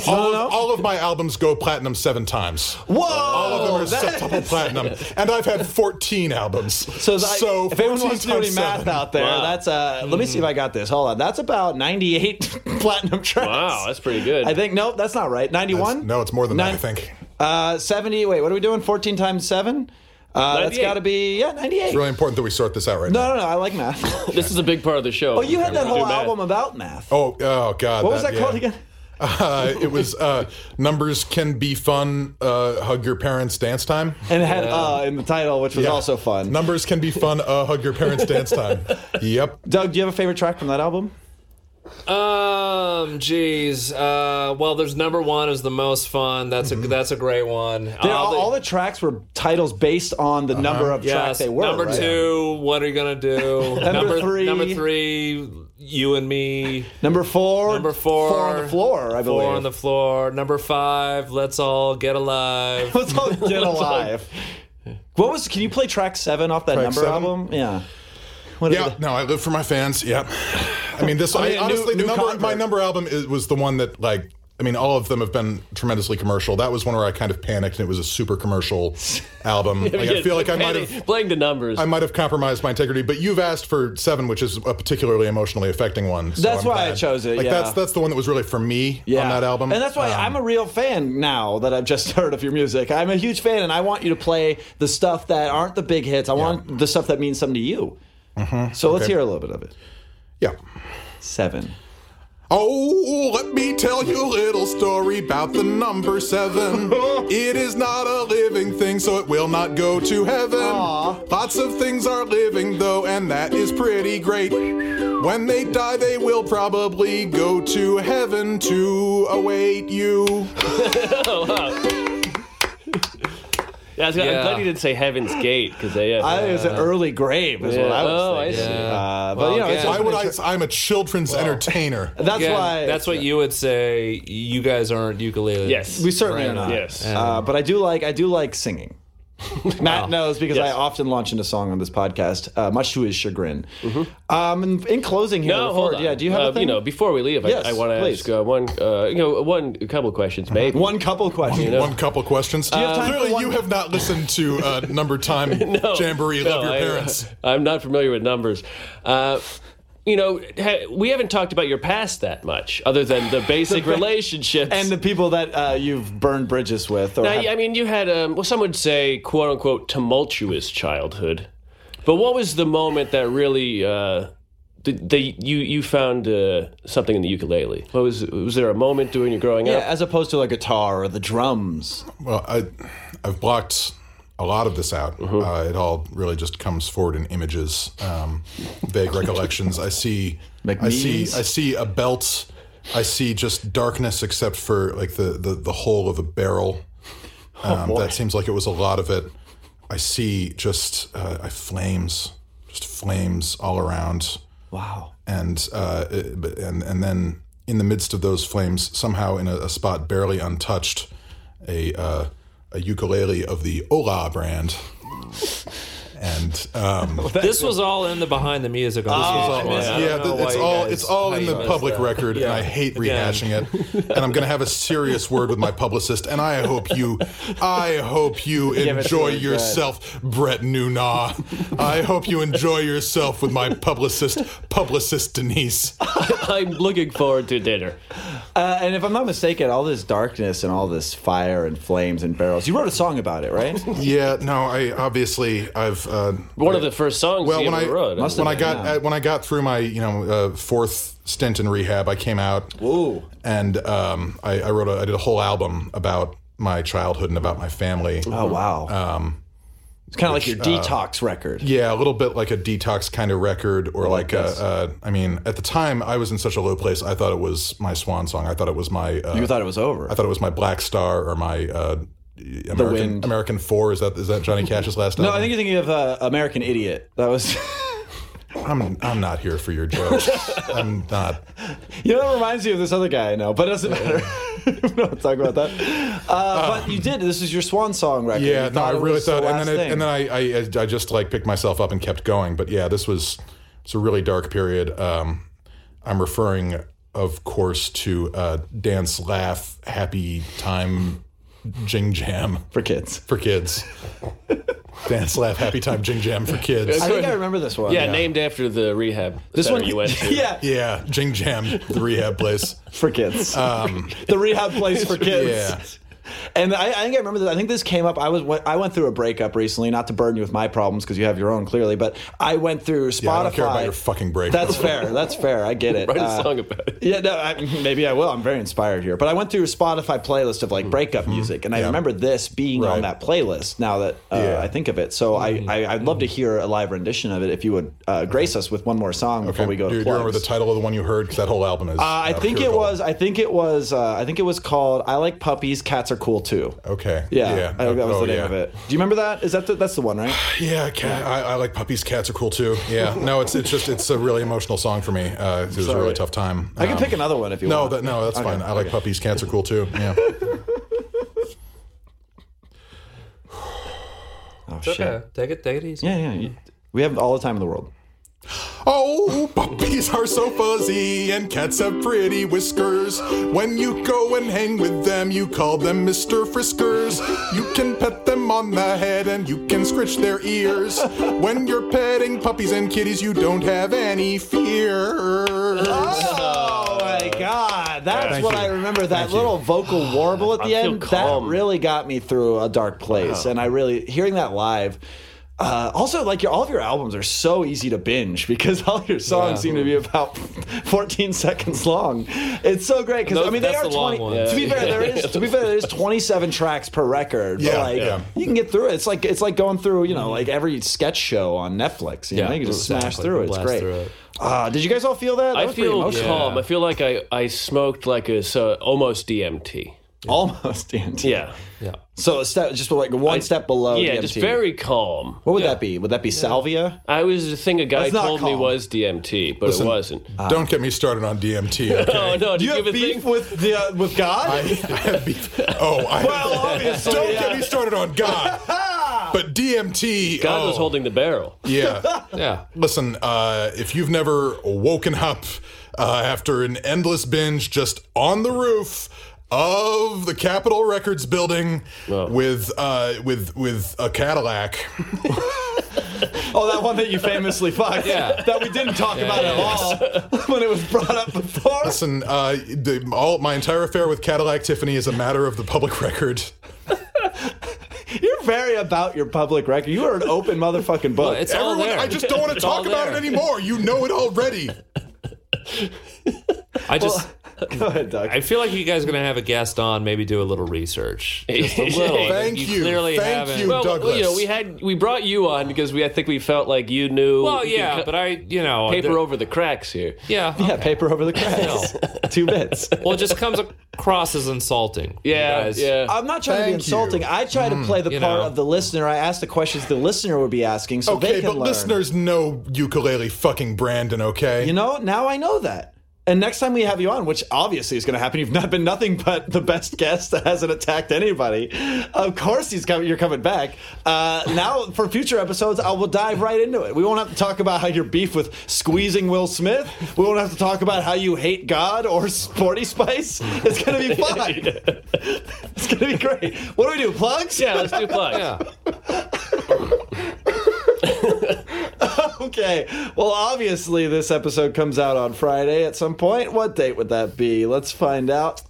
Speaker 5: all,
Speaker 2: no, no?
Speaker 5: Of, all of my albums go platinum seven times.
Speaker 2: Whoa,
Speaker 5: All of them are
Speaker 2: that
Speaker 5: septuple
Speaker 2: is-
Speaker 5: platinum, and I've had fourteen albums.
Speaker 2: *laughs* So, that- if anyone
Speaker 5: 14
Speaker 2: wants to do any
Speaker 5: times
Speaker 2: math
Speaker 5: seven.
Speaker 2: out there,
Speaker 3: Wow.
Speaker 2: that's uh. Let me see if I got this. Hold on, that's about ninety-eight *laughs* platinum tracks.
Speaker 3: Wow, that's pretty good.
Speaker 2: I think no, that's not right. Ninety-one.
Speaker 5: No, it's more than
Speaker 2: Nine-
Speaker 5: that. I think.
Speaker 2: Uh, seventy. Wait, what are we doing? Fourteen times seven. Uh, that's
Speaker 3: 98.
Speaker 2: got to be yeah, ninety-eight.
Speaker 5: really important that we sort this out right
Speaker 2: No,
Speaker 5: now.
Speaker 2: no, no. I like math. *laughs*
Speaker 3: this is a big part of the show.
Speaker 2: Oh, you had that
Speaker 3: We're
Speaker 2: whole
Speaker 3: doing math.
Speaker 2: album about math.
Speaker 5: Oh, oh God.
Speaker 2: what was that
Speaker 5: yeah.
Speaker 2: called again?
Speaker 5: *laughs* Uh, it was uh, numbers can be fun. Uh, hug your parents. Dance time.
Speaker 2: And it had uh in the title, which was
Speaker 5: Yeah.
Speaker 2: also fun.
Speaker 5: Numbers can be fun. Uh, hug your parents. Dance time. Yep.
Speaker 2: Doug, do you have a favorite track from that album?
Speaker 4: Um, geez. Uh, well, there's number one is the most fun. That's a that's a great one.
Speaker 2: Mm-hmm. They're all, all the tracks were titles based on the number of tracks
Speaker 4: yes.
Speaker 2: they were.
Speaker 4: number
Speaker 2: right? *laughs*
Speaker 4: two. What are you gonna do?
Speaker 2: Number three.
Speaker 4: Number three. you and me.
Speaker 2: Number four.
Speaker 4: Number four.
Speaker 2: Four on the floor, I believe. *laughs*
Speaker 4: Four on the floor. Number five. Let's all get
Speaker 2: *laughs*
Speaker 4: alive.
Speaker 2: Let's all get alive. What was? Can you play track seven off that
Speaker 5: Track
Speaker 2: number
Speaker 5: seven?
Speaker 2: album? Yeah. What
Speaker 5: Yeah, no, I live for my fans. Yep. I mean, this. I
Speaker 2: mean, a new-
Speaker 5: honestly,
Speaker 2: new
Speaker 5: the number, my
Speaker 2: convert.
Speaker 5: number album is, was the one that like. I mean, all of them have been tremendously commercial. That was one where I kind of panicked, and it was a super commercial
Speaker 2: *laughs*
Speaker 5: album. Like, I feel like I might have.
Speaker 3: playing the numbers.
Speaker 5: I might have compromised my integrity, but you've asked for seven, which is a particularly emotionally affecting one. so
Speaker 2: That's
Speaker 5: I'm
Speaker 2: why I
Speaker 5: glad.
Speaker 2: chose it,
Speaker 5: Like
Speaker 2: yeah.
Speaker 5: that's that's the one that was really for me on that album, Um,
Speaker 2: And that's why I'm a real fan now that I've just *laughs* heard of your music. I'm a huge fan, and I want you to play the stuff that aren't the big hits. I want the stuff that means something to you. So let's
Speaker 5: Okay.
Speaker 2: hear a little bit of it.
Speaker 5: yeah.
Speaker 2: Seven.
Speaker 5: Oh, let me tell you a little story about the
Speaker 2: *laughs*
Speaker 5: number seven. it is not a living thing, so it will not go to heaven. Lots of things are living, though, and that is pretty great. When they die, they will probably go to heaven to await you.
Speaker 3: Yeah, I was gonna- I'm
Speaker 4: Yeah.
Speaker 3: glad you didn't say Heaven's Gate because yeah,
Speaker 2: I think it's an early grave, is what I was
Speaker 3: Oh, I
Speaker 2: thinking.
Speaker 3: see.
Speaker 2: Uh, but
Speaker 4: Well,
Speaker 2: you know, it's
Speaker 4: again-
Speaker 5: Why would I? I'm a children's entertainer.
Speaker 2: that's
Speaker 4: Again,
Speaker 2: why.
Speaker 4: That's what you would say. You guys aren't ukuleles.
Speaker 3: yes,
Speaker 2: we certainly are
Speaker 4: Right.
Speaker 2: not.
Speaker 3: Yes.
Speaker 2: Uh, but I do like I do like
Speaker 3: *laughs*
Speaker 2: singing. Matt knows because I
Speaker 3: Yes.
Speaker 2: often launch into song on this podcast, uh, much to his chagrin. Um, and in closing here,
Speaker 3: Mm-hmm. No,
Speaker 2: before-
Speaker 3: hold on.
Speaker 2: yeah, do you have
Speaker 3: uh,
Speaker 2: a thing?
Speaker 3: you know before we leave?
Speaker 2: Yes,
Speaker 3: I, I want to
Speaker 2: please.
Speaker 3: ask uh, one, uh, you know, one a couple of questions maybe.
Speaker 2: one couple questions.
Speaker 5: One couple questions.
Speaker 2: you have time for
Speaker 5: Clearly,
Speaker 2: one-
Speaker 5: you have not listened to uh, number time
Speaker 2: *laughs*
Speaker 5: jamboree.
Speaker 3: No,
Speaker 5: Love your
Speaker 2: uh,
Speaker 3: I- uh,
Speaker 5: parents.
Speaker 3: I'm not familiar with numbers. Uh, you know, ha- we haven't talked about your past that much, other than the basic relationships.
Speaker 2: and the people that uh, you've burned bridges with. Or
Speaker 3: Now,
Speaker 2: have-
Speaker 3: I mean, you had um, well, some would say "quote unquote" tumultuous childhood. But what was the moment that really uh, the, the you you found uh, something in the ukulele? What was was there a moment during your growing
Speaker 2: yeah,
Speaker 3: up?
Speaker 2: as opposed to like guitar or the drums.
Speaker 5: Well, I, I've blocked a lot of this out. Uh, it all really just comes forward in images, um, vague recollections. I see, I see,
Speaker 2: McNeese.
Speaker 5: I see a belt. I see just darkness, except for like the the, the hole of a barrel. Um, that seems like it was a lot of it. I see just uh, I flames, just flames all around
Speaker 2: Wow.
Speaker 5: and uh, it- and and then in the midst of those flames, somehow in a, a spot barely untouched, a uh, a ukulele of the Ola brand, and um,
Speaker 4: This was all in the behind the music. On
Speaker 2: I
Speaker 4: oh,
Speaker 2: missed
Speaker 4: yeah.
Speaker 2: it.
Speaker 5: yeah, th- it's all it's all in the public record, and I hate rehashing it. And I'm gonna have a serious word with my publicist, and I hope you, I hope you enjoy yourself, Brett Nuna. I hope you enjoy yourself with my publicist, publicist Denise.
Speaker 3: I'm looking forward to dinner.
Speaker 2: Uh, and if I'm not mistaken, all this darkness and all this fire and flames and barrels. You wrote a song about it,
Speaker 3: *laughs*
Speaker 2: right?
Speaker 5: Yeah, no, I obviously I've uh,
Speaker 3: One of the first songs
Speaker 5: well
Speaker 3: you
Speaker 5: when
Speaker 3: ever
Speaker 5: I
Speaker 3: wrote.
Speaker 2: Must
Speaker 5: when I
Speaker 2: been,
Speaker 5: got
Speaker 2: yeah.
Speaker 5: uh, when I got through my you know uh, fourth stint in rehab, I came out.
Speaker 2: Ooh.
Speaker 5: And um, I, I wrote a, I did a whole album about my childhood and about my family.
Speaker 2: Oh wow. Um, it's kind of like your detox record.
Speaker 5: Yeah, a little bit like a detox kind of record,
Speaker 2: Oh,
Speaker 5: or like,
Speaker 2: this.
Speaker 5: a, uh, I mean, at the time I was in such a low place. I thought it was my swan song. I thought it was my. Uh,
Speaker 2: You thought it was over.
Speaker 5: I thought it was my Black Star or my uh, American
Speaker 2: Wind.
Speaker 5: American Four. Is that is
Speaker 2: *laughs*
Speaker 5: that Johnny Cash's last?
Speaker 2: no, I think you're thinking of uh, American Idiot. That was. *laughs*
Speaker 5: I'm I'm not here for your jokes. I'm not.
Speaker 2: you know, that reminds me of this other guy I know, but it doesn't matter. *laughs* we don't talk about that. Uh, but you did. This is your swan song record.
Speaker 5: Yeah,
Speaker 2: You
Speaker 5: no, I
Speaker 2: it
Speaker 5: really
Speaker 2: was the
Speaker 5: thought, and
Speaker 2: last
Speaker 5: then it,
Speaker 2: thing.
Speaker 5: and then I, I I just like picked myself up and kept going. But yeah, this was it's a really dark period. Um, I'm referring, of course, to uh, dance, laugh, happy time, jing jam
Speaker 2: for
Speaker 5: *laughs*
Speaker 2: kids.
Speaker 5: for kids. dance, laugh, happy time, jing jam for kids.
Speaker 2: I think I remember this one.
Speaker 3: yeah, named after the rehab
Speaker 2: This
Speaker 3: center
Speaker 2: one
Speaker 3: you went
Speaker 2: *laughs*
Speaker 3: to.
Speaker 2: yeah,
Speaker 5: Yeah, jing jam, the
Speaker 2: *laughs*
Speaker 5: rehab place.
Speaker 2: for kids. *laughs* the rehab place for kids.
Speaker 5: Um, Yeah.
Speaker 2: And I, I think I remember that. I think this came up. I was I went through a breakup recently. Not to burden you with my problems because you have your own clearly, but I went through Spotify.
Speaker 5: Yeah, I don't care about your fucking break.
Speaker 2: That's fair. That's fair. I
Speaker 5: *laughs*
Speaker 2: get it.
Speaker 3: Write a
Speaker 2: Uh,
Speaker 3: song about it.
Speaker 2: yeah, no, I, *laughs* maybe I will. I'm very inspired here. But I went through a Spotify playlist of like breakup music, and I
Speaker 5: Hmm. Yeah.
Speaker 2: remember this being on
Speaker 5: Right.
Speaker 2: that playlist. Now that uh,
Speaker 5: Yeah. Hmm.
Speaker 2: I think of it, so I, I I'd love to hear a live rendition of it if you would uh, grace us with one more song before we go
Speaker 5: do,
Speaker 2: to
Speaker 5: you- do you remember
Speaker 2: plugs.
Speaker 5: the title of the one you heard? Because that whole album is.
Speaker 2: Uh, I think it was. I think it was. Uh, I think it was called "I Like Puppies, Cats are cool too.
Speaker 5: Okay.
Speaker 2: Yeah, I think that was
Speaker 5: Oh,
Speaker 2: the name
Speaker 5: yeah.
Speaker 2: of it. Do you remember that? Is that the, that's the one, right?
Speaker 5: Yeah, cat, I, I like puppies. Cats are cool too. Yeah. No, it's it's just it's a really emotional song for me. Uh, it was a really tough time. Um,
Speaker 2: I can pick another one if you
Speaker 5: No,
Speaker 2: want.
Speaker 5: that, no, that's fine. I like puppies. Cats are cool too. Yeah.
Speaker 2: Oh shit.
Speaker 4: Okay, take it, take it easy.
Speaker 2: Yeah, yeah. you- We have all the time in the world.
Speaker 5: Oh, puppies are so fuzzy, and cats have pretty whiskers. When you go and hang with them, you call them Mr. Friskers. You can pet them on the head, and you can scratch their ears. When you're petting puppies and kitties, you don't have any fears.
Speaker 2: Oh my god, that's
Speaker 5: Thank
Speaker 2: what
Speaker 5: you.
Speaker 2: I remember. That little
Speaker 4: *sighs*
Speaker 2: vocal warble at the
Speaker 3: I feel
Speaker 2: end that
Speaker 3: calm.
Speaker 2: really got me through a dark
Speaker 5: Uh-huh.
Speaker 2: place, and I really hearing that live. Uh, also, like your, all of your albums are so easy to binge because *laughs* all your songs seem to be about *laughs* 14 seconds long. It's so great because I
Speaker 4: Those-
Speaker 2: mean they
Speaker 4: that's
Speaker 2: are
Speaker 4: the long
Speaker 2: 20.
Speaker 4: ones.
Speaker 2: To be fair, there is to be fair there is 27 tracks per record. but,
Speaker 5: Yeah,
Speaker 2: like,
Speaker 5: yeah.
Speaker 2: you can get through it. It's like it's like going through you know like every sketch show on Netflix. You know,
Speaker 4: Yeah,
Speaker 2: you can just smash
Speaker 4: exactly.
Speaker 2: through it. It's
Speaker 4: Blast
Speaker 2: great.
Speaker 4: through it.
Speaker 2: Uh, did you guys all feel that? That
Speaker 3: I
Speaker 2: was pretty
Speaker 3: feel
Speaker 2: emotional.
Speaker 3: calm.
Speaker 4: Yeah.
Speaker 3: I feel like I, I smoked like a so almost DMT.
Speaker 2: *laughs* Almost *laughs* DMT.
Speaker 3: Yeah.
Speaker 4: Yeah.
Speaker 2: So a step, just like one step below.
Speaker 3: Yeah,
Speaker 2: DMT.
Speaker 3: just very calm.
Speaker 2: What would that be? Would that be salvia?
Speaker 3: I was the thing a guy
Speaker 2: That's not
Speaker 3: told me
Speaker 2: calm.
Speaker 3: was DMT, but it wasn't.
Speaker 5: Don't get me started on DMT. Okay?
Speaker 3: oh no, did you, give a thing?
Speaker 2: with the uh, with God?
Speaker 5: I, I have
Speaker 2: *laughs*
Speaker 5: beef. Oh, I *laughs*
Speaker 2: Well, obviously,
Speaker 5: Don't
Speaker 2: yeah.
Speaker 5: get me started
Speaker 2: *laughs*
Speaker 5: on God. But DMT.
Speaker 3: God
Speaker 5: oh,
Speaker 3: was holding the barrel. *laughs*
Speaker 5: Yeah.
Speaker 4: Yeah.
Speaker 5: Listen, uh, if you've never woken up uh, after an endless binge just on the roof of the Capitol Records building
Speaker 4: Oh.
Speaker 5: with uh, with with a Cadillac, *laughs*
Speaker 2: oh, that one that you
Speaker 3: *laughs*
Speaker 2: famously fucked.
Speaker 4: Yeah.
Speaker 2: That we didn't talk about at all *laughs* when it was brought up before.
Speaker 5: listen, uh, the, all my entire affair with Cadillac Tiffany is a matter of the public record.
Speaker 2: You're very about your public record. You are an open motherfucking book.
Speaker 4: *laughs* It's all
Speaker 5: Everyone,
Speaker 4: there.
Speaker 5: I just don't want to
Speaker 4: It's all
Speaker 5: talk about it
Speaker 4: there.
Speaker 5: anymore. You know
Speaker 4: *laughs*
Speaker 5: it already.
Speaker 4: I just.
Speaker 2: Go ahead, Doug.
Speaker 4: I feel like you guys are gonna have a guest on, maybe do a
Speaker 3: *laughs*
Speaker 4: little research. Just a little.
Speaker 5: Thank you.
Speaker 4: clearly
Speaker 5: Thank
Speaker 4: haven't.
Speaker 5: you,
Speaker 4: Well,
Speaker 5: Douglas.
Speaker 3: you know, we had we brought you on because we I think we felt like you knew.
Speaker 4: Well,
Speaker 3: you
Speaker 4: yeah,
Speaker 3: could
Speaker 4: but I, you know,
Speaker 3: paper
Speaker 4: there-
Speaker 3: over the cracks here.
Speaker 4: Yeah.
Speaker 2: yeah, paper over the cracks. *laughs* Two bits.
Speaker 4: Well, it just comes across as insulting. you
Speaker 3: Yeah,
Speaker 4: guys.
Speaker 3: yeah.
Speaker 2: I'm not trying to be
Speaker 5: Thank you.
Speaker 2: insulting. I try
Speaker 3: Mm,
Speaker 2: to play the
Speaker 4: you
Speaker 2: part
Speaker 4: know.
Speaker 2: of the listener. I ask the questions the listener would be asking, so they
Speaker 5: Okay,
Speaker 2: can
Speaker 5: but
Speaker 2: learn.
Speaker 5: listeners know ukulele fucking Brandon, okay?
Speaker 2: You know, now I know that. And next time we have you on, which obviously is going to happen, you've not been nothing but the best guest that hasn't attacked anybody. Of course, he's coming. You're coming back. Uh, now, for future episodes, I will dive right into it. We won't have to talk about how your beef with squeezing Will Smith. We won't have to talk about how you hate God or Sporty Spice. It's going to be fun. it's going to be great. What do we do? Plugs?
Speaker 3: yeah, let's do plugs.
Speaker 4: Yeah.
Speaker 2: Okay. Well, obviously, this episode comes out on Friday at some point. What date would that be? Let's find out.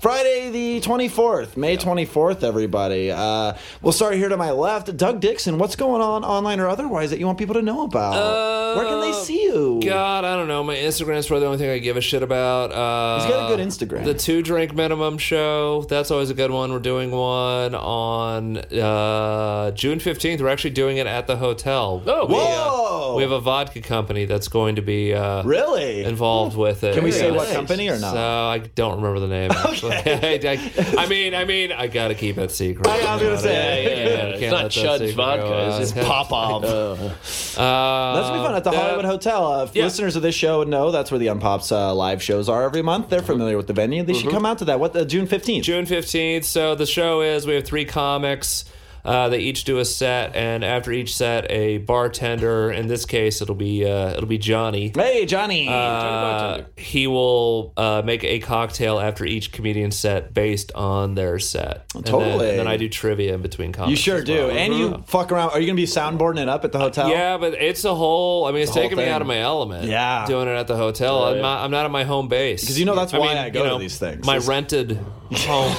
Speaker 2: Friday the 24th, May 24th, everybody. Uh, we'll start here to my left. Doug Dixon, what's going on online or otherwise that you want people to know about? Where can they see you?
Speaker 4: Uh, God, I don't know. My Instagram's probably the only thing I give a shit about. Uh,
Speaker 2: He's got a good Instagram.
Speaker 4: The two drink minimum show. That's always a good one. We're doing one on uh, June fifteenth. We're actually doing it at the hotel.
Speaker 3: Oh,
Speaker 4: we,
Speaker 2: Whoa!
Speaker 4: Uh, we have a vodka company that's going to be uh,
Speaker 2: really?
Speaker 4: involved with it.
Speaker 2: can we say
Speaker 4: Yes.
Speaker 2: what company or not?
Speaker 4: So I don't remember the name. Actually, *laughs* I, I- I mean, I mean, I gotta keep it
Speaker 2: *laughs*
Speaker 4: secret.
Speaker 2: I- I was gonna say,
Speaker 4: You know,
Speaker 3: yeah, yeah,
Speaker 4: you
Speaker 3: it's
Speaker 4: can't
Speaker 3: not
Speaker 4: let that
Speaker 3: Chud's
Speaker 4: secret
Speaker 3: vodka,
Speaker 4: go out.
Speaker 3: it's just
Speaker 2: Pop off.
Speaker 4: Uh,
Speaker 2: That's gonna be fun at the Hollywood Hotel. Uh, if
Speaker 4: yeah.
Speaker 2: listeners of this show know that's where the Unpops uh, live shows are every month.
Speaker 4: Uh-huh.
Speaker 2: They're familiar with the venue. They should come out to that. What uh, June fifteenth?
Speaker 4: June fifteenth. So the show is we have three comics. Uh, they each do a set, and after each set, a bartender. In this case, it'll be uh, it'll be Johnny.
Speaker 2: Hey, Johnny.
Speaker 4: Uh, he will uh, make a cocktail after each comedian set based on their set. And then- And
Speaker 2: Totally.
Speaker 4: then, I do trivia in between comics.
Speaker 2: you sure
Speaker 4: as
Speaker 2: do.
Speaker 4: well.
Speaker 2: And you fuck around. Are you going to be soundboarding it up at the hotel?
Speaker 4: Yeah, but it's a whole. I mean, it's,
Speaker 2: whole
Speaker 4: taking me
Speaker 2: thing.
Speaker 4: out of my element.
Speaker 2: Yeah.
Speaker 4: doing it at the hotel. I'm, not, I'm not at my home base because
Speaker 2: you know that's why I go to these things.
Speaker 4: My
Speaker 2: It's-
Speaker 4: rented
Speaker 2: *laughs*
Speaker 4: home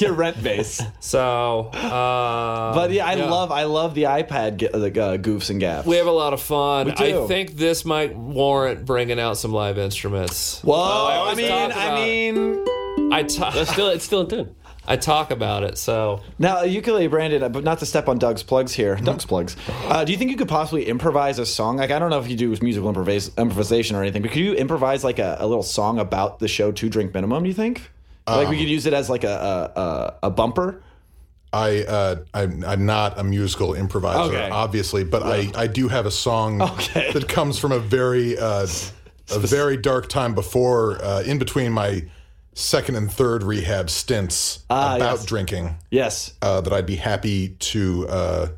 Speaker 2: *laughs* Your rent base.
Speaker 4: So, uh,
Speaker 2: But yeah, I love I love the iPad ge- uh, the, uh, goofs and gaffs.
Speaker 4: We have a lot of fun.
Speaker 2: do.
Speaker 4: I think this might warrant bringing out some live instruments.
Speaker 2: Whoa!
Speaker 4: Oh, I
Speaker 2: I,
Speaker 4: always
Speaker 2: mean,
Speaker 4: talk
Speaker 2: I
Speaker 4: about
Speaker 2: mean,
Speaker 4: I ta-
Speaker 3: It's still it's still in tune.
Speaker 4: I talk about it. So
Speaker 2: now ukulele Brandon, uh, but not to step on Doug's plugs here. Doug's plugs. Uh, do you think you could possibly improvise a song? Like I don't know if you do musical improvise, improvisation or anything, but could you improvise like a, a little song about the show Two Drink Minimum? Do you think? like we could use it as like a a, a, a bumper.
Speaker 5: I uh, I'm, I'm not a musical improviser,
Speaker 2: Okay.
Speaker 5: obviously, but I, I do have a song that comes from a very uh, a very dark time before, uh, in between my second and third rehab stints about
Speaker 2: Ah, yes.
Speaker 5: drinking
Speaker 2: Yes,
Speaker 5: uh, that I'd be happy to uh,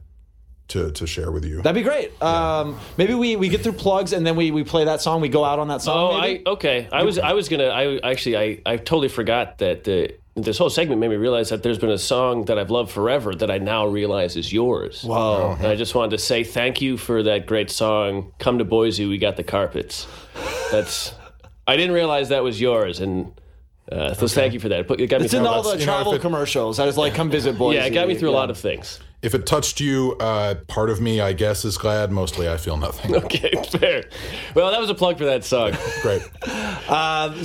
Speaker 5: to to share with you.
Speaker 2: that'd be great. Um, maybe we, we get through plugs and then we, we play that song. We go out on that song.
Speaker 3: Oh, I
Speaker 2: maybe?
Speaker 3: okay. I was I was gonna. I actually I I totally forgot that the. This whole segment made me realize that there's been a song that I've loved forever that I now realize is yours. Wow. And I just wanted to say thank you for that great song, Come to Boise, We Got the Carpets. That's, I didn't realize that was yours. And uh, so thank you for that. It, put, it got me
Speaker 2: it's
Speaker 3: through,
Speaker 2: in all
Speaker 5: that's-
Speaker 2: the
Speaker 5: you know, if
Speaker 2: travel
Speaker 5: it-
Speaker 2: commercials. I was like, come visit Boise.
Speaker 3: yeah, it got me through a lot of things. *laughs*
Speaker 5: If it touched you, uh, part of me, I guess, is glad. Mostly, I feel nothing.
Speaker 2: *laughs*
Speaker 3: Okay, fair. Well, that was a plug for that song.
Speaker 5: Great.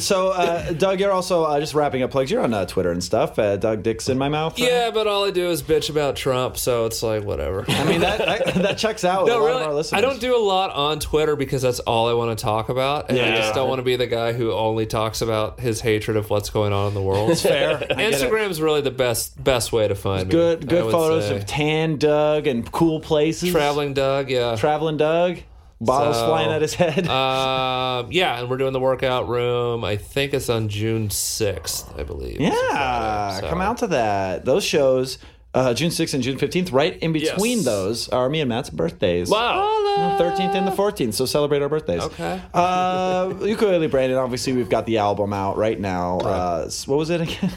Speaker 2: So, uh, Doug, you're also uh, just wrapping up plugs. You're on uh, Twitter and stuff. Uh, Doug Dicks in my mouth.
Speaker 4: Yeah, but all I do is bitch about Trump, so it's like whatever.
Speaker 2: I *laughs* mean that that, that checks out. With
Speaker 4: *laughs*
Speaker 2: a
Speaker 4: No,
Speaker 2: lot of our
Speaker 4: really.
Speaker 2: listeners.
Speaker 4: I don't do a lot on Twitter because that's all I want to talk about, and I
Speaker 3: Yeah.
Speaker 4: just don't want to be the guy who only talks about his hatred of what's going on in the world.
Speaker 2: fair. *laughs* I get it.
Speaker 4: Instagram's really the best best way to find me.
Speaker 2: Good
Speaker 4: I
Speaker 2: good
Speaker 4: would
Speaker 2: photos
Speaker 4: say.
Speaker 2: of tan Doug and cool places.
Speaker 4: traveling, Doug. Yeah.
Speaker 2: traveling Doug. Bottles
Speaker 4: So,
Speaker 2: flying at his head.
Speaker 4: Um, yeah, and we're doing the workout room. I think it's on June sixth, I believe. It's a
Speaker 2: *laughs* yeah,
Speaker 4: Friday, so-
Speaker 2: come out to that. Those shows, uh, June 6th and June 15th. Right in between
Speaker 4: Yes.
Speaker 2: those are me and Matt's birthdays.
Speaker 3: *laughs* Wow.
Speaker 2: The 13th and the 14th. So celebrate our birthdays.
Speaker 4: Okay.
Speaker 2: Uh, ukulele Brandon. Obviously, we've got the album out right now. Uh, s- what was it
Speaker 5: *laughs*
Speaker 2: again?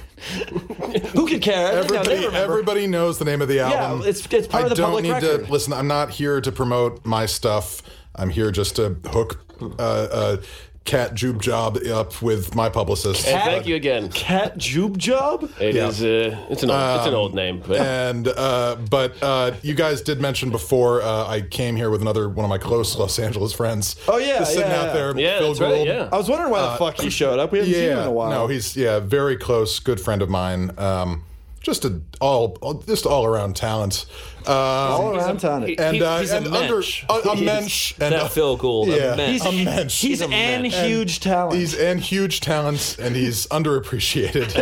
Speaker 2: Who could care? I think I would
Speaker 5: Everybody,
Speaker 2: remember.
Speaker 5: everybody knows the name of the album.
Speaker 2: it's- it's part
Speaker 5: I
Speaker 2: of the
Speaker 5: don't
Speaker 2: public
Speaker 5: need
Speaker 2: record.
Speaker 5: to listen. I'm not here to promote my stuff. I'm here just to hook uh, uh, Cat Jube Job up with my publicist.
Speaker 3: And thank you again.
Speaker 2: Cat Jube Job.
Speaker 3: It
Speaker 5: Yeah.
Speaker 3: is, uh, it's an old, it's an old name, but
Speaker 5: And uh, but uh, you guys did mention before uh, I came here with another one of my close Los Angeles friends.
Speaker 2: Oh, yeah,
Speaker 5: just sitting
Speaker 2: yeah,
Speaker 5: out
Speaker 2: yeah.
Speaker 5: there.
Speaker 3: yeah,
Speaker 5: Phil
Speaker 3: that's right.
Speaker 5: Gould.
Speaker 3: Yeah.
Speaker 2: I was wondering why the fuck he showed up. We haven't seen him in a while.
Speaker 5: No, he's Uh, yeah, very close, good friend of mine. Um, just a all just all around talent. Um,
Speaker 2: all around town.
Speaker 4: he-
Speaker 5: and
Speaker 4: He-
Speaker 5: uh,
Speaker 4: he's a
Speaker 5: and
Speaker 4: mensch.
Speaker 5: under a, a mensch and
Speaker 4: that Phil Gould.
Speaker 5: yeah.
Speaker 4: a mensch.
Speaker 2: He's,
Speaker 5: a mensch.
Speaker 2: he's
Speaker 5: He's a
Speaker 2: an
Speaker 4: mensch.
Speaker 2: huge talent.
Speaker 5: He's and huge talents, and he's underappreciated.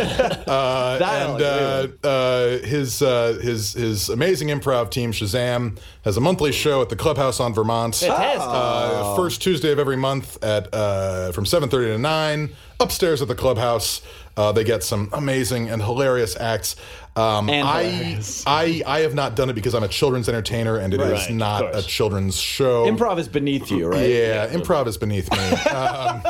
Speaker 5: Uh,
Speaker 2: That'll
Speaker 5: and uh, uh, his uh, his his amazing improv team Shazam has a monthly show at the Clubhouse on Vermont. Uh, first Tuesday of every month at uh, from seven thirty to nine upstairs at the Clubhouse. Uh, they get some amazing and hilarious acts. Um,
Speaker 2: And
Speaker 5: I,
Speaker 2: hilarious.
Speaker 5: I I have not done it because I'm a children's entertainer and it is
Speaker 3: Right, of
Speaker 5: not a
Speaker 3: course.
Speaker 5: children's show.
Speaker 2: Improv is beneath you, right?
Speaker 5: Yeah, improv is beneath me. um,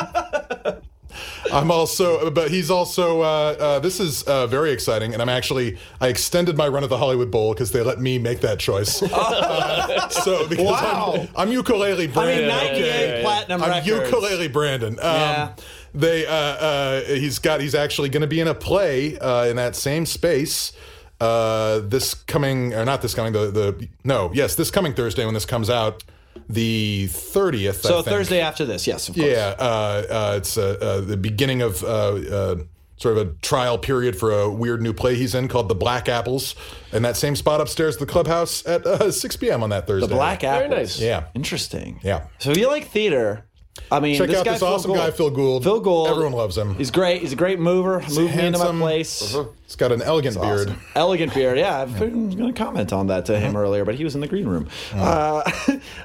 Speaker 5: I'm also, but he's also. Uh, uh, this is uh, very exciting, and I'm actually. I extended my run at the Hollywood Bowl because they let me make
Speaker 2: *laughs*
Speaker 5: that choice. Uh, so because
Speaker 2: Oh. Wow.
Speaker 5: I'm, I'm ukulele
Speaker 2: I mean,
Speaker 5: Brandon.
Speaker 2: 98
Speaker 5: okay?
Speaker 2: platinum
Speaker 5: I'm
Speaker 2: records.
Speaker 5: ukulele Brandon. Um,
Speaker 2: Yeah.
Speaker 5: They, uh, uh, he's got. He's actually going to be in a play uh, in that same space. Uh, this coming or not this coming the the no yes this coming Thursday when this comes out the thirtieth
Speaker 2: So Thursday after this, yes, of course.
Speaker 5: yeah, uh, uh, it's uh, uh, the beginning of uh, uh, sort of a trial period for a weird new play he's in called The Black Apples, in that same spot upstairs at the clubhouse at uh, 6 p.m. on that Thursday.
Speaker 2: The Black Apple.
Speaker 3: very nice.
Speaker 5: Yeah.
Speaker 2: Interesting.
Speaker 5: Yeah.
Speaker 2: So if you like theater? I mean,
Speaker 5: Check
Speaker 2: this
Speaker 5: out
Speaker 2: guy,
Speaker 5: this
Speaker 2: Phil
Speaker 5: awesome
Speaker 2: Gould,
Speaker 5: guy, Phil Gould.
Speaker 2: Phil Gould.
Speaker 5: Everyone loves him.
Speaker 2: He's great. He's a great mover. Moved me into my
Speaker 5: handsome.
Speaker 2: place.
Speaker 5: He's got an elegant beard.
Speaker 2: Awesome. Elegant beard. Yeah, Uh-huh. I was going to comment on that to him earlier, but he was in the green room. Uh,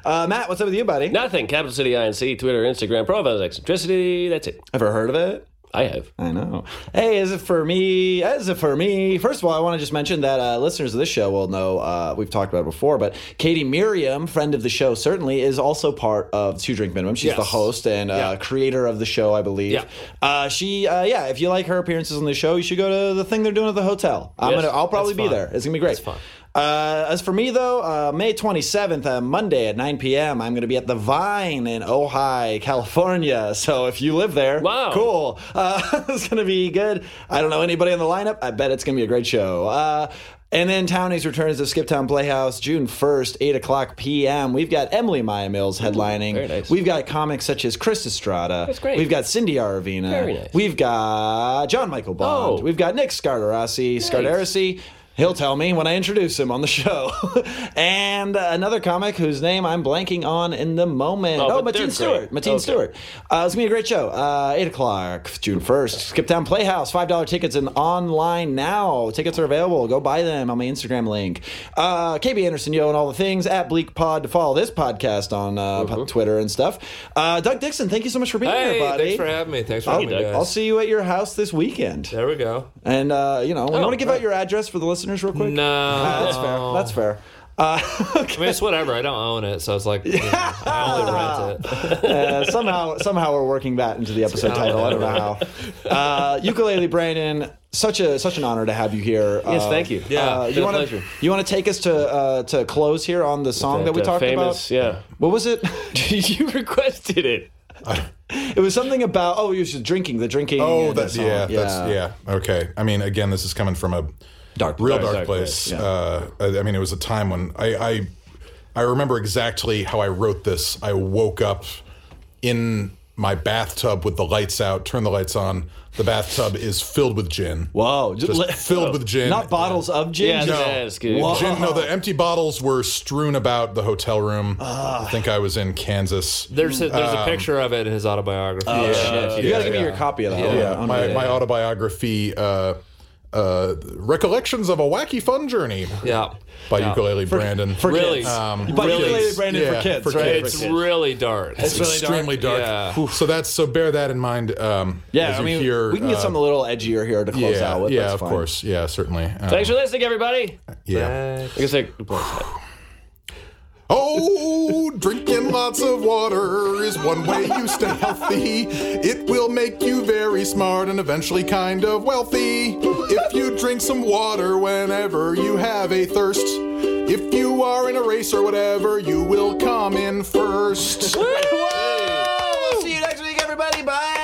Speaker 2: uh, *laughs* Matt, what's up with you, buddy?
Speaker 3: Nothing. Capital City INC, Twitter, Instagram, profiles, eccentricity. That's it.
Speaker 2: Ever heard of it?
Speaker 3: I have.
Speaker 2: I know. Hey, is it for me? Is it for me? First of all, I want to just mention that uh, listeners of this show will know uh, we've talked about it before, but Katie Miriam, friend of the show, certainly is also part of Two Drink Minimum. She's the
Speaker 4: Yes.
Speaker 2: host and uh, creator of the show, I believe.
Speaker 4: Yeah.
Speaker 2: Uh, she, uh, yeah. If you like her appearances on the show, you should go to the thing they're doing at the hotel. I'm
Speaker 3: Yes,
Speaker 2: gonna. I'll probably
Speaker 4: that's
Speaker 2: be
Speaker 4: fun.
Speaker 2: there. It's gonna be great.
Speaker 4: That's fun.
Speaker 2: Uh, as for me, though, uh, May 27th, uh, Monday at 9 p.m., I'm going to be at the Vine in Ojai, California. So if you live there,
Speaker 3: Wow.
Speaker 2: cool. *laughs* Uh, it's going to be good. I don't know anybody in the lineup. I bet it's going to be a great show. Uh, and then Townies returns to Skiptown Playhouse June 1st, 8 o'clock p.m. We've got Emily Maya Mills headlining.
Speaker 3: very nice.
Speaker 2: We've got comics such as Chris Estrada. That's
Speaker 3: great.
Speaker 2: We've got Cindy Aravina.
Speaker 3: Very nice.
Speaker 2: We've got John Michael Bond.
Speaker 3: Oh.
Speaker 2: We've got Nick Scardarasi. Scardarasi. He'll tell me when I introduce him on the *laughs* show. and uh, another comic whose name I'm blanking on in the moment.
Speaker 3: Oh,
Speaker 2: Oh,
Speaker 3: but they're
Speaker 2: Mateen
Speaker 3: great.
Speaker 2: Stewart. Mateen
Speaker 3: Okay.
Speaker 2: Stewart. Uh, it's going to be a great show. Uh, 8 o'clock, June 1st. Skip Town Playhouse, $5 tickets and online now. Tickets are available. Go buy them on my Instagram link. Uh, KB Anderson, yo, and all the things at Bleak Pod to follow this podcast on uh, po- Twitter and stuff. Uh, Doug Dixon, thank you so much for being
Speaker 4: Hey,
Speaker 2: here, buddy. Oh,
Speaker 4: thanks for having me. Thanks for having me,
Speaker 3: Doug.
Speaker 4: guys.
Speaker 2: I'll see you at your house this weekend.
Speaker 4: there we go.
Speaker 2: And uh, you know, you want to give
Speaker 3: right.
Speaker 2: out your address for the listeners real quick?
Speaker 4: Oh, No,
Speaker 2: Ah, that's fair. That's fair. Uh,
Speaker 4: I mean, it's whatever. I don't own it, so it's like you know, I only rent it.
Speaker 2: uh, somehow, somehow we're working that into the episode title. I don't know how. Uh, ukulele Brandon, such a such an honor to have you here.
Speaker 3: Yes,
Speaker 2: Uh,
Speaker 3: thank you.
Speaker 4: yeah,
Speaker 2: uh,
Speaker 3: been
Speaker 2: you
Speaker 3: a
Speaker 2: want to
Speaker 3: pleasure.
Speaker 2: you want to take us to uh, to close here on the song that we
Speaker 3: That, uh,
Speaker 2: talked
Speaker 3: famous,
Speaker 2: about.
Speaker 3: yeah. *laughs*
Speaker 2: What was it? *laughs*
Speaker 3: you requested it.
Speaker 2: it was something about oh, you was drinking the drinking.
Speaker 5: Oh,
Speaker 2: and the
Speaker 5: that's
Speaker 2: song.
Speaker 5: yeah, that's yeah. Okay. I mean, again, this is coming from a
Speaker 2: Dark
Speaker 5: real
Speaker 2: place.
Speaker 5: dark,
Speaker 3: Dark
Speaker 5: place.
Speaker 3: place,
Speaker 5: Uh, I, I mean, it was a time when I, I I remember exactly how I wrote this. I woke up in my bathtub with the lights out, turned the lights on. The bathtub is filled with gin.
Speaker 2: Whoa,
Speaker 5: Just *laughs* filled with gin.
Speaker 2: Not bottles of gin.
Speaker 3: Yeah,
Speaker 2: just-
Speaker 5: No.
Speaker 3: that's good.
Speaker 2: Whoa.
Speaker 5: Gin, no, the empty bottles were strewn about the hotel room.
Speaker 2: Ah.
Speaker 5: I think I was in Kansas.
Speaker 4: There's a, there's a picture of it in his autobiography.
Speaker 2: You gotta give me your copy of that. Hold on,
Speaker 5: yeah,
Speaker 2: hold
Speaker 5: my,
Speaker 2: on.
Speaker 5: my autobiography, uh, uh, Recollections of a Wacky Fun Journey
Speaker 4: yeah.
Speaker 5: by Ukulele Brandon.
Speaker 2: For
Speaker 4: Really?
Speaker 2: kids.
Speaker 4: Um,
Speaker 2: but
Speaker 4: really?
Speaker 2: ukulele Brandon
Speaker 5: Yeah,
Speaker 2: for kids,
Speaker 5: for
Speaker 2: right?
Speaker 5: kids.
Speaker 4: It's really dark.
Speaker 5: it's extremely dark.
Speaker 4: Yeah.
Speaker 5: So that's so bear that in mind. Um,
Speaker 2: Yeah,
Speaker 5: as
Speaker 2: I
Speaker 5: you
Speaker 2: mean,
Speaker 5: hear,
Speaker 2: we can get
Speaker 5: uh,
Speaker 2: something a little edgier here to close
Speaker 5: yeah,
Speaker 2: out with.
Speaker 5: yeah,
Speaker 2: that's
Speaker 5: of
Speaker 2: fine.
Speaker 5: course, yeah, certainly. Um,
Speaker 3: Thanks for listening, everybody.
Speaker 5: yeah.
Speaker 3: I guess I,
Speaker 5: Oh, drinking lots of water is one way you stay healthy. It will make you very smart and eventually kind of wealthy. If you drink some water whenever you have a thirst, if you are in a race or whatever, you will come in first.
Speaker 2: See you next week, everybody. Bye. Eh.